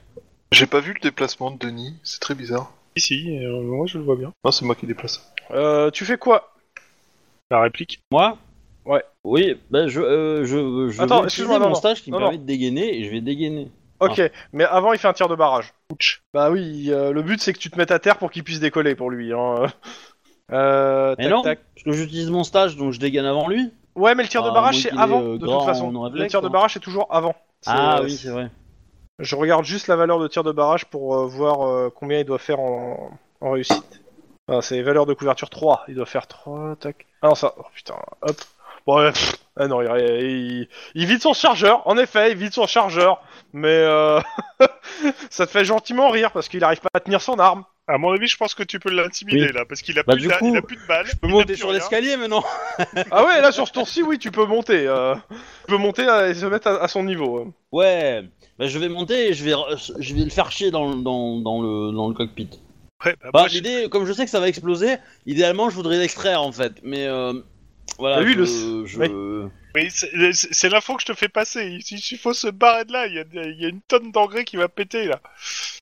S5: J'ai pas vu le déplacement de Denis, c'est très bizarre.
S2: Ici, euh, moi je le vois bien.
S5: Non, c'est moi qui déplace.
S1: Euh, tu fais quoi
S2: La réplique.
S4: Moi
S1: Ouais.
S4: Oui, bah je, euh, je, je
S1: Attends,
S4: vais utiliser
S1: excuse-moi, non,
S4: mon
S1: non.
S4: stage qui
S1: Non,
S4: me permet de dégainer et je vais dégainer.
S1: Ok, mais avant il fait un tir de barrage.
S2: Ouch.
S1: Bah oui, euh, le but c'est que tu te mettes à terre pour qu'il puisse décoller pour lui. Hein. Euh,
S4: Mais
S1: tac,
S4: non,
S1: tac.
S4: parce que j'utilise mon stage donc je dégaine avant lui.
S1: Ouais, mais le tir
S4: Ah,
S1: de barrage
S4: moi
S1: c'est
S4: qui l'ai,
S1: avant
S4: euh,
S1: de
S4: grand
S1: toute façon.
S4: en
S1: Le
S4: réflexe,
S1: tir de
S4: hein.
S1: barrage c'est toujours avant. C'est-
S4: Ah oui, c'est vrai.
S1: Je regarde juste la valeur de tir de barrage pour euh, voir euh, combien il doit faire en, en réussite. Enfin, c'est valeur de couverture 3. Il doit faire 3, tac. Ah non, ça. Oh putain, hop. Bon, euh, pff, ah non, il, il- il vide son chargeur, en effet, il vide son chargeur, mais euh, ça te fait gentiment rire parce qu'il arrive pas à tenir son arme.
S2: À mon avis, je pense que tu peux l'intimider
S4: Oui.
S2: là, parce qu'il a,
S4: Bah,
S2: plus
S4: du
S2: d'a-
S4: coup,
S2: il a plus de balles.
S4: Je peux
S2: il a
S4: monter
S2: plus
S4: sur
S2: rien.
S4: l'escalier maintenant
S1: Ah ouais, là sur ce tour-ci, oui, tu peux monter. euh, tu peux monter euh, et se mettre à, à son niveau. euh.
S4: Ouais, bah, je vais monter et je vais, re- je vais le faire chier dans, le- dans, dans, le, dans le cockpit.
S2: Ouais, bah,
S4: Bah,
S2: moi, je-
S4: l'idée, comme je sais que ça va exploser, idéalement je voudrais l'extraire en fait, mais euh, voilà.
S1: Ah oui,
S4: je,
S1: le-
S4: je-
S2: oui, c'est- c'est c'est l'info que je te fais passer. Il, il- il faut se barrer de là. Il y a, des- il y a une tonne d'engrais qui va péter là.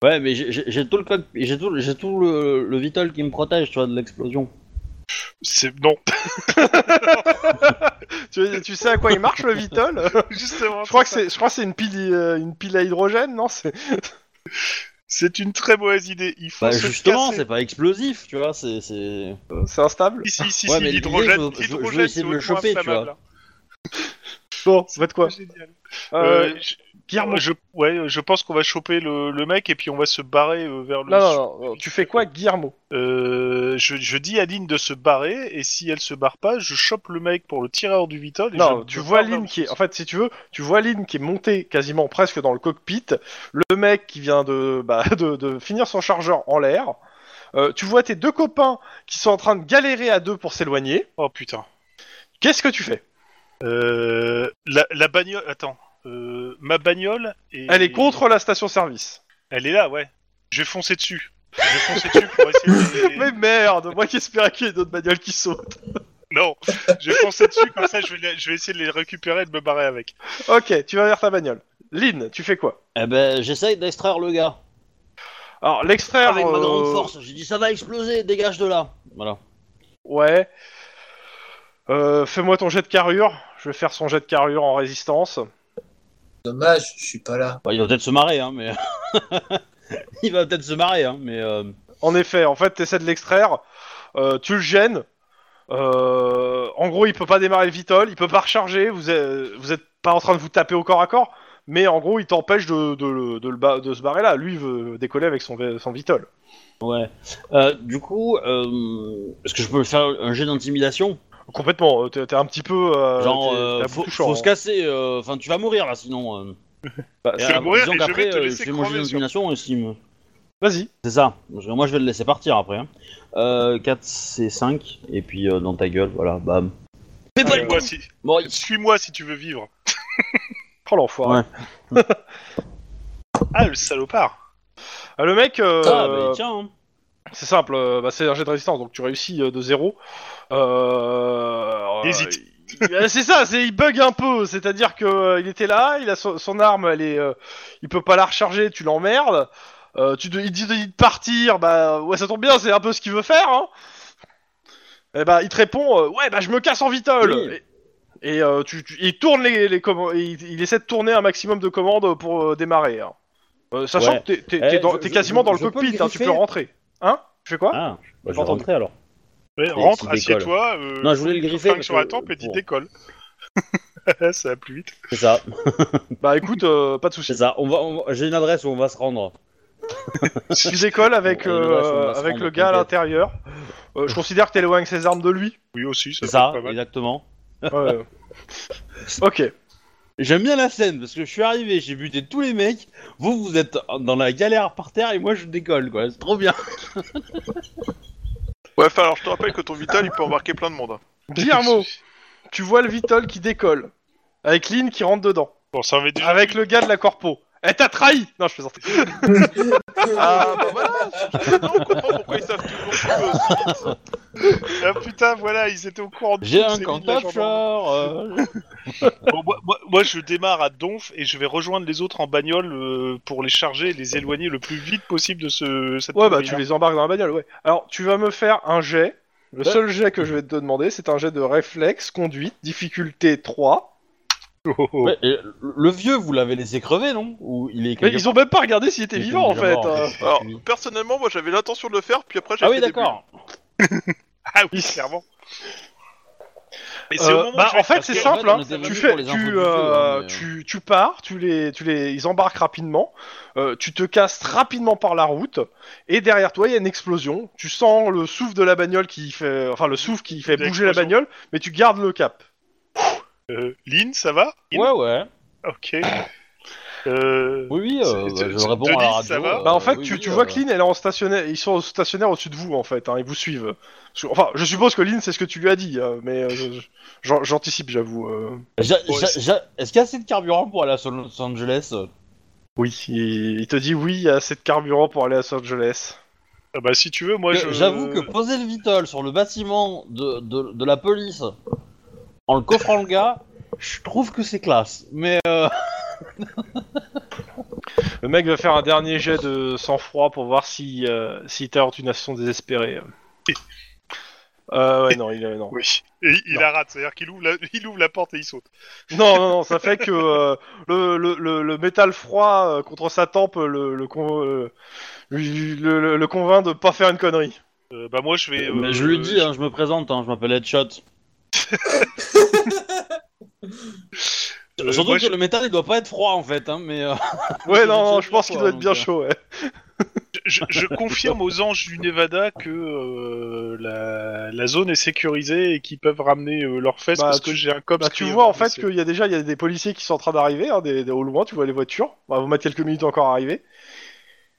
S4: Ouais, mais j'ai- j'ai j'ai tout le cockpit, j'ai tout, j'ai tout le, le vital qui me protège, tu vois, de l'explosion.
S2: C'est non.
S1: Tu, tu sais à quoi il marche le Vitol
S2: Justement.
S1: Je crois que c'est, je crois que c'est une pile, euh, une pile à hydrogène, non C'est-
S2: C'est une très mauvaise idée. Il faut
S4: Bah
S2: se
S4: justement,
S2: casser.
S4: c'est pas explosif, tu vois, c'est- c'est.
S1: c'est instable.
S2: Ici, ici,
S4: Ouais,
S2: si,
S4: mais
S2: l'hydrogène,
S4: l'idée, je veux- je veux- je veux
S2: l'hydrogène,
S4: essayer
S2: c'est
S4: de le
S2: hautement
S4: choper, tu
S2: inflammable, hein.
S1: Bon, ça va être quoi
S2: Génial.
S1: Euh,
S2: Euh, je-
S1: Guillermo.
S2: je, ouais, je pense qu'on va choper le, le mec et puis on va se barrer euh, vers le
S1: Non,
S2: sud.
S1: non, non, non, tu fais quoi, Guillermo
S2: Euh, je, je dis à Lynn de se barrer et si elle se barre pas, je chope le mec pour le tirer hors du vitol. Et
S1: Non,
S2: je-
S1: tu
S2: je
S1: vois
S2: pars vers
S1: Lynn
S2: le
S1: qui est, en
S2: sud.
S1: fait, si tu veux, tu vois Lynn qui est montée quasiment presque dans le cockpit, le mec qui vient de, bah, de, de finir son chargeur en l'air. Euh, tu vois tes deux copains qui sont en train de galérer à deux pour s'éloigner.
S2: Oh putain.
S1: Qu'est-ce que tu fais
S2: Euh, la, la bagnole. Attends. Euh, ma bagnole. Est...
S1: Elle est contre la station-service.
S2: Elle est là, ouais. Je vais foncer dessus. Je vais foncer dessus pour essayer de.
S1: Mais merde, moi qui espérais qu'il y ait d'autres bagnoles qui sautent.
S2: Non, je vais foncer dessus comme ça, je vais, les- je vais essayer de les récupérer et de me barrer avec.
S1: Ok, tu vas vers ta bagnole. Lynn, tu fais quoi
S4: Eh ben, j'essaye d'extraire le gars
S1: Alors, l'extraire.
S4: avec ma grande
S1: euh,
S4: force. J'ai dit ça va exploser, dégage de là. Voilà.
S1: Ouais. Euh, Fais-moi ton jet de carrure. Je vais faire son jet de carrure en résistance.
S3: Dommage, je suis pas là.
S4: Bah, il va peut-être se marrer, hein, mais. il va peut-être se marrer, hein, mais. euh,
S1: En effet, en fait, t'essaies de l'extraire, euh, tu le gênes. euh, en gros, il peut pas démarrer le vitol, il peut pas recharger. Vous êtes, vous êtes pas en train de vous taper au corps à corps, mais en gros, il t'empêche de, de, le- de le ba- de se barrer là. Lui, il veut décoller avec son, vé- son vitol.
S4: Ouais. Euh, du coup, euh, est-ce que je peux faire un jet d'intimidation
S1: Complètement. euh, T'es t'es un petit peu. euh,
S4: Genre,
S1: t'es-
S4: euh,
S1: t'as
S4: faut,
S1: beaucoup chaud,
S4: faut
S1: hein.
S4: se casser. euh, Enfin, tu vas mourir là, sinon. euh.
S1: Bah,
S4: Et,
S2: Je vais
S4: euh,
S2: mourir
S4: disons
S2: et je vais
S4: qu'après,
S2: te
S4: euh,
S2: laisser
S4: je fais mon jet
S2: crever, sûr.
S4: d'intimidation aussi. me-
S1: Vas-y.
S4: C'est ça. Parce que moi, je vais le laisser partir après. hein. Euh, 4, c'est 5. Et puis, euh, dans ta gueule, voilà, bam. Fais pas le
S2: Suis-moi
S4: con
S2: si,
S4: Bon, il-
S2: suis-moi si tu veux vivre.
S1: Prends l'enfoiré.
S4: Ouais.
S2: Ah, le salopard.
S1: Ah, le mec, euh,
S4: Ah, bah, tiens. hein.
S1: c'est simple. euh, bah, c'est un jet de résistance, donc tu réussis euh, de zéro. Euh,
S2: Il hésite.
S1: Euh, c'est ça, c'est il bug un peu, c'est-à-dire que euh, il était là, il a son, son arme, elle est, euh, il peut pas la recharger, tu l'emmerdes. Euh, tu te- il te dit de partir, bah ouais ça tombe bien, c'est un peu ce qu'il veut faire. Hein. Et bah il te répond, euh, ouais bah je me casse en vitol.
S4: Oui.
S1: Et, et, euh, tu, tu- il tourne les, les commandes, il, il essaie de tourner un maximum de commandes pour euh, démarrer. hein. Euh, sachant
S4: Ouais.
S1: que t'es- t'es
S4: Eh,
S1: t'es dans-
S4: je-
S1: t'es
S4: je-
S1: quasiment
S4: je-
S1: dans le
S4: je peux
S1: cockpit,
S4: le
S1: hein, tu peux
S4: griffer
S1: rentrer. Hein Tu fais quoi
S4: Ah, bah, je vais
S1: Pardon.
S4: rentrer alors.
S2: Ouais,
S4: Et
S2: rentre,
S4: s'il décolle.
S2: assieds-toi. Euh,
S4: Non, je voulais le
S2: fous une
S4: griffer
S2: fringue
S4: parce
S2: sur la
S4: que-
S2: tempe et dis
S4: pour-
S2: décolle. ça va plus vite.
S4: C'est ça,
S1: Bah écoute, euh, pas de soucis.
S4: c'est ça. On va, on va- J'ai une adresse où on va se rendre.
S1: Tu décolles avec,
S4: Bon, et le
S1: euh,
S4: reste, on va se
S1: avec
S4: rendre
S1: le gars à
S4: complet.
S1: l'intérieur. Euh, je considère que t'éloignes ses armes de lui.
S2: Oui, aussi, ça
S4: C'est
S2: fait
S4: ça,
S2: pas mal.
S4: exactement.
S1: Ouais. ok.
S4: J'aime bien la scène parce que je suis arrivé, j'ai buté tous les mecs. Vous, vous êtes dans la galère par terre et moi je décolle quoi. C'est trop bien.
S5: Ouais, enfin, alors je te rappelle que ton vital il peut embarquer plein de monde. hein.
S1: Guillermo, tu vois le Vitol qui décolle. Avec Lynn qui rentre dedans.
S2: Bon, ça avait déjà.
S1: Avec le gars de la corpo. Elle t'a trahi Non, je plaisante.
S5: Ah bah voilà, c'est- non, on comprend pourquoi ils savent toujours tout euh, aussi vite.
S2: Ah putain, voilà, ils étaient au courant de
S4: J'ai
S2: tout,
S4: un
S2: c'est mis de la
S4: cantateur.
S2: gendarmerie.
S4: euh,
S2: Bon, moi, moi- moi, je démarre à Donf et je vais rejoindre les autres en bagnole euh, pour les charger et les éloigner le plus vite possible de ce. Cette
S1: Ouais, bah
S2: fourmilière.
S1: tu les embarques dans la bagnole, ouais. Alors, tu vas me faire un jet. Le
S2: Ouais.
S1: seul jet que je vais te demander, c'est un jet de réflexe, conduite, difficulté 3.
S2: Oh, oh.
S4: Ouais, et le le vieux, vous l'avez laissé crever non Ou il est
S1: Mais
S4: quelque-
S1: ils ont même pas regardé s'il était
S4: il est
S1: vivant, en
S4: déjà
S1: fait.
S4: mort,
S1: hein.
S5: Alors, personnellement, moi j'avais l'intention de le faire, puis après j'ai
S4: Ah
S5: fait
S4: oui,
S5: des
S4: d'accord.
S2: Ah oui, clairement. Mais c'est
S1: Euh,
S2: au moment où
S1: bah,
S2: je vais-
S1: en fait,
S4: parce
S1: c'est
S4: que, en
S1: simple.
S4: fait, on
S1: hein.
S4: était
S1: Tu
S4: venu
S1: fais,
S4: pour les
S1: tu,
S4: infos du
S1: euh,
S4: feu, hein, mais,
S1: tu, tu pars, tu les, tu les, ils embarquent rapidement. euh, tu te casses rapidement par la route et derrière toi il y a une explosion. Tu sens le souffle de la bagnole qui fait, enfin le souffle qui fait
S2: De
S1: bouger la
S2: l'explosion.
S1: bagnole, mais tu gardes le cap.
S2: Euh, Lynn, ça va Lynn
S4: Ouais, ouais.
S2: Ok. Euh,
S4: Oui, oui, euh,
S2: C'est-
S4: bah,
S2: c'est-
S4: je réponds
S2: Denis,
S4: à la
S2: ça
S4: radio.
S2: va
S4: euh,
S1: Bah en fait,
S4: oui,
S1: tu,
S4: oui,
S1: tu
S4: euh,
S1: vois que Lynn, elle est en stationnaire, ils sont en stationnaire au-dessus de vous en fait, hein, ils vous suivent. Parce que- Enfin, je suppose que Lynn, c'est ce que tu lui as dit, euh, mais euh, je- je- j'an- j'anticipe, j'avoue. euh.
S4: j'a-
S2: Ouais,
S4: j'a-
S2: c'est-
S4: j'a- Est-ce qu'il y a assez de carburant pour aller à Los Angeles
S1: Oui, il, il te dit oui, il y a assez de carburant pour aller à Los Angeles.
S2: ah bah, si tu veux, moi je.
S4: Que- J'avoue que poser le Vitol sur le bâtiment de, de, de la police en le coffrant le gars, je trouve que c'est classe. Mais euh,
S1: Le mec va faire un dernier jet de sang-froid pour voir si, euh, si t'as une action désespérée. Euh, ouais, non, il, euh, non.
S2: Oui. Et il
S1: Non.
S2: la rate, c'est-à-dire qu'il ouvre, la... il ouvre la porte et il saute.
S1: Non, non, non, ça fait que euh, le, le, le, le métal froid euh, contre sa tempe le, le, con- euh, lui- le, le- le convainc de pas faire une connerie.
S2: Euh, bah, moi je vais. euh,
S4: mais je lui dis, hein, je me présente, hein, je m'appelle Headshot.
S2: Euh,
S4: Surtout
S2: moi,
S4: que
S2: je-
S4: le métal il doit pas être froid en fait, hein, mais euh,
S1: Ouais,
S4: C'est
S1: non,
S4: le
S1: non,
S4: jeu
S1: je
S4: de
S1: pense qu'il
S4: froid,
S1: doit être bien
S4: donc,
S1: chaud, ouais.
S2: je, je confirme aux anges du Nevada que euh, la, la zone est sécurisée et qu'ils peuvent ramener euh, leurs fesses
S1: Bah,
S2: parce
S1: tu-
S2: que j'ai un cop.
S1: Bah, tu vois en fait qu'il y a déjà il y a des policiers qui sont en train d'arriver, hein, des, des- au loin, tu vois les voitures. On va vous mettre quelques minutes encore à arriver.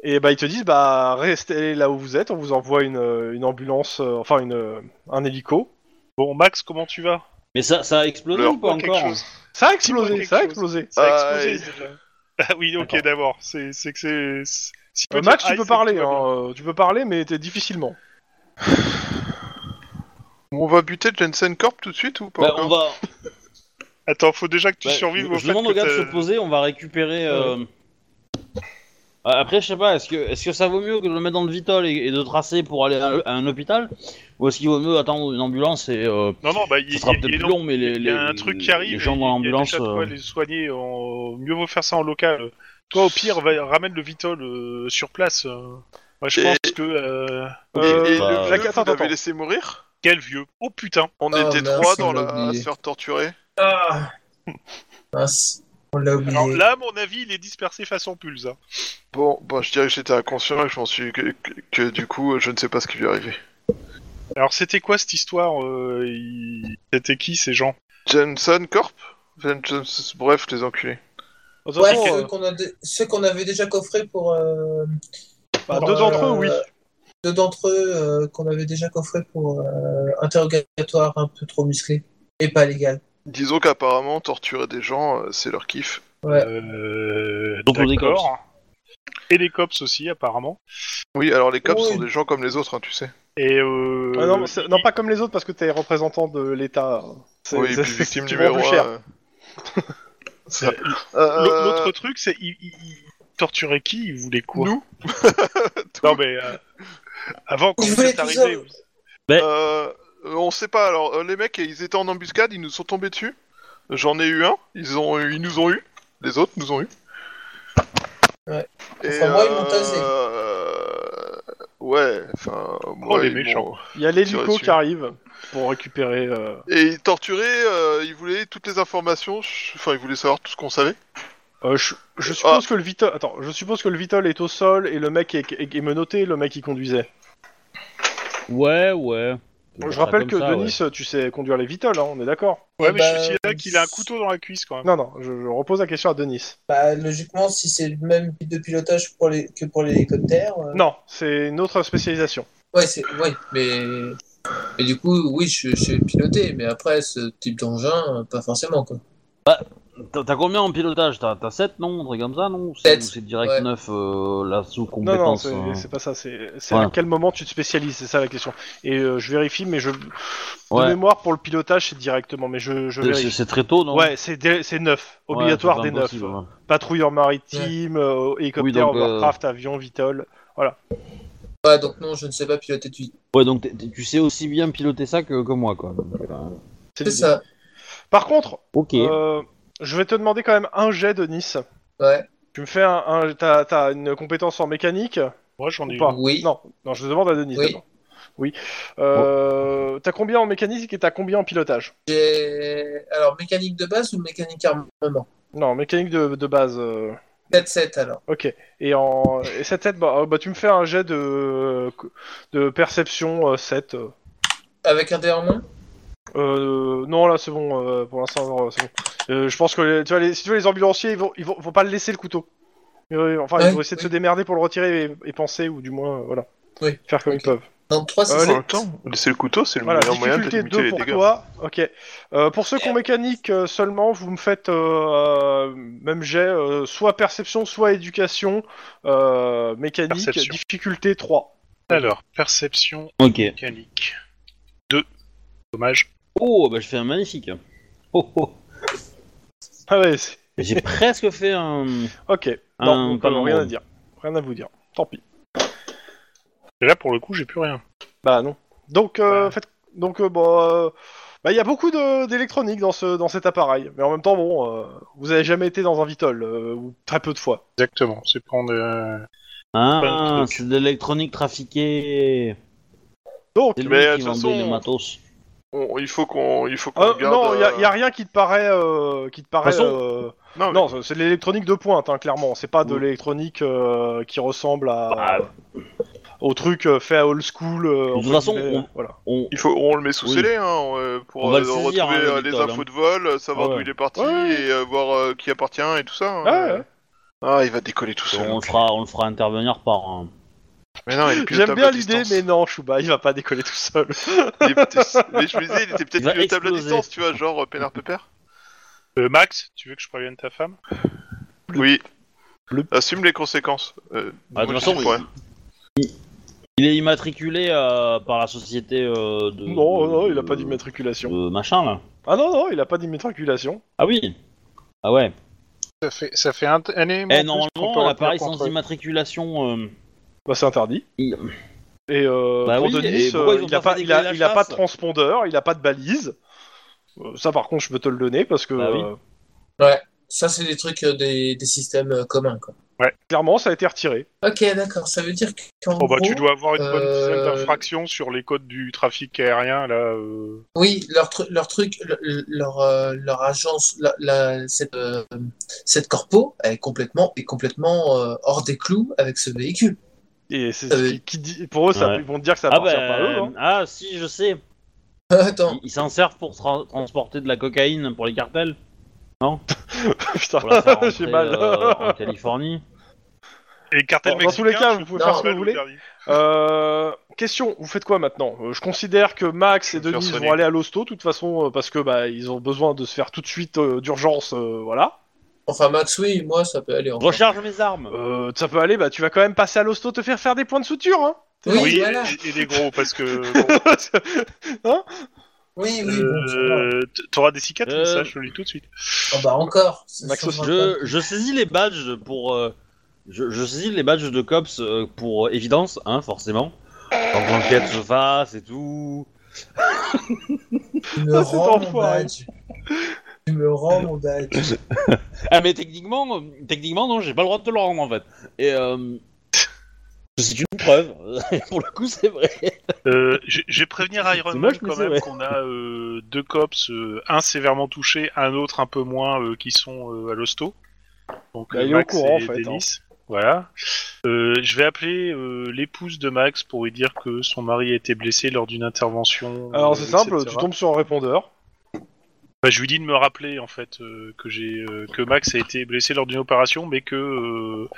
S1: Et bah ils te disent bah restez là où vous êtes, on vous envoie une, euh, une ambulance, euh, enfin une, euh, un hélico.
S2: Bon, Max, comment tu vas
S4: mais ça, ça a explosé
S5: Leur
S4: ou pas
S2: quelque
S4: encore hein.
S2: chose.
S1: Ça a explosé,
S2: quelque
S1: ça a
S2: chose.
S1: explosé.
S2: Ça a
S5: Ah,
S2: explosé déjà. Bah, Ah oui, ok, d'abord. C'est c'est que c'est. c'est- si
S1: Euh,
S2: peut
S1: Max tu
S2: dire, ah,
S1: peux
S2: c'est-
S1: parler,
S2: tout va bien.
S1: hein, euh, tu peux parler mais t'es difficilement.
S5: On va buter Jensen Corp tout de suite ou pas
S4: Bah,
S2: hein.
S5: encore
S4: on va.
S2: Attends, faut déjà que tu
S4: bah,
S2: survives
S4: je
S2: au
S4: je
S2: fait
S4: demande
S2: que
S4: au gars de
S2: t'as-
S4: se poser, on va récupérer. euh, ah, Après, je sais pas, est-ce que, est que ça vaut mieux que de le mettre dans le Vitol et, et de tracer pour aller à, à un hôpital Ou est-ce qu'il vaut mieux attendre une ambulance et. euh,
S2: Non, non, bah, il
S4: ça
S2: il-
S4: sera
S2: il
S4: peut-être
S2: est
S4: plus
S2: long.
S4: long, mais les,
S2: Il y a
S4: les-
S2: un truc qui arrive.
S4: les gens dans
S2: il y a
S4: l'ambulance.
S2: déjà de
S4: euh,
S2: quoi les soigner. En... Mieux vaut faire ça en local. Toi, au pire, va- ramène le Vitol euh, sur place. euh. Moi, je
S5: Et-
S2: pense que. euh,
S5: Et,
S1: Euh,
S5: et
S4: bah,
S5: le
S1: la-
S5: vieux,
S1: attends,
S5: vous l'avez
S1: attends.
S5: laissé mourir
S2: Quel vieux. Oh putain.
S5: On
S3: Ah,
S5: était
S3: mince,
S5: trois dans
S3: on l'a
S5: la... à
S3: oublié.
S5: se faire torturer.
S3: Ah Mince, on l'a oublié.
S2: Alors là, à mon avis, il est dispersé façon pulse. hein.
S5: Bon, bah, je dirais que j'étais inconscient et que je m'en suis... Que, que- que, du coup, je ne sais pas ce qui lui est arrivé.
S2: Alors, c'était quoi cette histoire euh, il- C'était qui ces gens
S5: Jensen Corp Jensen- Bref, les enculés.
S1: De toute
S3: ouais,
S1: façon,
S3: ceux
S1: euh,
S3: qu'on a dé- ceux qu'on avait déjà coffrés pour. euh,
S1: bah,
S3: pour,
S1: deux d'entre eux,
S3: euh,
S1: oui.
S3: Deux d'entre eux euh, qu'on avait déjà coffrés pour euh, interrogatoire un peu trop musclé et pas légal.
S5: Disons qu'apparemment, torturer des gens, euh, c'est leur kiff.
S3: Ouais.
S2: Euh,
S4: Donc, on
S2: D'accord. Et les cops aussi, apparemment.
S5: Oui, alors les cops
S3: Oui.
S5: sont des gens comme les autres, hein, tu sais.
S2: Et euh,
S1: Ah non, mais c'est- non, pas comme les autres parce que t'es représentant de l'État. C'est
S5: Oui,
S1: c'est-
S5: et puis
S1: c'est-
S5: victime
S1: tu vends
S5: numéro euh.
S1: plus
S5: 1.
S1: cher. euh,
S2: l'au-
S5: Euh,
S2: L'autre truc, c'est. Il, il- il torturait qui Il voulait quoi
S5: Nous
S2: Non, mais. euh, Avant, quand
S3: Il
S2: vous
S3: voulait
S2: êtes
S3: tout
S2: arrivé.
S3: seul.
S2: vous-
S5: Euh, on sait pas. Alors euh, les mecs, ils étaient en embuscade, ils nous sont tombés dessus. J'en ai eu un. Ils ont, ils nous ont eu. Les autres nous ont eu.
S3: Ouais.
S5: Et,
S3: Enfin, moi, ils m'ont tasé.
S5: euh, Ouais. Enfin. moi,
S2: les
S5: ils
S2: méchants.
S5: m'ont-
S1: Il y a
S5: Tirer
S1: l'hélico
S5: dessus.
S1: qui arrive pour récupérer. euh,
S5: Et ils torturaient. euh, ils voulaient toutes les informations. Enfin, ils voulaient savoir tout ce qu'on savait.
S1: Euh, je, je
S3: oh.
S1: suppose que le Vitol. Attends, je suppose que le Vitol est au sol et le mec est, est- est menotté, le mec qui conduisait.
S4: Ouais, ouais.
S1: je rappelle
S4: Comme
S1: que
S4: ça, ouais.
S1: Denis, tu sais conduire les Vitol, hein, on est d'accord.
S2: Ouais,
S3: Ah
S2: mais
S3: bah,
S2: je suis là qu'il a un couteau dans la cuisse quand même.
S1: Non, non, je, je repose la question à Denis.
S3: Bah, logiquement, si c'est le même type de pilotage pour les... que pour l'hélicoptère. euh,
S1: Non, c'est une autre spécialisation.
S3: Ouais, c'est ouais, mais mais du coup, oui, je, je sais piloter, mais après ce type d'engin, euh, pas forcément quoi.
S4: T'as t'as combien en pilotage T'as t'as 7 non Un truc comme ça non Ou
S3: Sept.
S4: C'est direct
S3: Ouais.
S4: 9 euh, la
S1: Non, non,
S4: sous-compétence.
S1: c'est
S4: hein.
S1: c'est pas ça. C'est c'est à
S4: Ouais.
S1: quel moment tu te spécialises, c'est ça la question. Et euh, je vérifie, mais je. De
S4: Ouais.
S1: mémoire, pour le pilotage, c'est directement, mais je, je
S4: C'est- C'est
S1: vérifie.
S4: c'est très tôt non
S1: Ouais, c'est dé- c'est neuf, obligatoire
S4: Ouais,
S1: des
S4: c'est pas
S1: neuf.
S4: impossible, ouais.
S1: Patrouilleur maritime, euh, hélicoptère,
S4: donc, euh,
S1: Warcraft, avion, Vitol.
S3: Ouais, donc non, je ne sais pas piloter du.
S4: Ouais, donc t'es- t'es- tu sais aussi bien piloter ça que, que moi quoi. Donc, euh,
S3: C'est ça.
S1: Par contre,
S4: Ok.
S1: Euh, je vais te demander quand même un jet de Nice.
S3: Ouais.
S1: Tu me fais un. un- T'as t'as une compétence en mécanique
S2: Moi j'en ai
S1: ou pas
S3: Oui.
S1: Non, non, je te demande à Denis.
S3: Oui.
S1: d'abord. Oui. Euh, T'as combien en mécanique et t'as combien en pilotage
S3: J'ai alors mécanique de base ou mécanique armement.
S1: Non, mécanique de, de base. euh,
S3: 7-7 alors.
S1: Ok. Et en. Et cette tête, bah, euh, bah, tu me fais un jet de. de perception euh, 7. euh.
S3: Avec un dé en main
S1: Euh, non, là, c'est bon. euh, pour l'instant, euh, c'est bon. Euh, je pense que les- tu vois, les, si tu veux, les ambulanciers, ils vont, ils vont, vont pas le laisser le couteau. Euh, enfin,
S3: Ouais,
S1: ils vont essayer de
S3: oui.
S1: se démerder pour le retirer et, et penser, ou du moins, euh, voilà.
S3: Oui.
S1: Faire comme
S3: Ok.
S1: ils peuvent.
S3: Dans 3,
S1: Euh,
S3: c'est
S1: les-
S5: En
S3: ça.
S5: même temps, laisser le couteau, c'est le
S1: Voilà,
S5: meilleur moyen de
S1: difficulté
S5: limiter
S1: 2
S5: les
S1: pour
S5: dégâts.
S1: toi. Ok. Euh, pour ceux qui ont mécanique euh, seulement, vous me faites euh, euh, même jet, euh, soit perception, soit éducation. euh, mécanique,
S2: Perception.
S1: difficulté 3.
S2: Alors, perception
S4: Ok.
S2: mécanique. 2. Dommage.
S4: Oh, bah je fais un magnifique. Oh, oh.
S1: Ah ouais, c'est-
S4: J'ai presque fait un.
S1: ok.
S4: un
S1: Non, donc, euh,
S4: palindrome.
S1: rien à dire. Rien à vous dire. Tant pis.
S2: Et là, pour le coup, j'ai plus rien.
S1: Bah non. Donc, euh,
S2: Ouais.
S1: faites- donc euh, bah, euh, bah, il y a beaucoup de- d'électronique dans, ce, dans cet appareil. Mais en même temps, bon, euh, vous avez jamais été dans un Vitol, euh, ou très peu de fois.
S2: Exactement. C'est prendre. euh, Plein
S4: Ah,
S2: de trucs.
S4: c'est de l'électronique trafiquée.
S1: Donc,
S4: C'est lui
S5: Mais, de
S4: qui
S5: toute
S4: vendait
S5: façon,
S4: le matos.
S5: On- il faut qu'on, il faut qu'on
S1: euh,
S5: garde.
S1: non, il
S5: euh,
S1: n'y a, rien qui te paraît. euh, qui te paraît
S4: façon-
S1: euh,
S5: Non, mais-
S1: Non, c'est- c'est de l'électronique de pointe, hein, clairement. C'est pas de
S4: Oui.
S1: l'électronique euh, qui ressemble à,
S4: Mm. Bah,
S1: au truc euh, fait à old school. euh,
S4: De toute
S1: entre
S4: façon,
S1: guillemets,
S4: on-
S1: voilà.
S4: on-
S5: Il faut, on le met sous
S4: Oui.
S5: scellé hein, euh, pour
S4: On va
S5: euh,
S4: le saisir,
S5: retrouver
S4: hein, le
S5: euh, les
S4: Vitol,
S5: infos
S4: hein.
S5: de vol, euh, savoir
S4: Ah ouais.
S5: d'où il est parti
S1: Ouais.
S5: et euh, voir euh, qui appartient et tout ça. hein.
S1: Ah ouais.
S5: Ah, il va décoller tout seul.
S4: on, le fera, on le fera intervenir par un.
S5: Mais non, il est
S1: J'aime
S5: pilotable
S1: bien
S5: à
S1: l'idée,
S5: distance.
S1: mais non, Chouba, il va pas décoller tout seul.
S4: Euh,
S5: Il est peut-être- mais je me disais, il était
S4: Il va
S5: peut-être pilotable à
S4: exploser.
S5: distance, tu vois, genre euh, Pénard Pépère.
S2: euh, Max, tu veux que je prévienne ta femme
S5: Oui.
S1: Bleu.
S5: Assume les conséquences. Euh,
S4: Ah, de
S5: moi,
S4: toute
S5: je
S4: façon,
S5: dis,
S4: il,
S5: ouais.
S4: il- il est immatriculé euh, par la société euh, de.
S1: non, non, il a pas
S4: de-
S1: d'immatriculation.
S4: de machin là.
S1: Ah non, non, il a pas d'immatriculation.
S4: Ah oui Ah ouais.
S2: Ça fait, ça fait un année.
S4: Eh, normalement, l'appareil sans immatriculation. euh,
S1: Bah, c'est interdit.
S4: il-
S1: Et euh,
S4: Bah
S1: pour
S4: oui,
S1: Denis,
S4: et pourquoi
S1: euh,
S4: ils ont
S1: il a
S4: pas
S1: pas,
S4: fait
S1: il a,
S4: décoller
S1: il
S4: la
S1: a pas de
S4: chasse
S1: transpondeur, il a pas de balise. Euh, Ça, par contre, je peux te le donner parce que
S4: Bah oui.
S1: euh,
S3: Ça, c'est des trucs, euh, des, des systèmes euh, communs, quoi.
S1: clairement, ça a été retiré.
S3: Ok, d'accord. Ça veut dire qu'en
S2: Oh bah,
S3: gros,
S2: tu dois avoir une bonne dizaine
S3: euh,
S2: d'infractions sur les codes du trafic aérien, là. euh.
S3: oui, leur, tru- leur truc, le- le- leur, euh, leur agence, la, la- cette, euh, cette corpo, elle est complètement, est complètement euh, hors des clous avec ce véhicule.
S1: Et c'est
S3: Euh,
S1: ce qui, qui dit, pour eux, ça,
S4: Ouais.
S1: ils vont te dire que ça
S4: Ah
S1: appartient
S4: bah.
S1: pas à eux. hein.
S4: Ah si, je sais.
S3: Attends,
S4: Ils- Ils s'en servent pour tra- transporter de la cocaïne pour les cartels
S1: Putain,
S4: pour la faire
S1: j'ai
S4: rentrer,
S1: mal.
S4: euh, en Californie.
S2: Et le cartel
S1: Bon, dans tous les
S2: mexicain,
S1: cas,
S2: tu
S1: vous pouvez
S2: fais
S1: faire
S2: un
S1: ce que
S2: mal
S1: vous
S2: au
S1: voulez.
S2: dernier.
S1: Euh, question, vous faites quoi maintenant Euh, Je considère que Max
S5: Je
S1: et
S5: vais me faire
S1: Denise
S5: soigner.
S1: vont aller à l'hosto, de toute façon, euh, parce que bah ils ont besoin de se faire tout de suite euh, d'urgence, euh, voilà.
S3: enfin Max, oui, moi, ça peut aller. encore.
S4: Recharge mes armes
S1: Euh, ça peut aller, bah tu vas quand même passer à l'hosto te faire faire des points de suture, hein
S3: Oui,
S2: Oui,
S3: voilà.
S2: et, et des gros, parce que. bon,
S3: Oui, oui, bon, ça va.
S2: euh, t- T'auras des cicatrices,
S4: Euh.
S2: ça, je te le dis tout de suite.
S3: Ah bah encore. ça
S1: Max
S3: changera
S4: je, je saisis les badges pour. euh, je, je saisis les badges de cops euh, pour euh, évidence, hein, forcément. Tant que l'enquête se fasse et tout.
S3: pas. Tu me
S1: Ah, c'est
S3: rends mon
S1: enfoiré.
S3: badge. Tu me rends mon badge.
S4: Ah mais techniquement, euh, techniquement non, j'ai pas le droit de te le rendre en fait. Et euh, c'est une preuve. Pour le coup, c'est vrai.
S2: Euh, je je vais prévenir Iron
S4: C'est
S2: Man
S4: moche, mais
S2: quand
S4: c'est
S2: même
S4: vrai.
S2: qu'on a euh, deux cops, euh, un sévèrement touché, un autre un peu moins euh, qui sont euh, à l'hosto. Donc
S1: Bah,
S2: euh,
S1: il est au
S2: Max
S1: courant, en
S2: et
S1: fait,
S2: Denis. Voilà. Euh, je vais appeler euh, l'épouse de Max pour lui dire que son mari a été blessé lors d'une intervention.
S1: Alors
S2: euh,
S1: c'est simple,
S2: etc.
S1: tu tombes sur un répondeur.
S2: Bah, je lui dis de me rappeler en fait euh, que j'ai euh, que Max a été blessé lors d'une opération, mais que euh,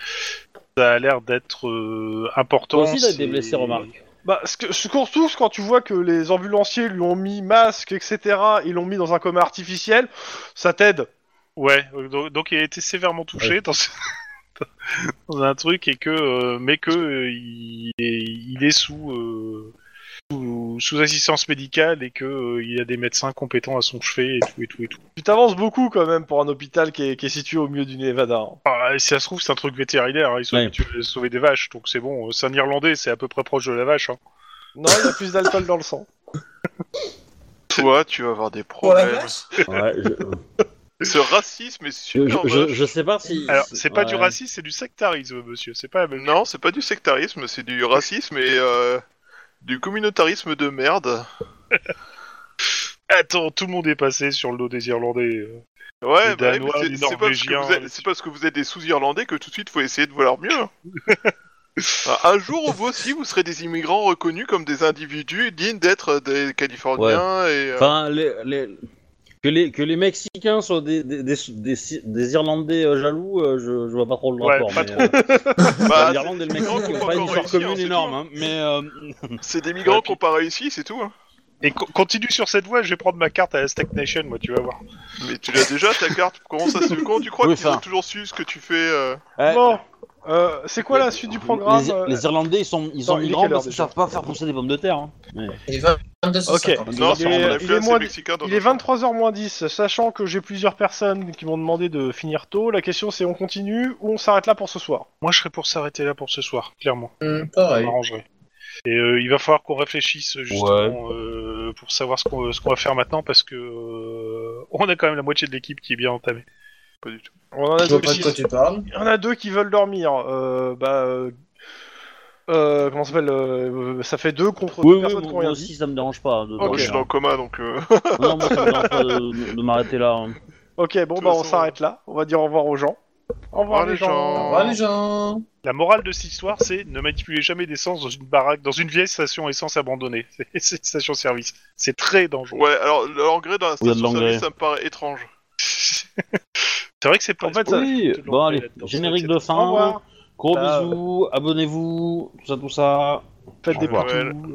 S2: ça a l'air d'être euh, important.
S4: Toi aussi, t'as été
S2: c'est-
S4: blessé, remarque.
S1: Bah, ce que, ce qu'on retrouve, quand tu vois que les ambulanciers lui ont mis masque, etc., ils l'ont mis dans un coma artificiel, ça t'aide.
S2: Ouais, euh, donc, donc il a été sévèrement touché dans, ce- dans un truc et que euh, mais que euh, il, est, il est sous, euh, sous sous assistance médicale et que euh, il y a des médecins compétents à son chevet et tout et tout et tout.
S1: Tu t'avances beaucoup quand même pour un hôpital qui est, qui est situé au milieu du Nevada. hein.
S2: Ah, et si ça se trouve c'est un truc vétérinaire, hein, ils sont
S4: Ouais.
S2: habitués à sauver des vaches donc c'est bon. euh, C'est un Irlandais, c'est à peu près proche de la vache. Hein.
S1: Non, il y a plus d'alcool dans le sang.
S5: Toi, tu vas avoir des
S3: Pour la
S5: problèmes.
S3: vache
S4: Ouais, je,
S5: Ce racisme est
S4: je-
S5: super.
S4: je-
S5: moche.
S4: je sais pas si.
S2: Alors c'est pas du
S4: ouais.
S2: racisme, c'est du sectarisme monsieur. C'est pas la même
S5: Non, c'est pas du sectarisme, c'est du racisme et euh, du communautarisme de merde.
S2: Attends, tout le monde est passé sur le dos des Irlandais. euh.
S5: Ouais,
S2: Les
S5: bah,
S2: Danois,
S5: mais
S2: les
S5: c'est- c'est pas parce que
S2: Norvégiens,
S5: vous êtes-
S2: les-
S5: c'est parce que vous êtes des sous-Irlandais que tout de suite faut essayer de valoir mieux. Un jour, vous aussi, vous serez des immigrants reconnus comme des individus dignes d'être des Californiens et. euh,
S4: Enfin, les, les- Que, les, que les Mexicains soient des, des, des, des- des Irlandais euh, jaloux, euh, je, je vois pas trop le
S2: Ouais,
S4: rapport.
S2: pas
S4: mais,
S2: trop.
S4: euh,
S5: bah,
S4: L'Irlande et le
S5: c'est des
S4: Mexique
S5: migrants qui
S4: n'ont
S5: ont
S4: pas une histoire
S5: encore réussi, hein,
S4: commune
S5: c'est
S4: énorme,
S5: tout.
S4: hein, mais euh,
S5: C'est des migrants
S2: Ouais,
S5: qui n'ont pas réussi, c'est tout. hein.
S2: Et co- continue sur cette voie, je vais prendre ma carte à la Stagnation, moi, tu vas voir.
S5: Mais tu l'as déjà ta carte. Comment ça se con Tu crois
S4: Oui,
S5: qu'ils ont
S4: enfin.
S5: toujours su ce que tu fais euh,
S4: eh,
S1: Bon, euh, c'est quoi la suite du programme
S4: les,
S1: euh,
S4: les Irlandais, ils sont, ils
S1: Attends,
S4: sont
S1: il est
S4: migrants
S1: quelle heure
S4: parce qu'ils
S1: déjà
S4: savent pas faire pousser des pommes de terre. Hein.
S3: Il est 2250.
S4: Il
S5: Non,
S4: est-
S5: c'est bon, on a
S1: il
S5: plus
S1: est
S5: assez
S1: moins-
S5: mexicains dans
S1: Il est
S5: notre-
S1: 23h moins 10, sachant que j'ai plusieurs personnes qui m'ont demandé de finir tôt. La question c'est on continue ou on s'arrête là pour ce soir
S2: Moi, je serais pour s'arrêter là pour ce soir, clairement.
S3: Hmm,
S2: Ça
S3: pareil.
S2: m'arrangerait. Et euh, il va falloir qu'on réfléchisse, justement, euh, pour savoir ce qu'on ce qu'on va faire maintenant, parce que euh, on a quand même la moitié de l'équipe qui est bien entamée.
S5: Pas du tout.
S1: On en a
S3: Je vois
S1: deux
S3: pas de
S1: qui...
S3: quoi tu parles.
S1: Il y en a deux qui veulent dormir. Euh, bah. euh, euh, comment ça s'appelle euh, Ça fait deux contre deux
S4: Oui, oui,
S1: personnes qui ont
S4: moi,
S1: rien dit.
S4: aussi, ça me dérange pas. De,
S5: Moi, je suis
S4: de-
S5: dans le coma, donc. euh,
S4: Non, moi, ça me dérange pas de, de m'arrêter là. hein.
S1: Ok, bon,
S5: toute
S1: bah on
S5: façon,
S1: s'arrête là. On va dire au revoir aux gens. Au revoir, les gens.
S5: gens.
S3: Au revoir les gens.
S2: La morale de cette histoire, c'est ne manipulez jamais d'essence dans une baraque, dans une vieille station essence abandonnée. C'est- C'est une station-service. C'est très dangereux.
S5: Ouais, alors l'engrais dans la
S4: Il y a de
S5: station
S4: l'engrais.
S5: service, ça me paraît étrange.
S2: c'est vrai que c'est pas.
S1: En fait,
S2: c'est pas-
S4: Oui,
S2: c'est
S4: bon, allez,
S2: là-dedans,
S4: générique
S2: c'est-
S4: de
S1: Au
S4: fin.
S1: revoir.
S4: Gros
S1: Bah,
S4: bisous, abonnez-vous, tout ça, tout ça.
S1: Faites
S4: Au
S1: des
S4: revoir.
S1: partout.